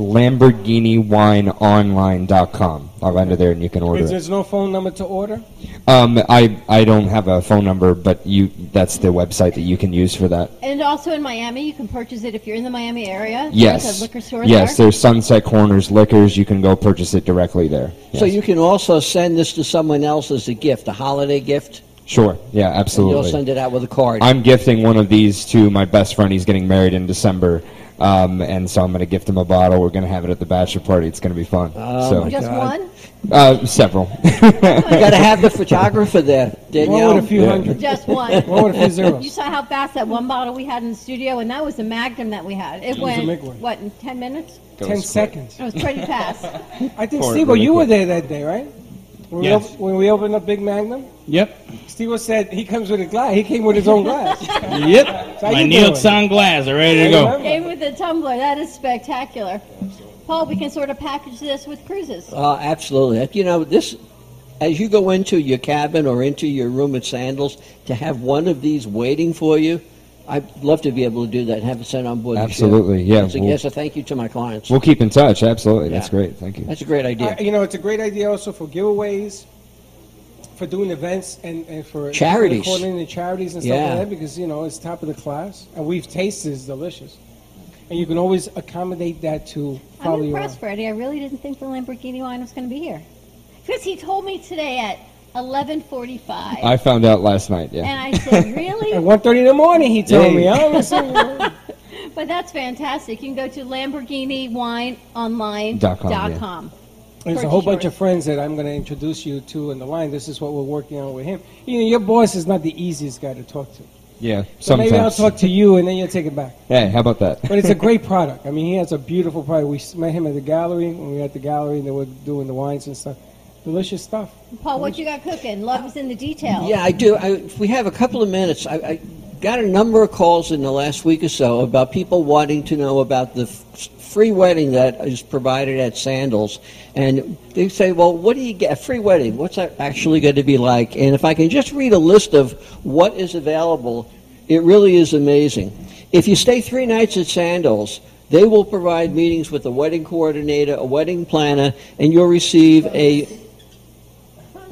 LamborghiniWineOnline.com. I'll enter there and you can order
Is
it.
there's no phone number to order?
Um, I I don't have a phone number, but you that's the website that you can use for that.
And also in Miami, you can purchase it if you're in the Miami area. There's
Yes.
a liquor store
yes,
there.
there's Sunset Corners Liquors. You can go purchase it directly there.
So you can also send this to someone else as a gift, a holiday gift.
Sure. Yeah,
And
absolutely.
you'll send it out with a card.
I'm gifting one of these to my best friend. He's getting married in December, um, and so I'm going to gift him a bottle. We're going to have it at the bachelor party. It's going to be fun.
Oh,
so,
my Just God. one?
Uh, several.
you got to have the photographer there, Danielle.
with a few Yeah. hundred.
Just one.
One with a few zeros.
You saw how fast that one bottle we had in the studio, and that was the Magnum that we had. It,
It was a
went,
big one.
what, in 10 minutes?
Ten seconds.
It was pretty fast.
I think,
Pour it
Steve,
really
you were
quick.
there that day, right? When,
Yes.
we op- when we opened up Big Magnum?
Yep.
Steve said he comes with a glass. He came with his own glass.
Yep.
So how
My
you
Neil
doing?
Sun glass are ready to go.
Came with a tumbler. That is spectacular. Paul, we can sort of package this with cruises.
Uh, absolutely. You know, this, as you go into your cabin or into your room at Sandals, to have one of these waiting for you, I'd love to be able to do that and have it sent on board. the ship.
Absolutely, yeah,
As a,
we'll-
as a thank you to my clients.
we'll keep in touch. Absolutely. That's
Yeah.
great. Thank you.
That's a great idea.
Uh, you know, it's a great idea also for giveaways, for doing events, and, and for
Charities.
Coordinating the charities and stuff
Yeah.
like that because, you know, it's top of the class. And we've tasted it's delicious. And you can always accommodate that to
I'm
uh,
probably
impressed, Freddie. I really didn't think the Lamborghini wine was going to be here. Because he told me today at 1145.
I found out last night. Yeah.
And I said, really?
At 1.30 in the morning, he told
Hey.
me. I was like,
But that's fantastic. You can go to LamborghiniWineOnline.com.
Dot com, yeah. There's a whole bunch of friends that I'm going to introduce you to in the line. This is what we're working on with him. You know, your boss is not the easiest guy to talk to.
yeah.
So
Sometimes.
maybe I'll talk to you, and then you'll take it back.
Hey, how about that?
But it's a great product. I mean, he has a beautiful product. We s- met him at the gallery when we were at the gallery, and they were doing the wines and stuff. Delicious stuff.
Paul, what you got cooking? Love is in the details.
Yeah, I do. I, if we have a couple of minutes, I, I got a number of calls in the last week or so about people wanting to know about the f- free wedding that is provided at Sandals. And they say, well, what do you get? A free wedding, what's that actually going to be like? And if I can just read a list of what is available, it really is amazing. If you stay three nights at Sandals, they will provide meetings with a wedding coordinator, a wedding planner, and you'll receive a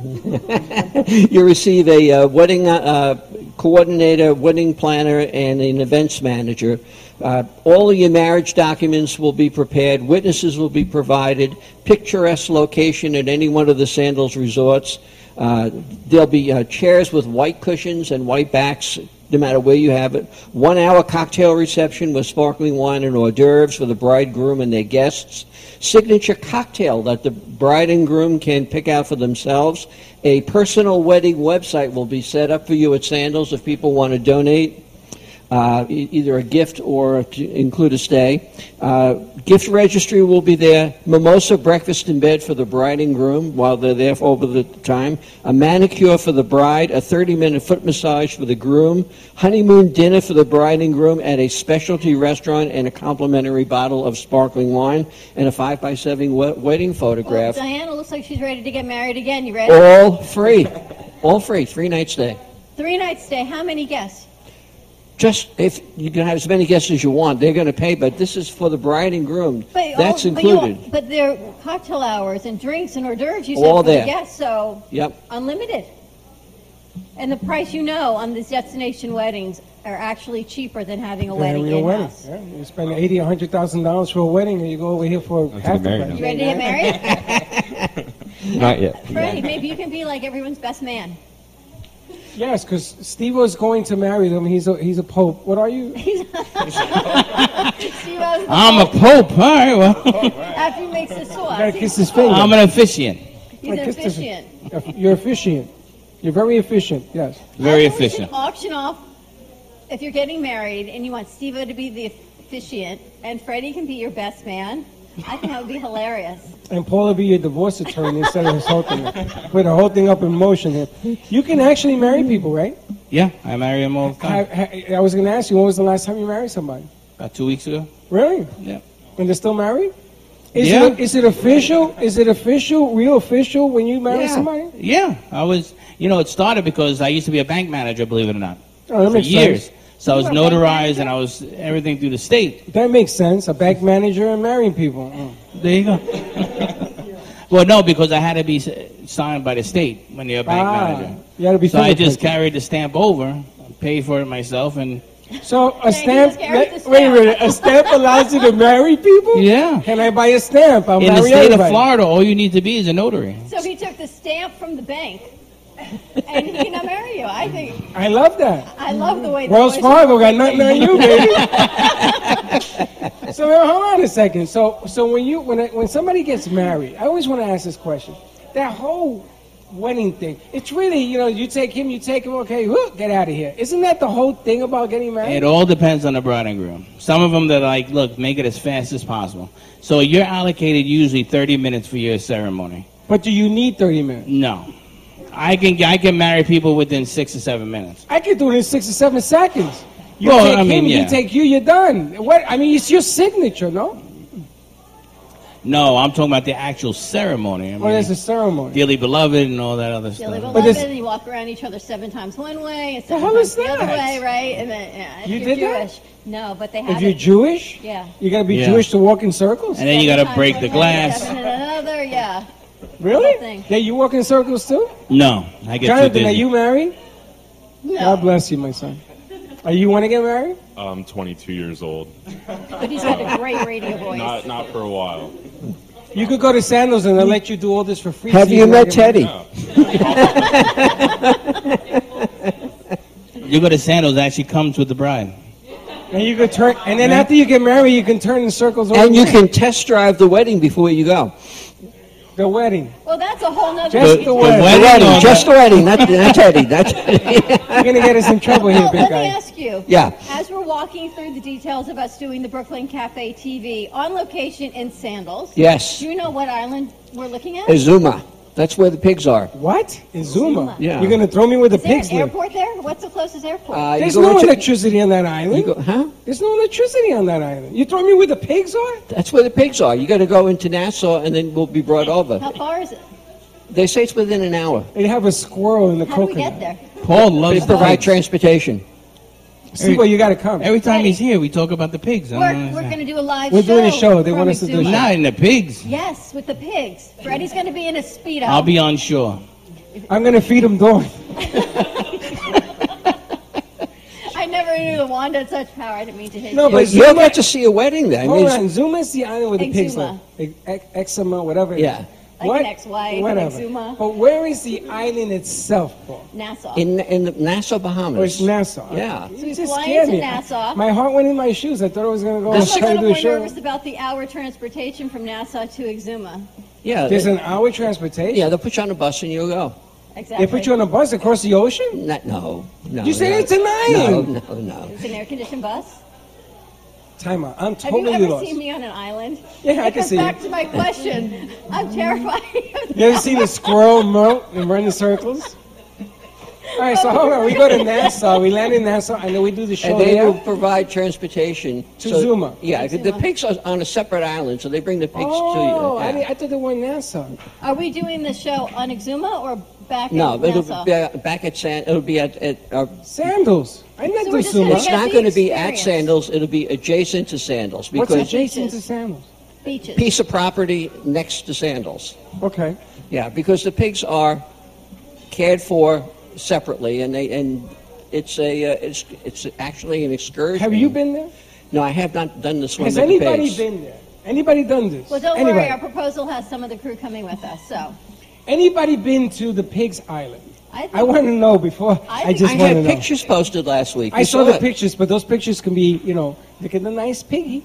you receive a uh, wedding uh, uh, coordinator, wedding planner, and an events manager. Uh, all of your marriage documents will be prepared. Witnesses will be provided. Picturesque location at any one of the Sandals resorts. Uh, there'll be uh, chairs with white cushions and white backs no matter where you have it. One hour cocktail reception with sparkling wine and hors d'oeuvres for the bridegroom and their guests. Signature cocktail that the bride and groom can pick out for themselves. A personal wedding website will be set up for you at Sandals if people want to donate. Uh, e- either a gift or to include a stay. Uh, gift registry will be there. Mimosa breakfast in bed for the bride and groom while they're there for over the time. A manicure for the bride. A 30-minute foot massage for the groom. Honeymoon dinner for the bride and groom at a specialty restaurant and a complimentary bottle of sparkling wine and a five by seven we- wedding photograph.
Diana looks like she's ready to get married again. You ready?
All free. All free. Three nights stay.
Three nights stay. How many guests?
Just if you can have as many guests as you want, they're going to pay. But this is for the bride and groom.
But all-
That's
but you all-
included.
But there are cocktail hours and drinks and hors d'oeuvres. You said
All
for the
there.
guests, so
Yep.
unlimited. And the price you know on these destination weddings are actually cheaper than having a wedding
Having a
in
wedding.
house.
Yeah, you spend eighty, a hundred thousand dollars for a wedding, and you go over here for half the
married
price.
You ready to get married?
Not yet.
Freddie, maybe you can be like everyone's best man.
Yes, because Steve was going to marry them. He's a he's a pope. What are you?
See what I was-
I'm a pope. All right, well,
After he makes the sauce.
gotta kiss his finger.
I'm an officiant.
He's
I
an
kissed his-
efficient.
You're efficient. You're very efficient. Yes.
Very
You
efficient.
should auction off if you're getting married and you want Steve to be the officiant and Freddie can be your best man. I think that would be hilarious.
And Paula be your divorce attorney instead of this whole thing with the whole thing up in motion here. You can actually marry people, right?
Yeah, I marry him all the
I,
time.
I, I was going to ask you when was the last time you married somebody?
About two weeks ago.
Really?
Yeah.
And they're still married? Is
Yeah.
it is it official? Is it official? Real official when you marry
Yeah.
somebody?
Yeah, I was. You know, it started because I used to be a bank manager, believe it or not,
Oh, that
for
makes
years.
sense.
So I was
You were a bank
notarized and I was everything through the state.
That makes sense. A bank manager and marrying people. Mm.
There you go. Well, no, because I had to be s- signed by the state when you're a bank
Ah,
manager.
you had to be
So I just
fingerprinted.
carried the stamp over, paid for it myself, and
So a stamp.
carries
let- wait a minute. A stamp allows you to marry people.
Yeah.
Can I buy a stamp? I'll
in the
marry
state of
everybody.
Florida, all you need to be is a notary.
So he took the stamp from the bank and he can marry you. I think
I love that.
I love the way the
Wells
boys-
Fargo got nothing on you, baby. so now, hold on a second. So so when you when I, when somebody gets married, I always want to ask this question. That whole wedding thing. It's really you know you take him, you take him. Okay, whoo, get out of here. Isn't that the whole thing about getting married?
It all depends on the bride and groom. Some of them, they're like, look, make it as fast as possible. So you're allocated usually 30 minutes for your ceremony.
But do you need 30 minutes?
No. I can, I can marry people within six or seven minutes.
I could do it in six or seven seconds. You
Well,
take
I mean,
him,
yeah.
you take you, you're done. What I mean, it's your signature, no?
No, I'm talking about the actual ceremony. I mean,
Well, there's a ceremony.
Dearly beloved and all that other
Dearly
stuff.
beloved, and you walk around each other seven times one way and seven
hell
times
is
the other
that?
way, right? And then yeah, if
You
you're
did that?
Jewish. No, but they have
If you're
it.
Jewish,
Yeah.
you gotta be
Yeah.
Jewish to walk in circles.
And then you gotta break the
Seven
glass.
and another, yeah. Whole
Really?
thing.
Yeah, you walk in circles too?
No, I get too
Jonathan, are
dizzy.
you married?
No.
God bless you, my son. Are you want to get married?
I'm 22 years old.
But he's got a great radio voice.
Not not for a while.
You could go to Sandals and they'll let you do all this for free.
Have
so
you
can
met
get
Teddy?
married.
You go to Sandals, actually comes with the bride.
and you could turn, and then after you get married, you can turn in circles. all
And you
day.
can test drive the wedding before you go.
the wedding.
Well, that's a whole nother.
Just the, wedding.
wedding, just the wedding, not, not Teddy. Not Teddy.
You're gonna get us in trouble here,
Well,
big
let
guy.
me ask you.
Yeah.
As we're walking through the details of us doing the Brooklyn Cafe TV on location in Sandals.
Yes.
Do you know what island we're looking at?
Izuma. That's where the pigs are.
What? Izuma.
Yeah.
You're gonna throw me with the
Is there
pigs
an
live.
airport there? What's the closest airport?
Uh,
There's
you go
no
into-
electricity on that island.
You go- huh?
There's no electricity on that island. You throw me where the pigs are?
That's where the pigs are. You got to go into Nassau, and then we'll be brought
How
over.
far is it?
They say it's within an hour.
They have a squirrel in the
How do we
coconut.
get there?
Paul loves
They provide
the pigs.
transportation.
See where you got to come.
Every time he's here, we talk about the pigs. I don't
We're, we're
understand.
going to do a live
We're doing a show. They
from
want us to do a
Exuma.
show.
Not in the pigs.
Yes, with the pigs. Freddie's going to be in a speedo.
I'll be on shore.
I'm gonna feed them dog.
I never knew the wand had such power. I didn't mean to hit
No,
you.
but
You'll get to see a wedding then. I
Hold
mean,
on, Zuma is the island where the pigs
Exuma.
live. Ex- ex- Exuma, whatever. it is.
Yeah.
Like
What?
an ex-wife, an
Whatever.
ex-Zuma.
But where is the island itself, Paul?
Nassau.
In, in the Nassau, Bahamas.
Oh, it's Nassau.
Yeah.
So he's
Just
flying
scared
to
me.
Nassau.
My heart went in my shoes. I thought I was going to go
I'm
and
a
try to
little
do a
more
show.
nervous about the hour transportation from Nassau to Exuma.
Yeah.
There's an hour transportation.
Yeah, they'll put you on a bus and you'll go.
Exactly.
They put you on a bus across the ocean?
Not, no, no.
You said
no.
it's a nine.
No, no, no.
It's an air-conditioned bus.
Time out. I'm
Have you
totally
ever
lost.
seen me on an island?
Yeah, I
It
can
goes
see
Back
you.
to my question. I'm terrified.
You ever seen a squirrel molt and run in circles? All right, so hold on. We go to Nassau. We land in Nassau, and then we do the show
And they
there.
will provide transportation
To Zuma.
Yeah,
To
the
Zuma.
pigs are on a separate island, so they bring the pigs
Oh,
to you.
I,
Yeah.
didn't- I thought they were in Nassau.
Are we doing the show on Exuma or back
no,
in
it'll
Nassau?
be uh, back at Sand. It'll be at, at uh,
Sandals. I'm not
So
doing
we're just gonna
Zuma.
It's not going to be at Sandals. It'll be adjacent to Sandals
What's
because
adjacent to Sandals?
Beaches.
piece of property next to Sandals.
Okay.
Yeah, because the pigs are cared for separately, and they and it's a uh, it's it's actually an excursion.
Have you been there?
No, I have not done this one.
Has
with the
anybody
pigs.
been there? Anybody done this?
Well, don't
anybody.
worry. Our proposal has some of the crew coming with us, so
Anybody been to the Pigs Island?
I think-
I want to know before.
I
I,
think-
just
I
want to
had
know.
pictures posted last week.
I
You
saw the
it.
pictures, but those pictures can be, you know, look at the nice piggy.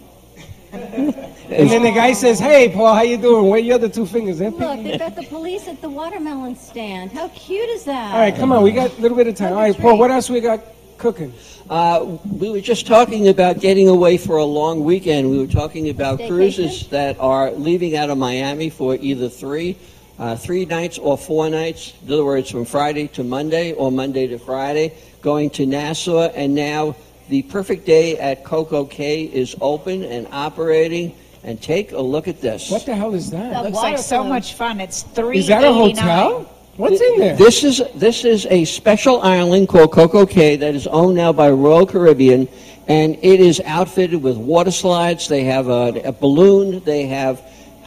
and then the guy says, "Hey, Paul, how you doing? Where your other two fingers?" That
look,
piggy.
they've got the police at the watermelon stand. How cute is that?
All right, come on, we got a little bit of time. All right, Paul, what else we got cooking?
Uh, we were just talking about getting away for a long weekend. We were talking about
Vacation?
cruises that are leaving out of Miami for either three, uh, three nights or four nights. In other words, from Friday to Monday or Monday to Friday, going to Nassau. And now the perfect day at Coco Cay is open and operating. And take a look at this.
What the hell is that?
Looks like so much fun. It's three.
Is that a hotel?
What's in there?
This is this is a special island called Coco Cay that is owned now by Royal Caribbean, and it is outfitted with water slides. They have a, a balloon. They have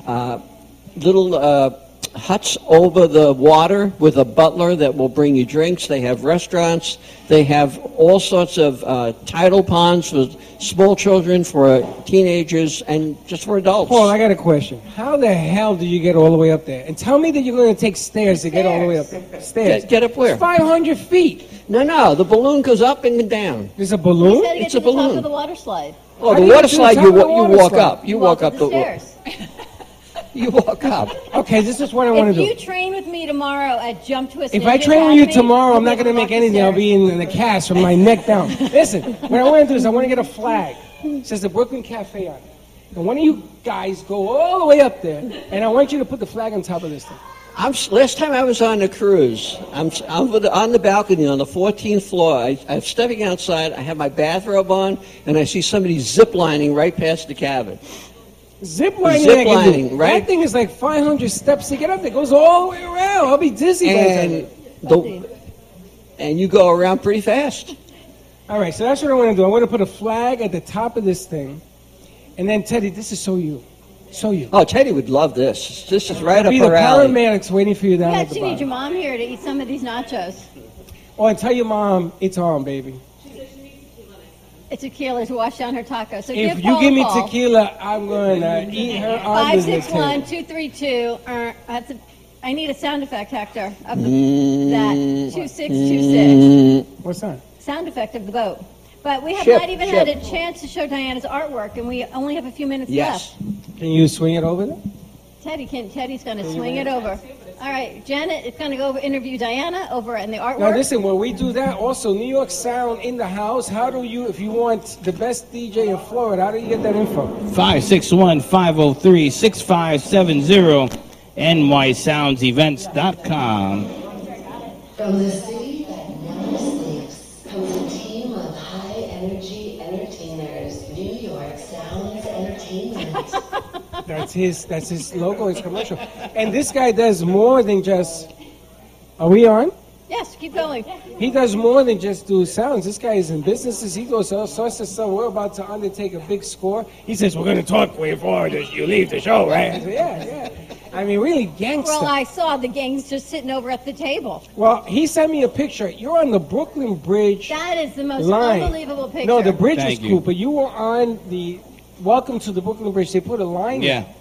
uh, little uh, huts over the water with a butler that will bring you drinks. They have restaurants. They have all sorts of uh, tidal ponds for small children, for teenagers, and just for adults.
Paul, I got a question. How the hell do you get all the way up there? And tell me that you're going to take stairs, to get all the way up there. Stairs.
Get, get up where?
500 feet.
No, no. The balloon goes up and down.
There's a balloon?
You gotta get
It's
to
a
the top
balloon.
of the water slide.
How
Oh, the
do you
water
do
slide.
top
You
of the
wa- you
water
walk
slide?
up. You walk up the wa-
stairs.
you walk up.
Okay, this is what I want
If
to do.
you train with me tomorrow at Jump Twist,
If
Ninja
I train with you
Academy,
tomorrow, I'm
you'll
not going
be
to
able
make
walk the
anything. I'll
stairs.
be in, in the cast from my neck down. Listen, what I want to do is I want to get a flag. It says the Brooklyn Cafe on it. And one of you guys go all the way up there, and I want you to put the flag on top of this thing.
I'm s- last time I was on a cruise. I'm s- I'm with- on the balcony on the 14th floor. I, I'm stepping outside. I have my bathrobe on, and I see somebody ziplining right past the cabin.
Zip lining,
Zip
I can do.
lining, right?
That thing is like 500 steps to get up. It goes all the way around. I'll be dizzy by the time.
And the, and you go around pretty fast.
All right, so that's what I want to do. I want to put a flag at the top of this thing, and then Teddy, this is so you, so you.
Oh, Teddy would love this. This is right up
be
her
the
alley.
paramedics waiting for you down
We
at the
actually need your
bottom.
mom here to eat some of these nachos.
Oh, and tell your mom it's on, baby.
It's tequila to wash down her tacos. So
If
give
you
Paul
give
a
me
call.
tequila, I'm gonna eat her on
Five
business
six one
table.
two three two. Uh, that's a, I need a sound effect, Hector. Of
Mm-hmm.
the, That two six two six.
What's that?
Sound effect of the boat. But we have
Ship,
not even
ship.
had a chance to show Diana's artwork, and we only have a few minutes
Yes. Can you swing it over there?
left. Teddy can. Teddy's going to
Can you
swing
bring
it
it-
over. All right, Janet is going to go over interview Diana over in the artwork.
Now listen, when we do that, also New York Sound in the house. How do you, if you want the best DJ in Florida, how do you get that info?
561-503-6570 nysoundsevents.com
From the city that never sleeps comes a team of high energy entertainers, New York Sounds Entertainment.
That's his. That's his logo. His commercial. And this guy does more than just. Are we on?
Yes, keep going.
He does more than just do sounds. This guy is in businesses. He goes to all sorts of stuff. We're about to undertake a big score. He says we're going to talk way forward. as You leave the show, right? I said, yeah, yeah. I mean, really gangster.
Well, I saw the gang's just sitting over at the table.
Well, he sent me a picture. You're on the Brooklyn Bridge
That is the most
line.
unbelievable picture.
No, the bridge
Thank
was
you.
cool, but you were on the Welcome to the Brooklyn Bridge. They put a line.
yeah
there.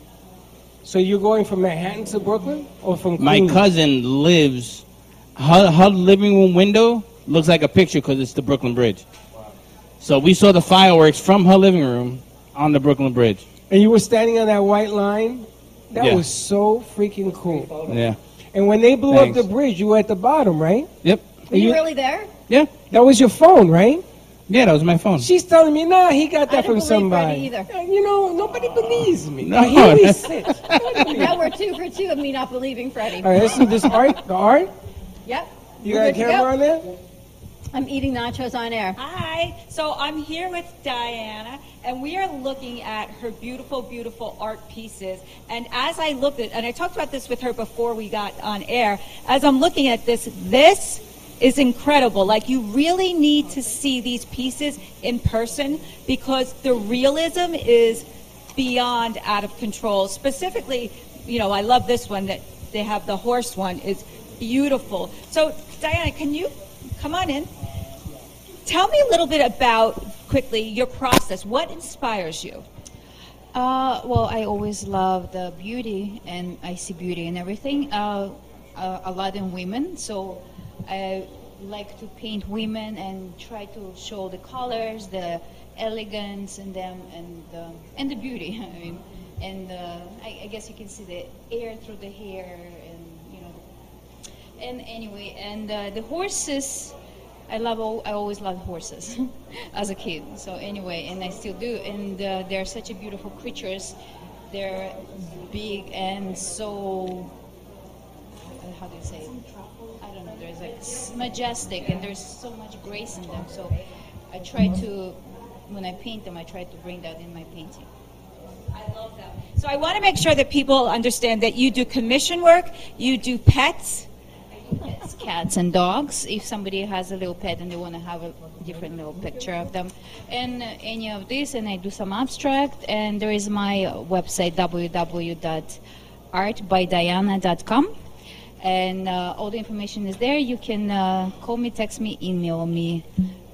So you're going from Manhattan to Brooklyn, or from
My
Queens?
cousin lives. Her, her living room window looks like a picture because it's the Brooklyn Bridge. So we saw the fireworks from her living room on the Brooklyn Bridge.
And you were standing on that white line. That
Yeah.
was so freaking cool.
Yeah.
And when they blew
Thanks.
up the bridge, you were at the bottom, right?
Yep.
Were you really there?
Yeah.
That was your phone, right?
Yeah, that was my phone.
She's telling me, nah, he got that
I didn't
from
believe
somebody. Uh,
Freddie either.
You know, nobody believes me.
No.
Here we sit.
now we're two for two of me not believing Freddie.
All right, let's do this art. The art.
Yep.
You
We're
got a
good to
camera
go.
on there?
I'm eating nachos on air.
Hi. So I'm here with Diana, and we are looking at her beautiful, beautiful art pieces. And as I looked at, and I talked about this with her before we got on air, as I'm looking at this, this is incredible. Like you really need to see these pieces in person because the realism is beyond out of control. Specifically, you know, I love this one that they have the horse one. It's beautiful. So Diana, can you come on in? Tell me a little bit about quickly your process. What inspires you?
Uh, well, I always love the beauty, and I see beauty in everything. Uh, uh, a lot in women, so I like to paint women and try to show the colors, the elegance in them, and the, and the beauty. I mean, and uh, I, I guess you can see the air through the hair, and you know. And anyway, and uh, the horses. I love. al- I always loved horses, as a kid. So anyway, and I still do. And uh, they're such a beautiful creatures. They're big and so. uh, How do you say? it? I don't know. There's like s- majestic, and there's so much grace in them. So I try to, when I paint them, I try to bring that in my painting.
I love that. So I want to make sure that people understand that you do commission work, you do pets.
It's cats and dogs. If somebody has a little pet and they want to have a different little picture of them, and uh, any of this, and I do some abstract. And there is my uh, website www.artbydiana.com, and uh, all the information is there. You can uh, call me, text me, email me.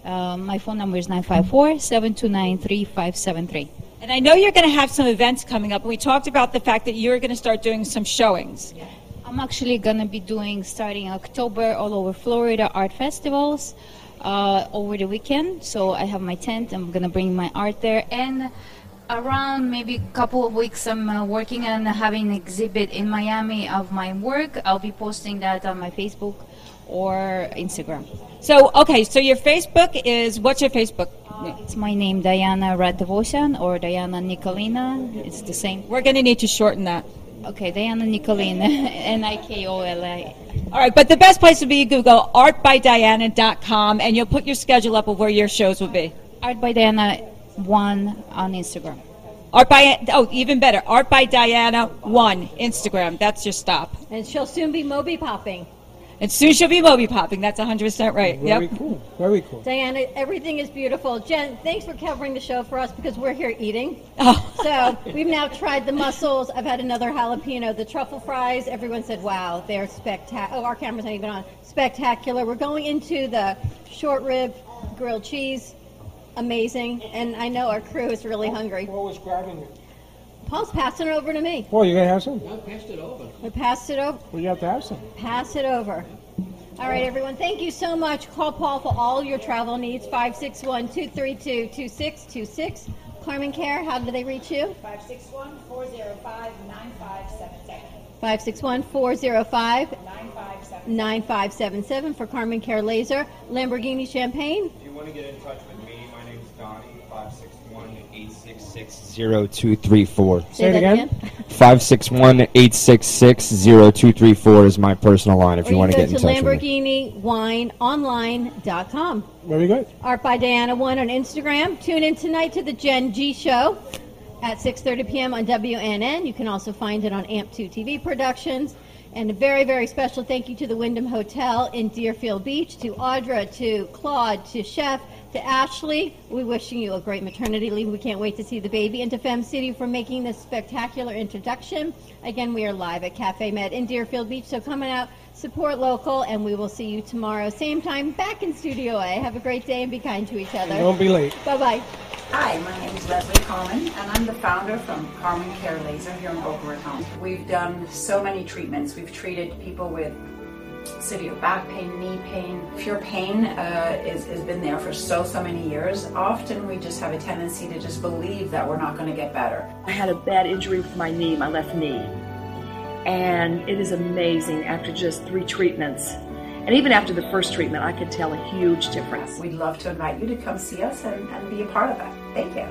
Uh, my phone number is 954 729 3573.
And I know you're going to have some events coming up. We talked about the fact that you're going to start doing some showings.
I'm actually going to be doing starting October all over Florida art festivals uh, over the weekend. So I have my tent. I'm going to bring my art there. And around maybe a couple of weeks, I'm uh, working on having an exhibit in Miami of my work. I'll be posting that on my Facebook or Instagram.
So, okay, so your Facebook is what's your Facebook?
It's my name, Diana Radovosian or Diana Nicolina. It's the same.
We're going to need to shorten that.
Okay, Diana Nicolina, N I K O L I.
All right, but the best place would be you Google artbydiana.com and you'll put your schedule up of where your shows will be.
Art by Diana one on Instagram.
Art by oh, even better. Art by Diana one Instagram. That's your stop.
And she'll soon be Moby popping.
And soon she'll be Moby popping. That's 100 percent right.
Very
Yep.
cool. Very cool.
Diana, everything is beautiful. Jen, thanks for covering the show for us because we're here eating.
Oh.
So we've now tried the mussels. I've had another jalapeno, the truffle fries. Everyone said, wow, they're spectacular. Oh, our camera's not even on. Spectacular. We're going into the short rib grilled cheese. Amazing. And I know our crew is really hungry. Paul
was grabbing it.
Paul's passing it over to me.
Oh, you're gonna have some?
I passed it over.
We passed it over.
We have to have some.
Pass it over. All right, everyone. Thank you so much. Call Paul for all your travel needs. 561 232 2626. Carmen Care, how do they reach you?
561 405 9577.
561 405 9577 for Carmen Care Laser. Lamborghini Champagne.
If you want to get in touch with me, my name's Donnie, 561 866
0234.
Say that again.
561 866 0234 is my personal line if you want to
Go
get
to
in touch with me.
LamborghiniWineOnline.com.
Very good.
Art by Diana One on Instagram. Tune in tonight to the Gen G Show at 6:30 p.m. on WNN. You can also find it on AMP2 TV Productions. And a very, very special thank you to the Wyndham Hotel in Deerfield Beach, to Audra, to Claude, to Chef, to Ashley. We're wishing you a great maternity leave. We can't wait to see the baby. And to Fem City for making this spectacular introduction. Again, we are live at Cafe Med in Deerfield Beach. So come on out, support local, and we will see you tomorrow, same time, back in Studio A. Have a great day and be kind to each other.
Don't be late.
Bye bye.
Hi, my name is Leslie Carmen, and I'm the founder from Carmen Care Laser here in Boca Raton. We've done so many treatments. We've treated people with severe back pain, knee pain. Pure pain uh, is, has been there for so, so many years. Often we just have a tendency to just believe that we're not going to get better.
I had a bad injury with my knee, my left knee. And it is amazing after just three treatments. And even after the first treatment, I could tell a huge difference.
We'd love to invite you to come see us and, and be a part of it. Thank you.